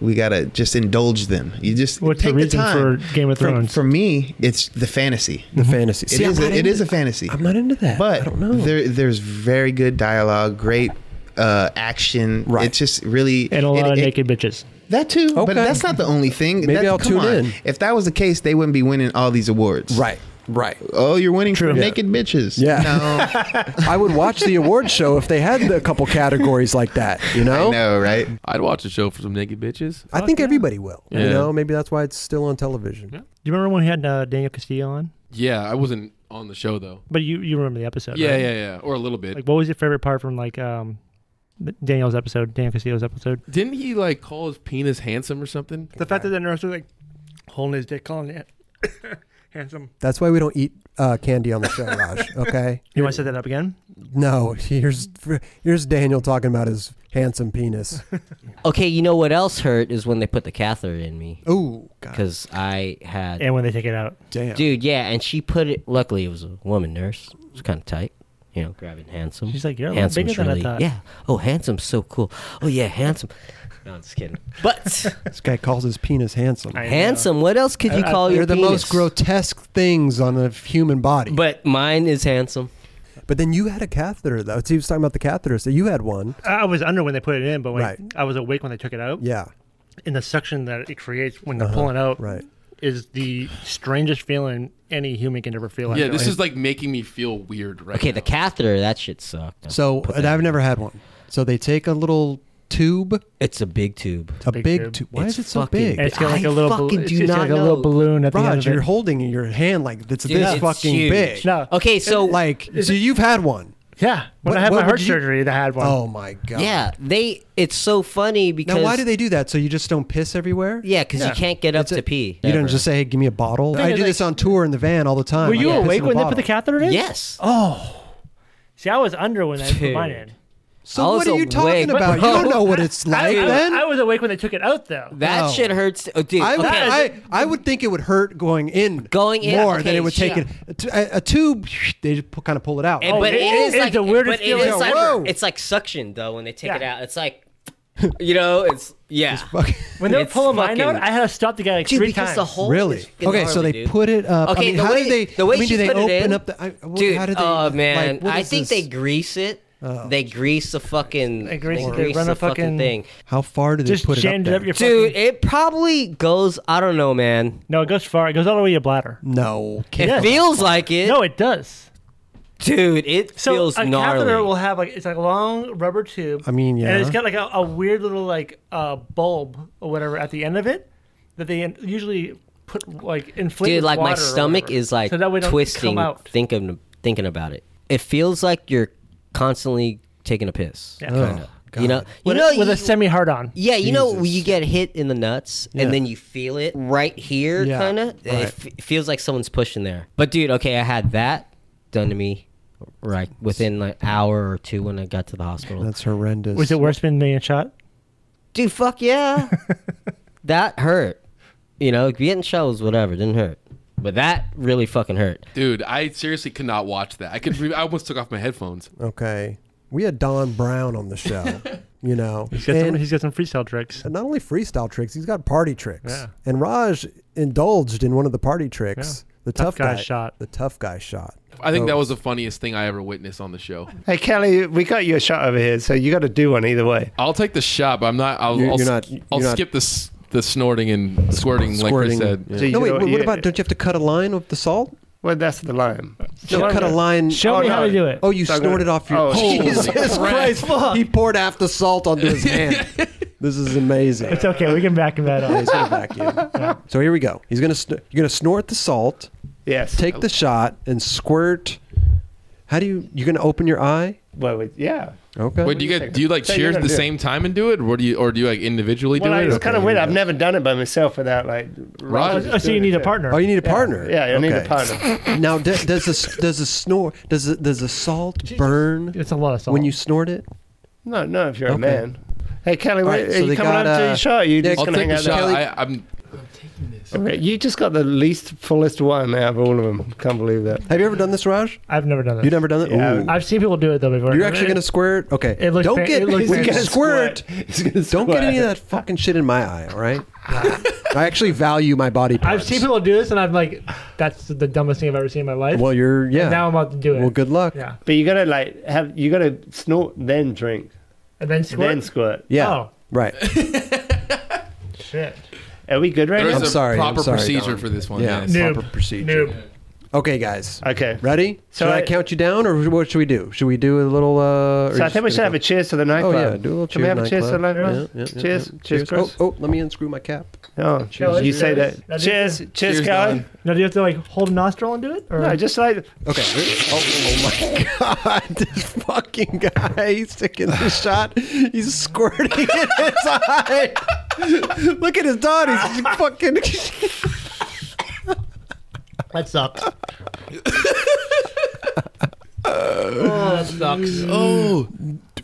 S5: we gotta just indulge them. You just
S2: What's the
S5: take
S2: reason
S5: time.
S2: for Game of
S5: For-
S2: Thrones?
S5: For, me, it's the fantasy. Mm-hmm.
S1: The fantasy.
S5: It
S1: See, I'm
S5: is.
S1: not
S5: A, it
S1: into-
S5: is a fantasy.
S1: I'm not into that.
S5: But there, there's very good dialogue. Great uh, action. Right. It's just really
S2: And a lot
S5: it-
S2: of
S5: it-
S2: naked bitches.
S5: That too, but that's not the only thing.
S2: Maybe
S5: That-
S2: I'll
S5: come
S2: tune
S5: on.
S2: in.
S5: If that was the case, they wouldn't be winning all these awards.
S1: Right, right.
S5: Oh, you're winning for
S1: Yeah.
S5: naked bitches.
S1: Yeah.
S5: No.
S1: I would watch the award show if they had
S5: *laughs*
S1: a couple categories like that. You know.
S5: know, right?
S3: I'd watch a show for some naked bitches.
S1: I think everybody will.
S3: Yeah.
S1: You know, maybe that's why it's still on television.
S2: Do you remember when we had uh, Daniel Castillo on?
S3: Yeah, I wasn't on the show though.
S2: But you you remember the episode?
S3: Yeah,
S2: right?
S3: yeah, yeah, or a little bit.
S2: Like, what was your favorite part from like um, Daniel's episode, Daniel Castillo's episode?
S3: Didn't he like call his penis handsome or something?
S2: The fact that the nurse was like holding his dick, calling it handsome.
S26: That's why we don't eat uh, candy on the
S7: *laughs*
S26: show, Raj. Okay.
S2: You want to set that up again?
S26: No. Here's here's Daniel talking about his handsome penis.
S7: Okay, you know what else hurt is when they put the catheter in me.
S1: Ooh,
S7: because I had.
S2: And when they take it out.
S1: Damn.
S7: Dude, yeah, and she put it. Luckily, it was a woman nurse. It was kind of tight. You know, grabbing handsome.
S2: She's like, "You're a lot
S7: handsome's
S2: bigger than I
S7: really,
S2: thought."
S7: Yeah. Oh, handsome's so cool. *laughs* *laughs* Oh yeah, handsome. No, I'm just kidding.
S26: *laughs*
S7: But
S1: This guy calls his penis handsome.
S7: I know. Handsome? What else could you I- I- call
S26: Uh, They're
S7: your
S26: the most
S7: penis?
S26: grotesque things on a human body.
S7: But mine is handsome.
S26: But then you had a catheter though. He was talking about the catheter, so you had one.
S2: I was under when they put it in, but when
S26: Right.
S2: I was awake when they took it out.
S26: Yeah.
S2: In the suction that it creates when they're
S26: Uh-huh.
S2: pulling out,
S26: Right.
S2: is the strangest feeling any human can ever feel. I
S3: yeah,
S2: feel
S3: this is like making me feel weird right
S7: okay, the catheter. That shit sucked.
S1: uh,
S26: So and I've never had one. So they take a little
S1: tube?
S7: It's a big tube.
S1: a big, tube. Why
S7: It's
S1: is it so
S7: fucking-
S1: big?
S7: It's got like a little
S1: I
S7: bal-
S1: fucking
S7: it's
S1: do
S7: just
S1: not
S7: like a little
S1: know.
S7: balloon at the end
S1: Raj,
S7: of it.
S1: you're holding in your hand like it's
S7: Dude,
S1: this
S7: it's
S1: fucking
S7: huge.
S1: big.
S7: No. Okay, so-
S1: like,
S7: Is
S1: so
S7: it-
S1: you've had one.
S2: Yeah, when
S1: What-
S2: I had
S1: what
S2: my heart
S1: would you-
S2: surgery, they had one.
S1: Oh my god.
S7: Yeah, they. It's so funny because
S1: Now, why do they do that? So you just don't piss everywhere?
S7: Yeah, because you can't get up to pee.
S1: You don't just say, "Hey, give me a bottle."
S7: Thing
S1: I
S7: is,
S1: do this on tour in the van all the time.
S2: Were
S1: I
S2: you
S1: piss in a
S2: awake when they put
S1: bottle.
S2: the catheter in?
S7: Yes.
S2: Oh. See, I was under when they put
S1: Dude.
S2: mine in.
S1: So what are you talking about? You don't know
S7: *laughs*
S1: what it's
S2: I-
S1: like
S2: I,
S1: then.
S2: I was awake when they took it out, though.
S7: That
S1: No.
S7: shit hurts. Oh, dude,
S1: I would,
S7: okay.
S1: I, I would think it would hurt going in
S7: Going in,
S1: more than
S7: okay,
S1: it would take
S7: yeah.
S1: it. A t- A, a tube, they just pu- kind of pull Oh, it out.
S7: And- but it is like but it is like-
S1: Whoa.
S7: it's like suction though when they take it out. It's like you know, it's yeah.
S2: When they were
S7: It's
S2: pulling mine out,
S7: fucking-
S2: I had to stop the guy like
S7: Dude,
S2: three
S7: because
S2: times.
S7: the whole
S1: Really? Okay, so they put it up. Uh, I
S7: Okay,
S1: mean,
S7: the
S1: how
S7: way,
S1: did they-
S7: The way
S1: I mean,
S7: she
S1: do they
S7: put it
S1: open
S7: in,
S1: up the- I- what-
S7: dude,
S1: how did they-
S7: oh man,
S1: like, what
S7: I
S1: is
S7: think
S1: this? Oh,
S7: they grease it. They grease the fucking. They
S2: grease
S7: they
S2: it, they run
S7: the
S2: a fucking-
S7: thing.
S1: How far did they put it up? There?
S7: dude. It probably goes. I don't know, man.
S2: No, it goes far. It goes all the way to your bladder.
S1: No,
S7: It feels like it.
S2: No, it does.
S7: Dude, it
S2: So
S7: feels
S2: a
S7: gnarly.
S2: catheter will have like it's like a long rubber tube.
S1: I mean, yeah.
S2: And it's got like a, a weird little like uh, bulb or whatever at the end of it that they in- usually put like inflate.
S7: Dude,
S2: with
S7: like my
S2: water or
S7: stomach
S2: whatever.
S7: is like
S2: so that way it don't
S7: twisting
S2: Come out.
S7: thinking thinking about it. It feels like you're constantly taking a piss.
S2: Yeah.
S7: Kinda.
S2: Oh,
S7: you know,
S2: God.
S7: you
S2: With a-
S7: know,
S2: with a
S7: you-
S2: semi-hard on.
S7: Yeah, you know, when
S2: Jesus.
S7: you get hit in the nuts
S2: Yeah.
S7: and then you feel it right here,
S2: Yeah,
S7: kind of.
S2: right.
S7: It, f- feels like someone's pushing there. But dude, okay, I had that done to me right within an hour or two when I got to the hospital.
S1: That's horrendous.
S2: Was it worse than being shot?
S7: Dude, fuck yeah. that hurt. You know, getting shows, whatever, didn't hurt. But that really fucking hurt.
S3: Dude, I seriously could not watch that. I could. I almost took off my headphones.
S1: Okay, we had Don Brown on the
S7: *laughs*
S1: show. you know,
S2: He's got, some,
S1: And-
S2: he's got some freestyle tricks.
S1: And not only freestyle tricks, he's got party tricks.
S2: Yeah.
S1: And Raj indulged in one of the party tricks.
S2: Yeah.
S1: The tough,
S2: Tough guy
S1: guy
S2: shot.
S1: The tough guy shot.
S3: I think that was the funniest thing I ever witnessed on the show.
S10: Hey Kelly, we got you a shot over here, so you got to do one either way.
S3: I'll take the shot, but I'm not. I'll.
S10: You're-
S3: I'll,
S10: you're
S3: s-
S10: not-
S3: I'll
S10: you're not-
S3: skip the s- the snorting and squirting,
S1: Squirting.
S3: like I said.
S1: No, wait, what, what about? Don't you have to cut a line with the salt?
S10: Well, that's the lime.
S1: You cut a line.
S10: Show me how to do it.
S1: Oh, you
S10: So I'm gonna-
S1: snorted off your.
S10: Oh,
S1: *laughs* Jesus
S10: Jesus
S1: Christ! He poured half the salt
S10: *laughs*
S1: onto his hand. this is amazing.
S2: It's okay. We can back him that
S1: *laughs* Yeah, *laughs* he's gonna
S2: up.
S1: back you. So here we go. He's gonna sn- you're gonna snort the salt.
S10: Yes.
S1: Take the shot and squirt. How do you? You're gonna open your eye.
S10: Well, wait, yeah.
S1: Okay.
S3: Wait, do you get? Do you like cheers at the same time and do it, or do you, or do you like individually
S10: Well,
S3: do
S10: I-
S3: it?
S10: it's kind of weird. I've never done it by myself without like.
S3: Raj-
S1: Oh, so you
S2: need a
S1: partner. Oh, you need a
S10: Yeah.
S1: partner.
S10: Yeah, I need a
S1: Okay.
S10: partner.
S1: *laughs* now, d- does the does the snort does the, does the salt burn? It's
S2: a lot of salt
S1: when you snort it.
S10: No, no. If you're a
S1: Okay.
S10: man. Hey Kelly,
S1: All
S10: what,
S1: right,
S10: are
S1: so
S10: you
S1: they
S10: coming
S1: got,
S10: up to
S1: uh,
S10: your shot? Or you
S1: yeah,
S10: just
S1: I'll
S10: gonna hang
S1: take the
S10: out
S1: shot.
S10: there?
S1: I-
S3: I'm.
S10: Okay, you just got the least fullest one out of all of them. Can't believe that.
S1: Have you ever done this, Raj?
S2: I've never done that.
S1: You never done it?
S10: Yeah.
S1: Ooh.
S2: I've seen people do it though before.
S1: You're actually gonna squirt. Okay.
S2: It looks
S1: Don't
S2: fa-
S1: get
S2: it looks
S1: he's gonna
S2: weird.
S10: *laughs*
S1: squirt. Don't get any of that
S2: squirt.
S1: fucking shit in my eye. All
S2: *laughs*
S1: right. I actually value my body parts.
S2: I've seen people do this, and I'm like, that's the dumbest thing I've ever seen in my life.
S1: Well, you're yeah.
S2: And now I'm about to do it.
S1: Well, good luck.
S2: Yeah.
S10: But you gotta like have you gotta snort then drink.
S2: And then squirt? Oh.
S10: Then squirt.
S1: Yeah.
S10: *laughs*
S1: Right.
S2: Shit.
S10: Are we good right
S1: There
S10: now?
S1: is a I'm sorry, I'm proper sorry, procedure Don. for this one, Yeah, yes. noob, proper procedure. Okay, guys.
S10: Okay.
S1: Ready?
S10: So
S1: should I,
S10: I-
S1: count you down, or what should we do? Should we do a little? Uh, or
S10: So I
S1: just
S10: think we
S1: gonna
S10: should have
S1: go-
S10: a cheers to the nightclub.
S1: Oh yeah, do a little
S10: Can we have a cheers to the nightclub? Cheers, cheers, Chris.
S1: Oh, oh, let me unscrew my cap.
S10: Oh,
S1: Cheers.
S10: you say
S1: Cheers.
S10: that. Cheers, cheers,
S1: Cheers,
S10: Kelly.
S1: Don.
S2: Now do you have to like hold a nostril and do it? Or?
S10: No, just like
S1: Okay. Oh, oh my *laughs* god, this fucking guy, he's taking the shot. He's squirting in his eye. Look at his dog, he's fucking *laughs*
S2: That sucks.
S1: Oh,
S2: that sucks.
S1: Oh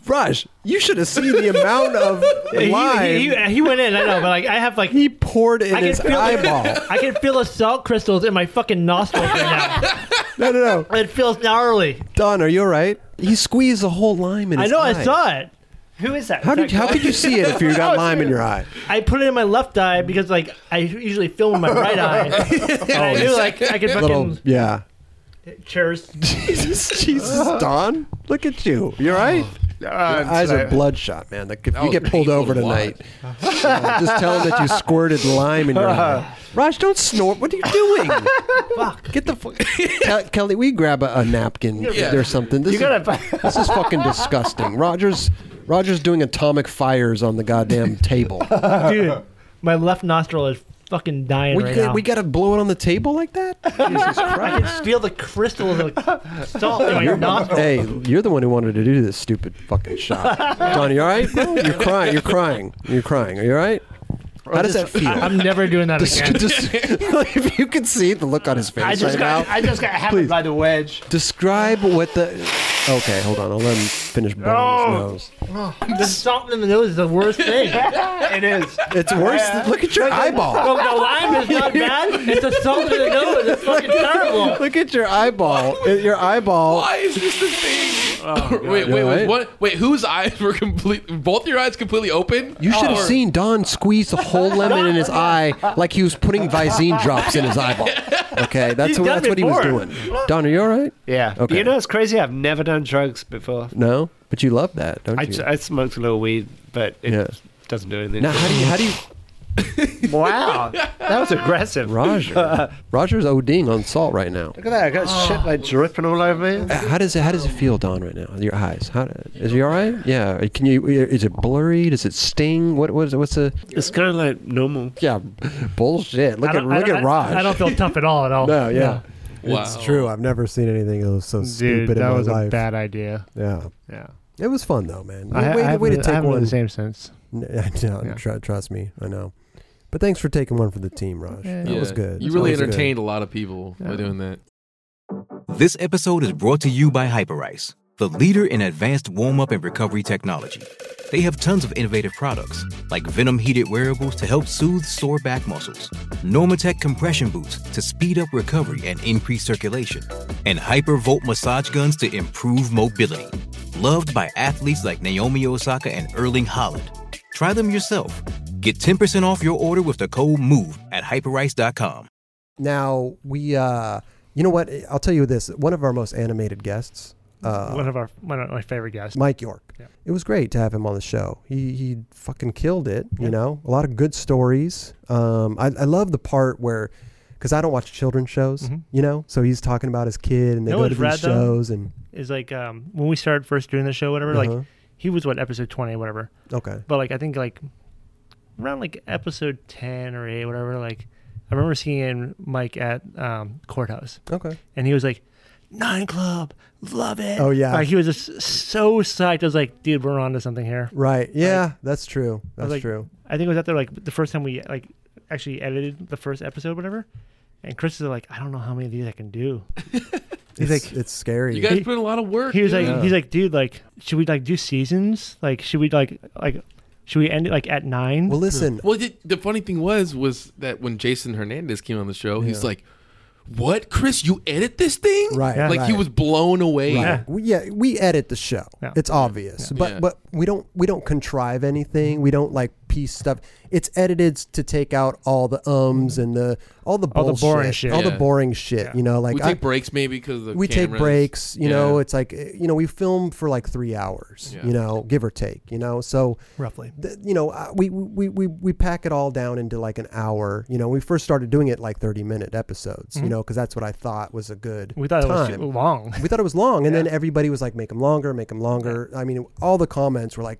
S1: Raj, you should have seen the amount of
S2: He,
S1: lime.
S2: he, he, he went in, I know, but like I have like
S1: he poured in his eyeball.
S2: *laughs* I can feel the salt crystals in my fucking nostrils right now.
S1: No, no,
S2: no. It feels gnarly.
S1: Don, are you all right? He squeezed a whole lime in
S2: I
S1: his
S2: know,
S1: eye.
S2: I saw it. Oh, Who is that?
S1: How
S2: Is
S1: did
S2: that
S1: how
S2: Glenn?
S1: could you see it if
S2: *laughs*
S1: you got lime in your eye?
S2: I put it in my left eye because like I usually film with my
S1: *laughs*
S2: right eye. and *laughs* I knew Oh, like I could fucking
S1: Oh, Little- yeah.
S2: cheers.
S1: Jesus,
S2: *laughs*
S1: Jesus, Don, look at you. You're right. Your eyes are
S2: sorry.
S1: bloodshot, man. Like, if
S2: That
S1: you
S2: was
S1: get pulled
S2: painful
S1: over
S2: to
S1: tonight,
S27: *laughs*
S1: uh, just tell them that you squirted lime
S2: *laughs*
S1: in your eye. Raj, don't snort. What are you doing?
S2: fuck.
S1: Get the fuck. Ke- Kelly, we grab a, a napkin
S10: Yeah.
S1: or something. *laughs* This,
S10: You
S1: is,
S10: gotta-
S1: this is fucking disgusting. Rogers,
S27: Roger's doing atomic fires on the goddamn table.
S2: *laughs* *laughs* dude. My left nostril is fucking dying
S27: we,
S2: right
S27: got,
S2: now.
S27: we got to blow it on the table like
S2: *laughs*
S27: that?
S2: I can feel the crystal of the salt in my
S27: You're-
S2: nostril.
S27: hey, you're the one who wanted to do this stupid fucking shot. Donnie, you all
S2: *laughs*
S27: right? bro? You're crying. You're crying. You're crying. Are you all right? How does that feel?
S2: I'm never doing that
S27: Dis- *laughs*
S2: again.
S27: dis- if you could see the look on his face
S28: I just
S27: right
S28: got,
S27: now.
S28: I just got hammered
S27: Please.
S28: by the wedge.
S27: Describe what the. Okay, hold on. I'll let him finish blowing his
S2: Oh.
S27: nose.
S2: the salt in the nose is the
S29: *laughs*
S2: worst thing.
S28: it is.
S27: It's worse. than- look at your eyeball.
S2: Well, the lime is not bad. It's the salt in the nose.
S27: *laughs*
S2: It's fucking terrible.
S27: Look at your eyeball. Your eyeball.
S3: Why is this the thing? *laughs* wait,
S27: Yeah,
S3: wait,
S27: right?
S3: wait, what? Wait, whose eyes *laughs* were complete? Both your eyes completely open?
S27: You should have
S3: Or-
S27: seen Don squeeze the
S29: *laughs*
S27: whole lemon in his eye like he was putting Visine drops in his
S29: *laughs*
S27: eyeball. Okay, that's
S29: He's
S27: what,
S29: done
S27: that's what he was
S29: before.
S27: doing. Don, are you all right?
S29: Yeah.
S27: Okay.
S29: You know, it's crazy. I've never done drugs before.
S27: No, but you love that, don't
S29: I,
S27: you?
S29: I smoked a little weed, but it
S27: Yeah.
S29: doesn't do anything.
S27: Now, how do you- how do
S29: *laughs*
S27: *laughs*
S29: wow, that was aggressive, *laughs*
S27: Roger, Roger's ODing on salt right now. Uh,
S29: Look at that! I got shit like dripping all over me.
S27: How does it, how does it feel, Don, right now? Your eyes. How is you all right? Yeah. Can you? Is it blurry? Does it sting? What what is it? What's the?
S29: It's kind of like normal.
S27: Yeah, bullshit. Look
S2: I
S27: at
S2: don't- I
S27: look
S2: don't-
S27: at Raj.
S2: I, I don't feel tough at all.
S1: *laughs*
S2: At all.
S27: No, yeah.
S1: It's true. I've never seen anything that was so stupid in
S10: that
S1: my
S10: was a
S1: life.
S10: bad idea.
S1: Yeah.
S10: Yeah.
S1: It was fun though, man.
S10: I ha-
S1: way,
S10: I
S1: way to
S10: haven't- I
S1: take
S10: haven't
S1: one.
S10: done the same
S1: *laughs*
S10: since.
S1: N- I know, tr- trust me, I know. But thanks for taking one for the team, Raj. That was good.
S3: You
S1: That
S3: really
S1: was good.
S3: entertained a lot of people by doing that.
S9: This episode is brought to you by Hyperice, the leader in advanced warm up and recovery technology. They have tons of innovative products, like Venom heated wearables to help soothe sore back muscles, Normatec compression boots to speed up recovery and increase circulation, and Hypervolt massage guns to improve mobility. Loved by athletes like Naomi Osaka and Erling Holland. Try them yourself. Get 10% off your order with the code MOVE at hyperice.com.
S1: Now we, uh, you know what? I'll tell you this. One of our most animated guests, uh,
S2: one of our one of my favorite guys,
S1: Mike York. It was great to have him on the show. He he fucking killed it. You know, a lot of good stories. Um, I I love the part where, because I don't watch children's shows. You know, so he's talking about his kid and they
S2: Mm-hmm. You know
S1: go to
S2: what's
S1: these
S2: rad, though?
S1: shows and
S2: Is like um, when we started first doing the show, whatever.
S1: Uh-huh.
S2: Like he was what episode twenty, whatever.
S1: Okay.
S2: But like I think like around like episode ten or eight, whatever. Like I remember seeing Mike at um, courthouse.
S1: Okay.
S2: And he was like, Nine Club, love it.
S1: Oh, yeah.
S2: Like he was just so psyched. I was like, dude, we're on to something here.
S1: right. Yeah, that's true.
S2: I was
S1: That's
S2: like-
S1: true.
S2: I think it was out there like the first time we like actually edited the first episode, whatever. And Chris is like, I don't know how many of these I
S1: *laughs*
S2: can do. He's
S1: It's-
S2: like,
S1: it's scary.
S3: You guys
S2: He-
S3: put in a lot of work.
S2: He was like,
S3: dude.
S2: he's like, dude, like, should we like do seasons? Like, should we like like should we end it like at nine? Well,
S1: listen,
S3: Well, the, the funny thing was was that when Jason Hernandez came on the show, he's
S2: Yeah.
S3: like, "What, Chris? You edit this thing?"
S1: Right,
S3: Like he
S1: right.
S3: was blown away.
S1: Right. We, yeah, we edit the show. It's obvious, but
S3: Yeah.
S1: but we don't we don't contrive anything. We don't like piece stuff. It's edited to take out all the ums and the all the
S2: All the
S1: bullshit,
S2: boring shit.
S1: all
S3: Yeah.
S1: the boring shit. You know, like
S3: we
S1: I-
S3: take breaks maybe because the
S1: we take
S3: cameras.
S1: breaks. You know,
S3: Yeah.
S1: it's like eh, you know we film for like three hours. You know, give or take. You know, so
S2: Roughly.
S1: th- you know uh, we, we we we pack it all down into like an hour. You know, we first started doing it like thirty minute episodes. You
S2: Mhm.
S1: know, because that's what I thought was a good.
S2: We thought it was
S1: time.
S2: too long.
S1: We thought it was long, and then everybody was like, "Make them longer, make them longer." I mean, all the comments were like,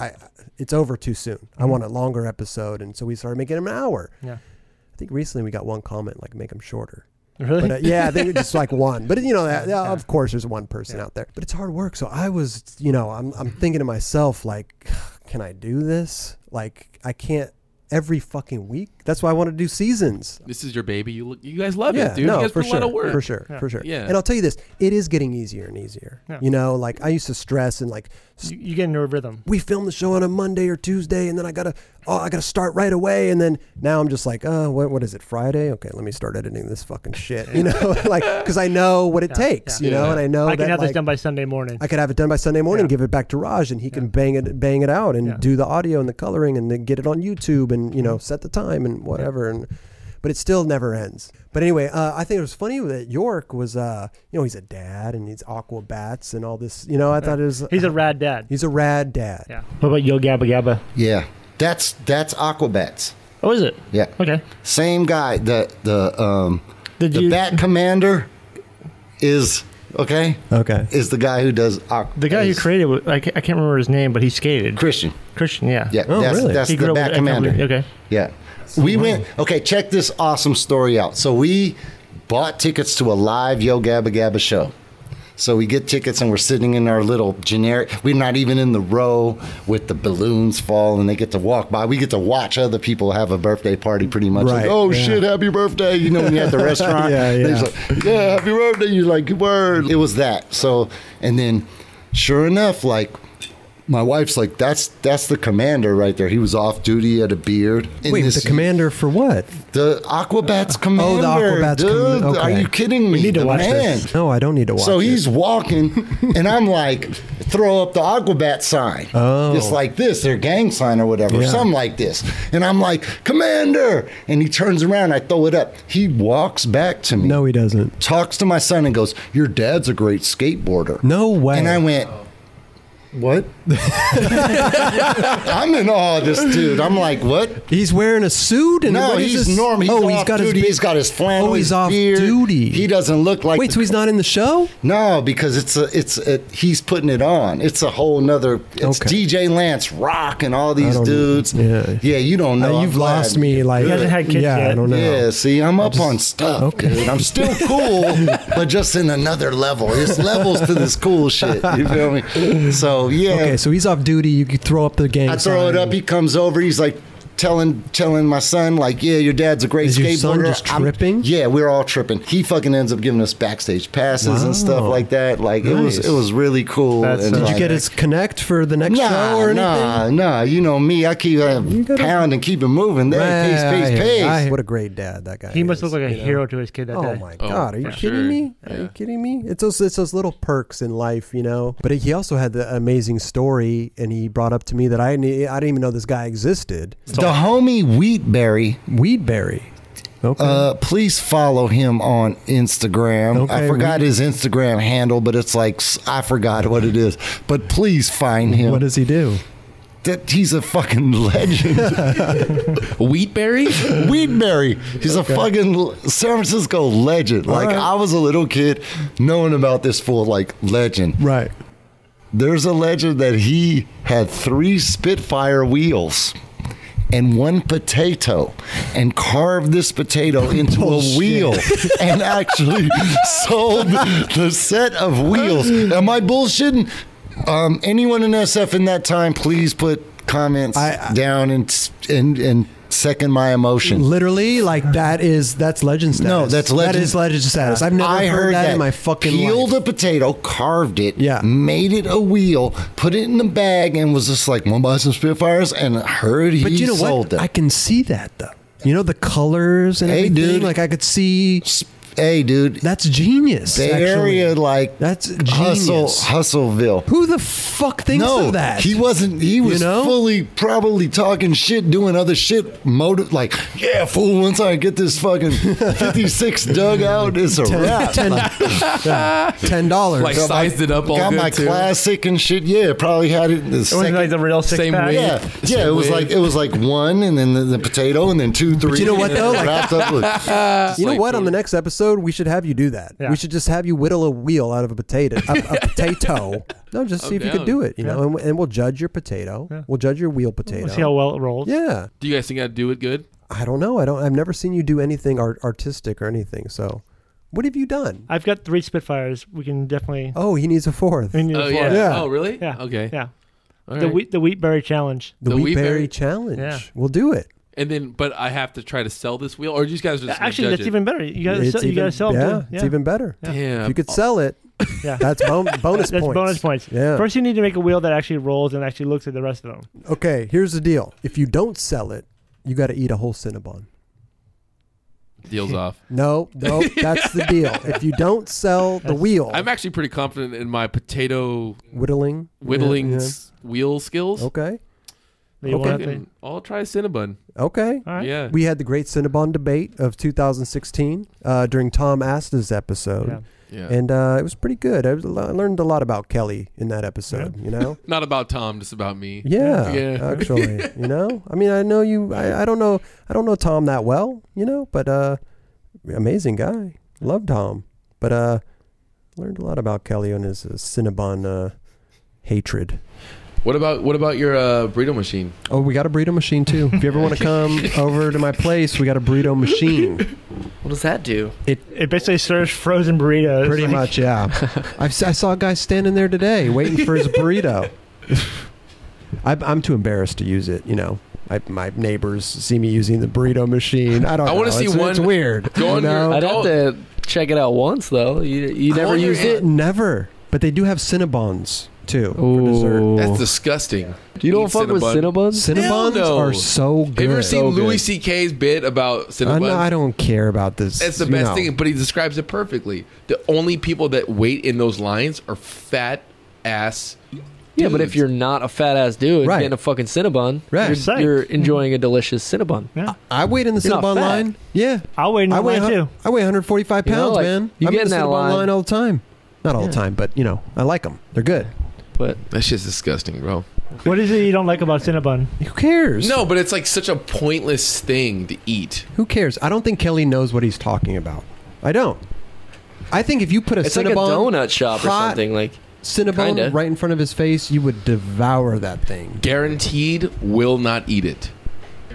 S1: "I, it's over too soon. I
S2: Mhm.
S1: want a longer episode," and so we started making them an hour.
S2: Yeah.
S1: I think recently we got one comment like, "Make them shorter."
S2: Really?
S1: But, uh, yeah, I think it's just like one. But you know, that,
S2: *laughs* Yeah.
S1: yeah, of course, there's one person out there. But it's hard work. So I was, you know, I'm,
S2: *laughs*
S1: I'm thinking to myself, like, can I do this? Like, I can't every fucking week. That's why I want to do seasons.
S3: This is your baby. You look. You guys love
S1: yeah,
S3: it, dude.
S1: No,
S3: you guys
S1: for
S3: put
S1: sure,
S3: a lot of work
S1: for sure, for sure.
S3: Yeah.
S1: And I'll tell you this: it is getting easier and easier.
S2: Yeah.
S1: You know, like I used to stress and like
S2: you, you get into a rhythm.
S1: we film the show on a Monday or Tuesday, and then I gotta, oh, I gotta start right away, and then now I'm just like, oh, what, what is it, Friday? Okay, let me start editing this fucking shit, you know, *laughs* like because I know what it takes, you know, and I know
S2: I can
S1: that
S2: have
S1: like,
S2: this done by Sunday morning.
S1: I could have it done by Sunday morning, give it back to Raj, and he can bang it, bang it out, and do the audio and the coloring, and then get it on YouTube, and you know,
S30: Mm-hmm.
S1: set the time and whatever, and but it still never ends. But anyway, uh, I think it was funny that York was, uh, you know, he's a dad and he's Aquabats and all this, you know, I thought it was
S2: He's a rad dad.
S1: He's a rad dad.
S2: Yeah. What about Yo Gabba Gabba?
S30: Yeah, that's that's Aquabats.
S2: Oh, is it?
S30: Yeah.
S2: Okay.
S30: Same guy. The the um
S2: the
S30: Bat Commander is Okay.
S1: Okay.
S30: Is the guy who does aqua.
S2: The guy who created, wa- I can't, I can't remember his name, but he skated.
S30: Christian.
S2: Christian, yeah.
S30: Yeah,
S3: Oh,
S30: that's, that's
S2: He grew
S30: the
S2: up
S30: back
S2: with-
S30: commander.
S2: Okay.
S30: Yeah. we went, okay, check this awesome story out. So we bought tickets to a live Yo Gabba Gabba show. So we get tickets and we're sitting in our little generic, we're not even in the row with the balloons fall and they get to walk by. We get to watch other people have a birthday party pretty much. Like,
S31: Right,
S30: oh
S31: yeah.
S30: shit, happy birthday. You know, when
S1: *laughs*
S30: you're at the restaurant.
S31: Yeah,
S30: they
S31: yeah.
S30: just like, yeah, happy birthday. You're like, word. It was that. So, and then sure enough, like, my wife's like, that's that's the commander right there. He was off duty at a beard. In
S1: Wait,
S30: this-
S1: the commander for what?
S30: the Aquabats commander.
S1: Oh, the Aquabats.
S30: dude.
S1: com- okay.
S30: Are you kidding me? The man.
S1: No, I don't need to watch.
S30: So
S1: it.
S30: he's walking, *laughs* and I'm like, throw up the Aquabat sign.
S1: Oh.
S30: Just like this, their gang sign or whatever,
S1: Yeah.
S30: something like this. And I'm like, Commander! And he turns around, I throw it up. He walks back to me. No,
S1: he doesn't.
S30: Talks to my son and goes, Your dad's a great skateboarder.
S1: No way.
S30: And I went,
S1: *laughs*
S30: What? *laughs* I'm in awe of this dude. I'm like, What?
S1: He's wearing a suit and
S30: no,
S1: what is
S30: he's
S1: this?
S30: normal. He's
S1: Oh, he's
S30: off
S1: got his
S30: duty.
S1: big-
S30: he's got his flannel.
S1: Oh, he's
S30: his
S1: off
S30: beard.
S1: duty.
S30: He doesn't look like.
S1: Wait, so he's not in the show?
S30: No, because it's a, it's a, he's putting it on. It's a whole nother. It's
S1: Okay.
S30: DJ Lance Rock and all these
S1: don't-
S30: dudes.
S1: Yeah.
S30: yeah, you don't know.
S1: Uh,
S30: I'm
S1: you've
S30: glad.
S1: lost me, like- He hasn't had kids yeah, I yet. don't know.
S30: Yeah, see, I'm up on stuff.
S1: okay.
S30: dude. I'm
S1: *laughs*
S30: still cool, but just in another level. It's levels to this cool shit. You feel me? So yeah,
S1: Okay, so he's off duty. You could throw up the gang.
S30: I throw it
S1: sign.
S30: up. He comes over. He's like telling telling my son like, yeah, your dad's a great
S1: Is
S30: skateboarder.
S1: your son just
S30: I'm- yeah, we're all tripping. He fucking ends up giving us backstage passes and stuff
S1: Wow.
S30: like that. Like it was
S1: Nice.
S30: it was really cool.
S1: That's-
S30: and
S1: Did you
S30: like-
S1: get his connect for the next
S30: Nah,
S1: show or anything?
S30: nah, nah. You know me. I keep uh, pound and keep it moving. There,
S1: Right, I
S30: pace,
S1: hear
S30: pace,
S1: you, I hear
S30: pace.
S1: you. What a great dad that guy.
S2: He must look like a
S1: you know?
S2: hero to his kid that
S1: oh
S2: day.
S1: my god, are you kidding me? Are you kidding me? It's those it's those little perks in life, you know. But he also had the amazing story, and he brought up to me that I didn't, I didn't even know this guy existed.
S30: The homie Wheatberry.
S1: Wheatberry. Okay.
S30: Uh, please follow him on Instagram. I
S1: Okay,
S30: forgot
S1: we-
S30: his Instagram handle, but it's like s- I forgot what it is. But please find him.
S1: What does he do?
S30: That he's a fucking legend.
S3: Wheatberry?
S30: Wheatberry. He's a fucking l- San Francisco legend. Like I was a little kid knowing about this fool like legend.
S1: Right.
S30: There's a legend that he had three Spitfire wheels and one potato and carved this
S1: *laughs* Oh,
S30: potato into a
S31: Bullshit.
S30: wheel and actually sold the set of wheels. Am I bullshitting? Um, anyone in SF in that time, please put comments down and, s- and and second my emotion.
S1: Literally, like that is that's legend status.
S30: No, that's legend.
S1: That is legend status. I've never
S30: I
S1: heard, that, in my fucking
S30: Peeled
S1: life.
S30: a potato, carved it, yeah. made it a wheel, put it in the bag, and was just like, "Want to buy some Spitfires?" And I heard he
S1: But you know
S30: sold
S1: what?
S30: them.
S1: I can see that though. You know the colors and
S30: Hey,
S1: everything.
S30: dude.
S1: Like I could see.
S30: Hey, dude.
S1: That's genius.
S30: Bay
S1: actually.
S30: Area, like
S1: that's
S30: hustle,
S1: genius.
S30: Hustleville.
S1: Who the fuck thinks
S30: no,
S1: of that?
S30: He wasn't. He was fully probably talking shit, doing other shit. Motive, like, yeah, fool. Once I get this
S1: *laughs*
S30: fucking fifty-six dugout, it's a
S1: Ten-
S30: wrap.
S1: *laughs* ten- yeah, *laughs* ten dollars.
S30: Like, Got my- sized it up all got good, my too. classic and shit. Yeah, probably had it. The
S7: It wasn't like the real six pack.
S30: Yeah, yeah. it was like it was like one, and then the, the potato, and then two, three.
S1: But you know what
S30: and
S1: though?
S30: then wrapped up
S1: *laughs*
S30: with-
S1: Like, you know what? On the next episode, we should have you do that. We should just have you whittle a wheel out of a potato. A, a
S2: *laughs*
S1: potato. No, just
S3: I'm
S1: see if you could
S3: down.
S1: do it. You
S3: Yeah.
S1: know, and, we- and we'll judge your potato. We'll judge your wheel potato.
S2: see how well it rolls.
S1: Yeah.
S3: Do you guys think I'd do it good?
S1: I don't know. I don't. I've never seen you do anything art, artistic or anything. So, what have you done?
S2: I've got three Spitfires. We can definitely.
S1: Oh, he needs a fourth.
S2: We need a
S3: Oh,
S2: fourth.
S3: yeah. Oh, really?
S2: Yeah.
S3: Okay.
S2: Yeah.
S3: All
S2: The
S3: right.
S2: wheat, the wheat berry challenge.
S1: The,
S3: The
S1: wheat
S3: Wheatberry-
S1: berry challenge.
S2: Yeah.
S1: We'll do it.
S3: And then, but I have to try to sell this wheel, or you guys are just gonna
S2: Actually,
S3: judge
S2: that's
S3: it?
S2: even better. You gotta sell. You gotta sell.
S1: yeah,
S2: them too.
S1: It's even better.
S2: Yeah.
S1: If you could sell it.
S2: Yeah.
S1: That's
S2: *laughs*
S1: bon- bonus
S2: That's
S1: points.
S2: bonus points.
S1: Yeah.
S2: First, you need to make a wheel that actually rolls and actually looks at the rest of them.
S1: Okay, here's the deal. If you don't sell it, you got to eat a whole Cinnabon. *laughs*
S3: Deals off.
S1: No, no, that's the deal. If you don't sell the wheel,
S3: I'm actually pretty confident in my potato
S1: Whittling?
S3: whittling
S1: Yeah,
S3: s- wheel skills.
S1: Okay.
S3: They
S1: Okay. Oh,
S3: want it- I'll try Cinnabon.
S1: okay.
S3: Yeah.
S1: We had the great Cinnabon debate of 2016 uh, during Tom Asta's episode.
S3: Yeah. Yeah.
S1: And uh, it was pretty good. I, was, I learned a lot about Kelly in that episode,
S3: *laughs*
S1: you know?
S3: Not about Tom, just about me.
S1: Yeah,
S3: Yeah. *laughs*
S1: actually, you know, I mean, I know you. I, I don't know. I don't know Tom that well, you know, but uh, amazing guy. Love Tom, but uh, Learned a lot about Kelly on his uh, Cinnabon uh, hatred.
S3: What about what about your uh, burrito machine?
S1: Oh, we got a burrito machine too. If you ever want to come
S2: *laughs*
S1: over to my place, we got a burrito machine.
S32: What does that do?
S1: It
S2: it basically serves frozen burritos.
S1: Pretty much, yeah.
S2: *laughs*
S1: I've, si saw a guy standing there today waiting for his
S2: *laughs*
S1: burrito. I, I'm too embarrassed to use it. You know, I, my neighbors see me using the burrito machine. I don't.
S3: I
S1: want
S3: wanna
S1: to
S3: see
S1: it's,
S3: one-
S1: It's
S3: *laughs*
S1: weird.
S3: Go on
S1: you know?
S3: your-
S8: I'd have to check it out once though. You, you
S3: I
S8: never
S3: wonder
S8: used
S3: if-
S8: it.
S1: Never. But they do have Cinnabons too for dessert.
S3: That's disgusting.
S8: You don't fuck with Cinnabons?
S1: Cinnabons
S3: Hell no.
S1: are so good.
S3: Have you ever seen
S1: So good.
S3: Louis C.K.'s bit about
S1: I, know,
S3: Cinnabons?
S1: Uh, I don't care about this.
S3: That's the
S1: you
S3: best
S1: know.
S3: thing, but he describes it perfectly. The only people that wait in those lines are fat ass.
S8: Yeah, but if you're not a fat ass dude
S3: Right.
S8: getting a fucking Cinnabon,
S3: Right.
S8: you're-
S3: Psyched.
S8: you're, enjoying a delicious Cinnabon.
S2: Yeah.
S1: I wait in the
S8: You're not
S1: Cinnabon
S8: fat.
S1: line. Yeah,
S2: I wait in
S1: I
S2: the
S1: weigh
S2: line
S1: hun-
S2: too.
S1: I weigh 145
S8: You
S1: pounds,
S8: know, like,
S1: man.
S8: you
S1: I'm
S8: get
S1: in
S8: in
S1: the
S8: that
S1: Cinnabon
S8: line.
S1: line all the time. Not all
S2: Yeah.
S1: the time, but you know, I like them. They're good.
S8: But
S3: That shit's disgusting, bro.
S2: What is it you don't like about Cinnabon?
S1: Who cares?
S3: No, but it's like such a pointless thing to eat.
S1: Who cares? I don't think Kelly knows what he's talking about. I don't. I think if you put a
S8: It's like a
S1: Cinnabon
S8: donut shop or
S1: hot
S8: something, like,
S1: Cinnabon
S8: kinda.
S1: right in front of his face, you would devour that thing.
S3: Guaranteed will not eat it.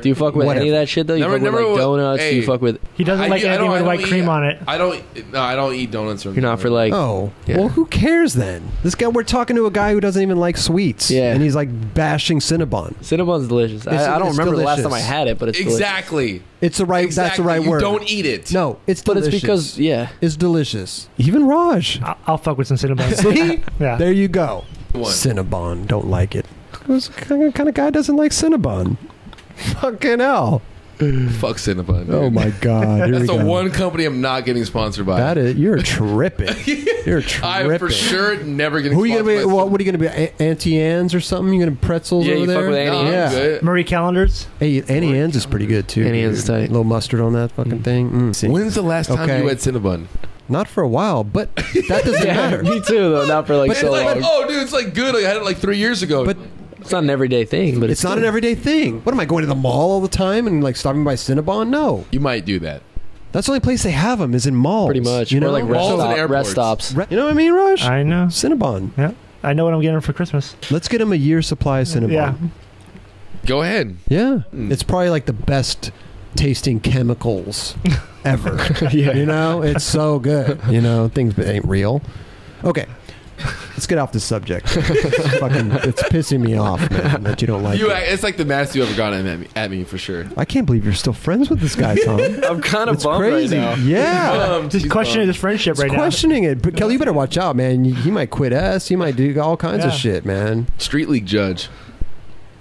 S8: Do you fuck with any of that shit though? You
S3: Remember-
S8: fuck with
S3: remember
S8: like
S3: what-
S8: donuts.
S3: hey,
S8: you fuck with.
S2: He doesn't
S3: I
S2: like
S3: do- I
S2: anything
S3: don't-
S2: with
S3: I
S2: white
S3: don't
S2: cream
S3: eat-
S2: on it.
S3: I don't. No, I don't eat donuts. Or
S8: You're not for like.
S1: oh, well, who cares then? This guy, we're talking to a guy who doesn't even like sweets. Yeah. And he's like bashing Cinnabon.
S8: Cinnabon's delicious. I,
S1: It's-
S8: I don't
S1: it's
S8: remember the last time I
S1: delicious.
S8: had it, but it's delicious.
S3: exactly.
S1: It's the right. That's the
S8: Exactly.
S1: right
S8: You
S1: word.
S8: don't
S3: eat it.
S1: No, it's
S8: But it's
S1: delicious.
S8: because- yeah,
S1: it's delicious. Even Raj.
S2: I'll, I'll fuck with
S8: *laughs*
S2: some Cinnabon.
S1: *laughs* See?
S2: yeah.
S1: There you go.
S2: One.
S1: Cinnabon. Don't like it. Who's the kind of- kind of guy doesn't like Cinnabon? *laughs* Fucking hell.
S3: Fuck Cinnabon. dude.
S1: Oh my god. Here
S3: That's
S1: we
S3: the
S1: go.
S3: one company I'm not getting sponsored by. *laughs*
S1: That is, you're tripping. You're tripping.
S3: I'm for sure never getting.
S1: Who are you
S3: sponsored
S1: gonna be? What, what are you gonna be? A- Auntie Anne's or something? You gonna pretzels
S3: Yeah,
S1: over
S3: you fuck
S1: there?
S3: with Auntie No, Anne's. I'm good.
S2: Marie Callender's.
S1: Hey, Annie Ann's is pretty good too. Annie Ann's tight. little mustard on that fucking thing. Mm, see.
S3: When's the last time you had Cinnabon?
S1: Not for a while, but *laughs* that doesn't
S8: Yeah,
S1: matter.
S8: Me too, though. Not for like
S3: But it's
S8: so
S3: like,
S8: long.
S3: oh, dude, it's like good. I had it like three years ago. But
S8: It's not an everyday thing, but
S1: It's
S8: it's,
S1: not
S8: good.
S1: an everyday thing. What am I going to the mall all the time and like stopping by Cinnabon? No,
S3: you might do that.
S1: That's the only place they have them is in malls.
S8: Pretty much.
S1: you
S8: Or
S1: know,
S8: like rest,
S1: So-
S8: stop- rest stops.
S1: Re- You know what I mean, Rush?
S2: I know.
S1: Cinnabon.
S2: Yeah. I know what I'm getting for Christmas.
S1: Let's get them a year's supply of Cinnabon.
S2: Yeah.
S3: Go ahead.
S1: Yeah. It's probably like the best tasting chemicals ever. You know, it's so good. *laughs* You know, things that ain't real. Okay. Let's get off this subject. *laughs* it's, fucking, it's pissing me off, man, that you don't like
S3: you,
S1: it.
S3: it's like the maddest you ever got at me, at me for sure.
S1: I can't believe you're still friends with this guy,
S3: *laughs*
S8: *laughs*
S1: Tom.
S8: I'm kind of
S1: It's
S8: bummed
S1: crazy.
S8: right now.
S1: Yeah.
S3: Bummed.
S2: Just
S3: He's
S2: questioning
S3: bummed.
S2: his friendship
S1: He's
S2: right
S1: questioning it. But Kelly, you better watch out, man. You- He might quit us. He might do all kinds of
S2: Yeah.
S1: shit, man.
S3: Street league judge.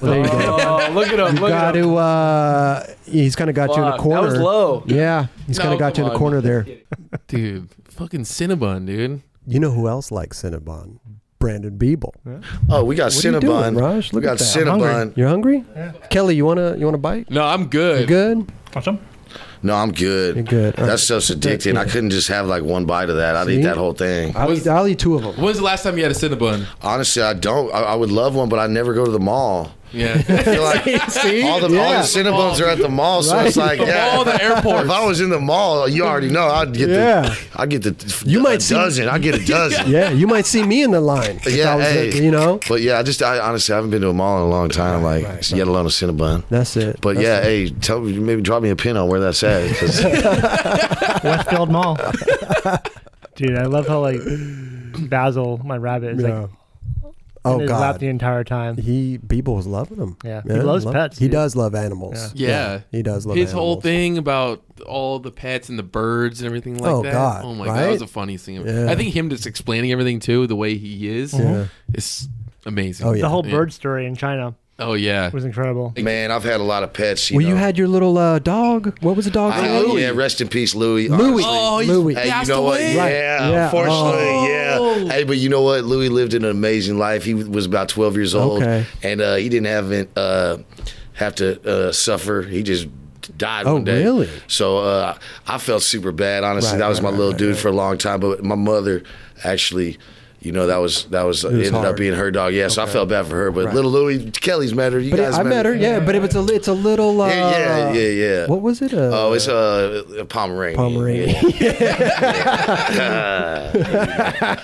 S1: Well, there you go.
S8: *laughs* Oh, look at him!
S1: You
S8: Look at
S1: got
S8: him!
S1: to. Uh, he's kind of got you in
S8: Fuck,
S1: a
S8: that
S1: corner.
S8: was low.
S1: Yeah, he's
S3: No,
S1: kind of got
S3: come
S1: you in a
S3: on.
S8: *laughs*
S1: corner there.
S3: Dude, fucking Cinnabon, dude.
S1: You know who else likes Cinnabon? Brandon Beeble.
S12: Oh, we got
S1: What are you
S12: Cinnabon.
S1: doing, Raj? Look
S12: we
S1: at
S12: got
S1: that.
S12: Cinnabon.
S1: You're hungry? Kelly, you wanna you wanna
S12: *laughs*
S1: bite?
S3: No, I'm good.
S1: You good?
S2: Awesome.
S12: No, I'm good. You're
S1: good.
S12: That stuff's addicting. I couldn't just have like one bite of that. I'd
S1: See?
S12: eat that whole thing.
S1: I'll, eat, I'll eat two of them.
S3: When's the last time you had a Cinnabon?
S12: Honestly, I don't. I, I would love one, but I never go to the mall.
S3: Yeah. *laughs*
S12: I feel like all the all
S1: Yeah.
S12: the Cinnabons are at the mall, so it's
S1: Right.
S12: like
S1: The
S12: yeah.
S3: mall, the airport.
S12: *laughs* If I was in the mall, you already know I'd get
S1: Yeah.
S12: the I get the you might a dozen. I get
S1: *laughs*
S12: a dozen.
S1: Yeah, you might see me in the line. if I
S12: Yeah,
S1: was
S12: hey,
S1: a- you know.
S12: But yeah, I just I honestly haven't been to a mall in a long time, like yet alone a Cinnabon.
S1: That's it.
S12: But
S1: That's
S12: yeah,
S1: it.
S12: hey, tell me maybe drop me a pin on where that's at. 'cause-
S2: now.
S1: *laughs*
S2: Westfield Mall. Dude, I love how like Basil, my rabbit, is
S1: Yeah.
S2: like
S1: Oh,
S2: in his lap
S1: God.
S2: the entire time.
S1: He Beeble was loving them.
S2: Yeah. He loves pets,
S1: He
S2: dude.
S1: does love animals.
S3: Yeah.
S1: he does love
S3: His
S1: animals.
S3: whole thing about all the pets and the birds and everything like
S1: Oh,
S3: that.
S1: God,
S3: oh my god,
S1: right?
S3: that was the funniest thing. ever.
S1: Yeah.
S3: I think him just explaining everything too, the way he is,
S1: Mhm.
S3: is amazing.
S1: Oh,
S2: The whole bird story in China
S3: *laughs* Oh yeah.
S2: was incredible.
S12: Man, I've had a lot of pets. You
S1: Well,
S12: know.
S1: you had your little uh, dog. What was the dog?
S12: I-
S1: called?
S12: yeah, rest in peace, Louis.
S1: Louis.
S12: honestly.
S1: Oh, he Louis.
S12: Hey, you
S1: passed
S12: know what?
S1: away? Right. Oh.
S12: Yeah,
S1: Yeah.
S12: unfortunately, yeah. Hey, but you know what? Louis lived an amazing life. He was about 12 years old,
S1: Okay.
S12: and uh, he didn't have uh, have to uh, suffer. He just died
S1: Oh,
S12: one day.
S1: really?
S12: So uh, I felt super bad. Honestly,
S1: Right,
S12: that was
S1: right,
S12: my
S1: right,
S12: little
S1: right,
S12: dude for a long time. But my mother actually you know that was that was,
S14: It was
S12: ended
S14: hard.
S12: up being her dog. Yeah, so I
S14: Okay.
S12: felt bad for her, but
S14: Right.
S12: little Louie Kelly's met her. You
S14: But it-
S12: guys
S14: I met her, yeah. But it was a, li- it's a little. Uh,
S12: yeah, yeah, yeah, yeah.
S14: What was it? Uh,
S12: oh, it's uh, a Pomeranian.
S14: Pomeranian.
S12: Yeah. *laughs*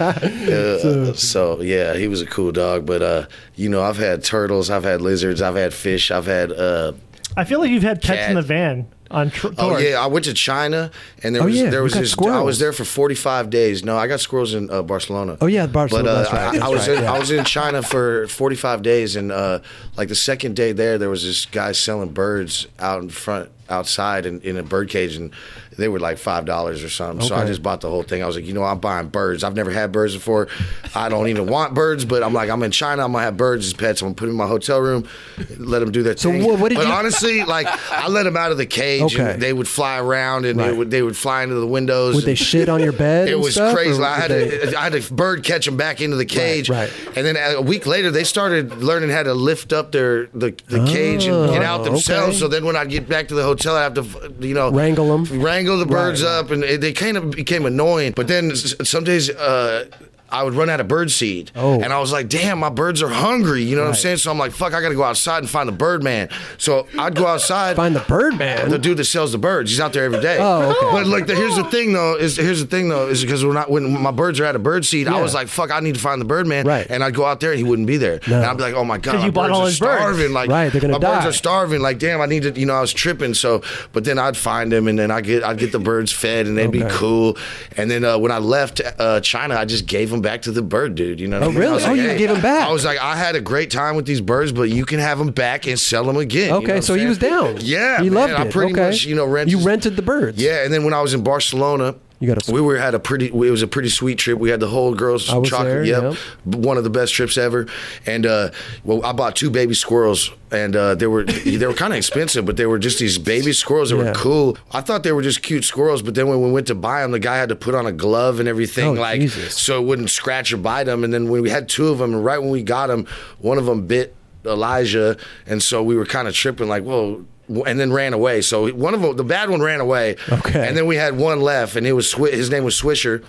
S12: Uh, so yeah, he was a cool dog. But uh, you know, I've had turtles, I've had lizards, I've had fish, I've had uh,
S2: I feel like you've had pets in the van on tr-
S12: Oh
S2: tour.
S12: yeah, I went to China and there
S2: Oh,
S12: was
S2: yeah,
S12: there
S2: you
S12: was
S2: got
S12: this. I
S2: squirrels.
S12: was there for forty five days. No, I got squirrels in uh, Barcelona.
S14: Oh, yeah, Barcelona,
S12: But uh,
S14: that's right,
S12: I- I,
S14: that's
S12: was
S14: right,
S12: in,
S14: yeah.
S12: I was in China for forty five days, and uh, like the second day there, there was this guy selling birds out in front outside in, in a bird cage and they were like five dollars or something so i
S15: Okay.
S12: just bought the whole thing i was like you know i'm buying birds i've never had birds before i don't even want birds but i'm like i'm in china i'm gonna have birds as pets i'm gonna put them in my hotel room let them do their thing
S14: wha- what did
S12: but
S14: you-
S12: honestly like i let them out of the cage
S14: Okay.
S12: and they would fly around and
S14: Right.
S12: they, would, they would fly into the windows
S14: would they
S12: and-
S14: shit on your bed?
S12: *laughs* it
S14: and
S12: was
S14: stuff, or
S12: crazy. Like, I
S14: would
S12: had
S14: they-
S12: a, I had a bird catch them back into the cage,
S14: right.
S12: and then a week later they started learning how to lift up their the, the cage and
S14: Oh,
S12: get out themselves.
S14: okay.
S12: So then when I get back to the hotel, I have to you know
S14: Wrangle 'em.
S12: wrangle the birds
S14: Right.
S12: up, and it, they kind of became annoying. But then s- some days. Uh, I would run out of bird seed.
S14: Oh.
S12: And I was like, damn, my birds are hungry. You know what I'm
S14: Right.
S12: saying? So I'm like, fuck, I got to go outside and find the bird man. So I'd go outside. Find
S14: the bird man?
S12: The dude that sells the birds. He's out there every day.
S14: Oh, okay.
S12: But like, the, here's the thing though, is here's the thing though, is because when, I, when my birds are out of bird seed, I
S14: Yeah.
S12: was like, fuck, I need to find the bird man. Right. And I'd go out there and he wouldn't be there.
S14: No.
S12: And I'd be like, oh my God,
S14: 'Cause
S12: my
S14: you bought
S12: birds
S14: all
S12: are
S14: his birds.
S12: starving. Like,
S14: Right, they're gonna
S12: my birds
S14: die.
S12: are starving. Like, damn, I need to, you know, I was tripping. So, but then I'd find them and then I get, I'd get the birds fed and they'd be
S14: Okay.
S12: cool. And then uh, when I left uh, China, I just gave them back to the bird dude. You know
S14: Oh,
S12: what I mean? I
S14: really?
S12: was
S14: Oh,
S12: like,
S14: you
S12: hey.
S14: gave 'em back.
S12: I was like, I had a great time with these birds, but you can have them back and sell them again. You
S14: Okay,
S12: know what
S14: so
S12: I'm
S14: he was
S12: saying?
S14: down.
S12: *laughs* Yeah,
S14: He
S12: man,
S14: loved
S12: I
S14: it.
S12: pretty
S14: Okay.
S12: much, you know, rented.
S14: You rented the birds.
S12: Yeah, and then when I was in Barcelona,
S14: You gotta-
S12: we were had a pretty. It was a pretty sweet trip. We had the whole girls
S14: I was there,
S12: chocolate.
S14: yep.
S12: B- one of the best trips ever. And uh, well, I bought two baby squirrels, and uh, they were *laughs* they were kind of expensive, but they were just these baby squirrels that
S14: Yeah.
S12: were cool. I thought they were just cute squirrels, but then when we went to buy them, the guy had to put on a glove and everything,
S14: Oh,
S12: like
S14: Jesus.
S12: so it wouldn't scratch or bite them. And then when we had two of them, and right when we got them, one of them bit Elijah, and so we were kind of tripping, like whoa. And then ran away. So one of them, the bad one, ran away. Okay. And then we had one left, and it was Swi- his name was Swisher,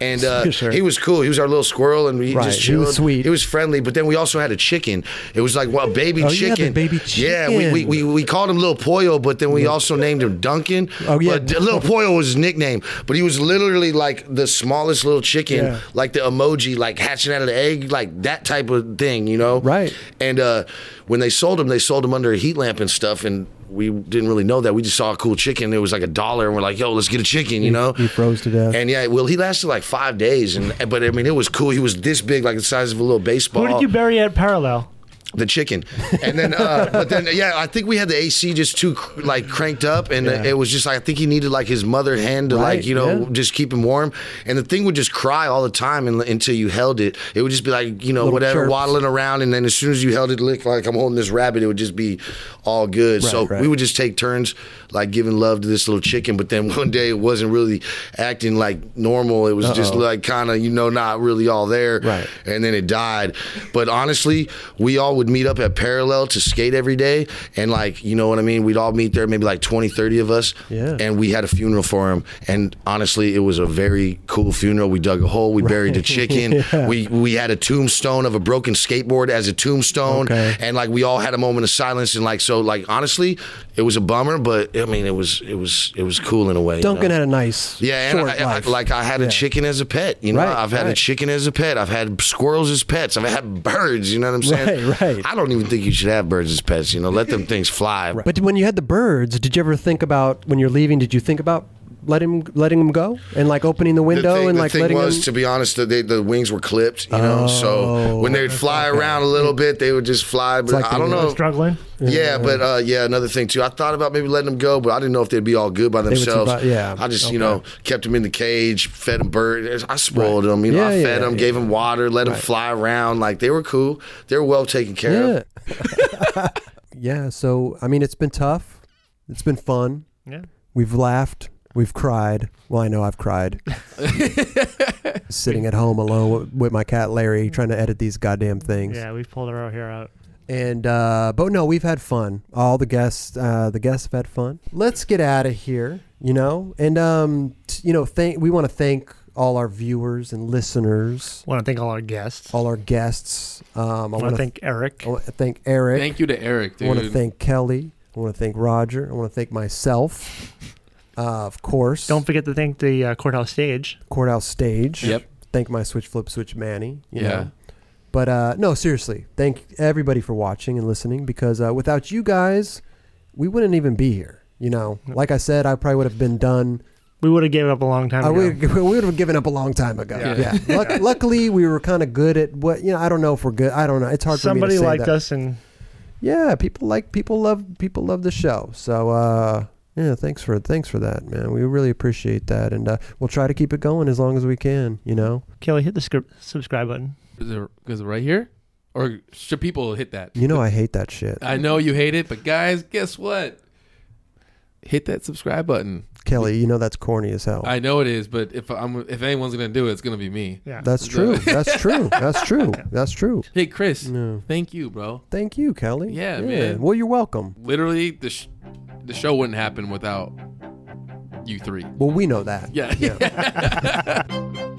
S12: and uh,
S14: Swisher.
S12: he was cool. He was our little squirrel, and we
S14: Right,
S12: just
S14: he was
S12: chilled.
S14: sweet.
S12: He was friendly. But then we also had a chicken. It was like well, a baby
S14: Oh, yeah, the
S12: chicken.
S14: baby
S12: Yeah, we, we,
S14: chicken.
S12: we, we called him Little Pollo, but then we also named him Duncan.
S14: Oh, yeah.
S12: But Little Pollo was his nickname, but he was literally like the smallest little chicken,
S14: Yeah.
S12: like the emoji, like hatching out of the egg, like that type of thing, you know? Right. And uh, when they sold him, they sold him under a heat lamp and stuff, and we didn't really know that. We just saw a cool chicken. It was like a dollar, and we're like, yo, let's get a chicken, you know?
S14: He froze to death.
S12: And yeah, well, he lasted like five days, and but I mean, it was cool. He was this big, like the size of a little baseball.
S2: Who did you bury at Parallel?
S12: The chicken, and then uh,
S14: *laughs*
S12: but then yeah, I think we had the AC just too like cranked up, and
S14: Yeah.
S12: it was just like I think he needed like his mother hand to
S14: Right,
S12: like you know
S14: yeah.
S12: just keep him warm, and the thing would just cry all the time and, until you held it. It would just be like you know
S14: Little
S12: whatever
S14: chirps.
S12: waddling around, and then as soon as you held it, lick like I'm holding this rabbit, it would just be all good.
S14: Right,
S12: so
S14: right.
S12: we would just take turns like giving love to this little chicken, but then *laughs* one day it wasn't really acting like normal. It was just
S14: Uh-oh.
S12: like kind of you know not really all there,
S14: Right.
S12: and then it died. But honestly, we all would meet up at Parallel to skate every day. And like, you know what I mean? We'd all meet there, maybe like 20, 30 of us.
S14: Yeah.
S12: And we had a funeral for him. And honestly, it was a very cool funeral. We dug a hole, we buried
S14: *laughs*
S12: the chicken.
S14: Yeah.
S12: We we had a tombstone of a broken skateboard as a tombstone.
S14: Okay.
S12: And like we all had a moment of silence and like so like honestly, it was a bummer, but I mean it was it was it was cool in a way. you
S14: Duncan
S12: know?
S14: had a nice
S12: Yeah, and
S14: short
S12: I, I-
S14: life.
S12: like I had a chicken as a pet. You know,
S14: Right,
S12: I've had a
S14: right.
S12: chicken as a pet. I've had squirrels as pets. I've had birds. You know what I'm saying?
S14: Right, right.
S12: I don't even think you should have birds as pets. You know,
S14: *laughs*
S12: let them things fly.
S14: But when you had the birds, did you ever think about when you're leaving? Did you think about letting letting them go and like opening the window
S12: the thing,
S14: and
S12: the
S14: like
S12: thing
S14: letting
S12: was,
S14: them? Oh,
S12: to be honest, the, they, the wings were clipped. You know, so when they would fly around a little bit, they would just fly. But
S2: Like
S12: I don't
S2: they were
S12: know.
S2: Struggling.
S12: Yeah, but uh, yeah, another thing too. I thought about maybe letting them go, but I didn't know if they'd be all good by
S14: They would
S12: themselves.
S14: survive- yeah.
S12: I just
S14: Okay.
S12: you know kept them in the cage, fed them birds. I spoiled them. You know,
S14: Yeah,
S12: I fed
S14: yeah,
S12: them,
S14: yeah.
S12: gave them water, let them
S14: Right.
S12: fly around. Like they were cool. They were well taken care of.
S14: yeah. yeah. So I mean, it's been tough. It's been fun.
S2: Yeah.
S14: We've laughed. We've cried. Well, I know I've cried. Sitting at home alone wi- with my cat Larry, trying to edit these goddamn things.
S2: Yeah, we've pulled our hair out.
S14: And uh, but no, we've had fun. All the guests, uh, the guests have had fun. Let's get out of here, you know. And um, t- you know, thank we want to thank
S1: all our viewers and listeners.
S2: Want to thank all our guests.
S1: All our guests. Um, I
S2: Wanna
S1: wanna
S2: thank Eric.
S1: I want to thank Eric.
S3: Thank you to Eric,
S1: I want to
S3: dude.
S1: thank Kelly. I want to thank Roger. I want to thank myself. Uh, of course.
S2: Don't forget to thank the uh, courthouse stage.
S1: Courthouse stage.
S2: Yep.
S1: Thank my switch flip switch Manny. You
S2: Yeah.
S1: Know. But uh, no, seriously, thank everybody for watching and listening because uh, without you guys, we wouldn't even be here. You know, like I said, I probably would have been done.
S2: We would have given up a long time
S1: I
S2: ago.
S1: would, we would have given up a long time ago.
S2: Yeah.
S1: Yeah.
S2: *laughs*
S1: Luck, luckily, we were kind of good at what you know. I don't know if we're good. I don't know. It's hard for me
S2: Somebody
S1: to say
S2: liked
S1: that.
S2: us and
S1: Yeah, people like people love people love the show. So uh yeah, thanks for thanks for that, man. We really appreciate that and uh we'll try to keep it going as long as we can, you know.
S2: Kelly hit the script, subscribe button.
S3: Is it, is it right here? Or should people hit that?
S1: You know I hate that shit.
S3: I know you hate it, but guys, guess what? Hit that subscribe button. Uh,
S1: Kelly, you know that's corny as hell.
S3: I know it is, but if I'm if anyone's gonna do it, it's gonna be me.
S2: Yeah,
S3: *laughs*
S1: That's true. That's true. That's true. That's true.
S3: Hey, Chris. Thank you, bro.
S1: Thank you, Kelly.
S3: Yeah, man.
S1: Well, you're welcome.
S3: Literally, the sh- the show wouldn't happen without you three. *laughs*
S1: Well, we know that. *laughs*
S3: Yeah.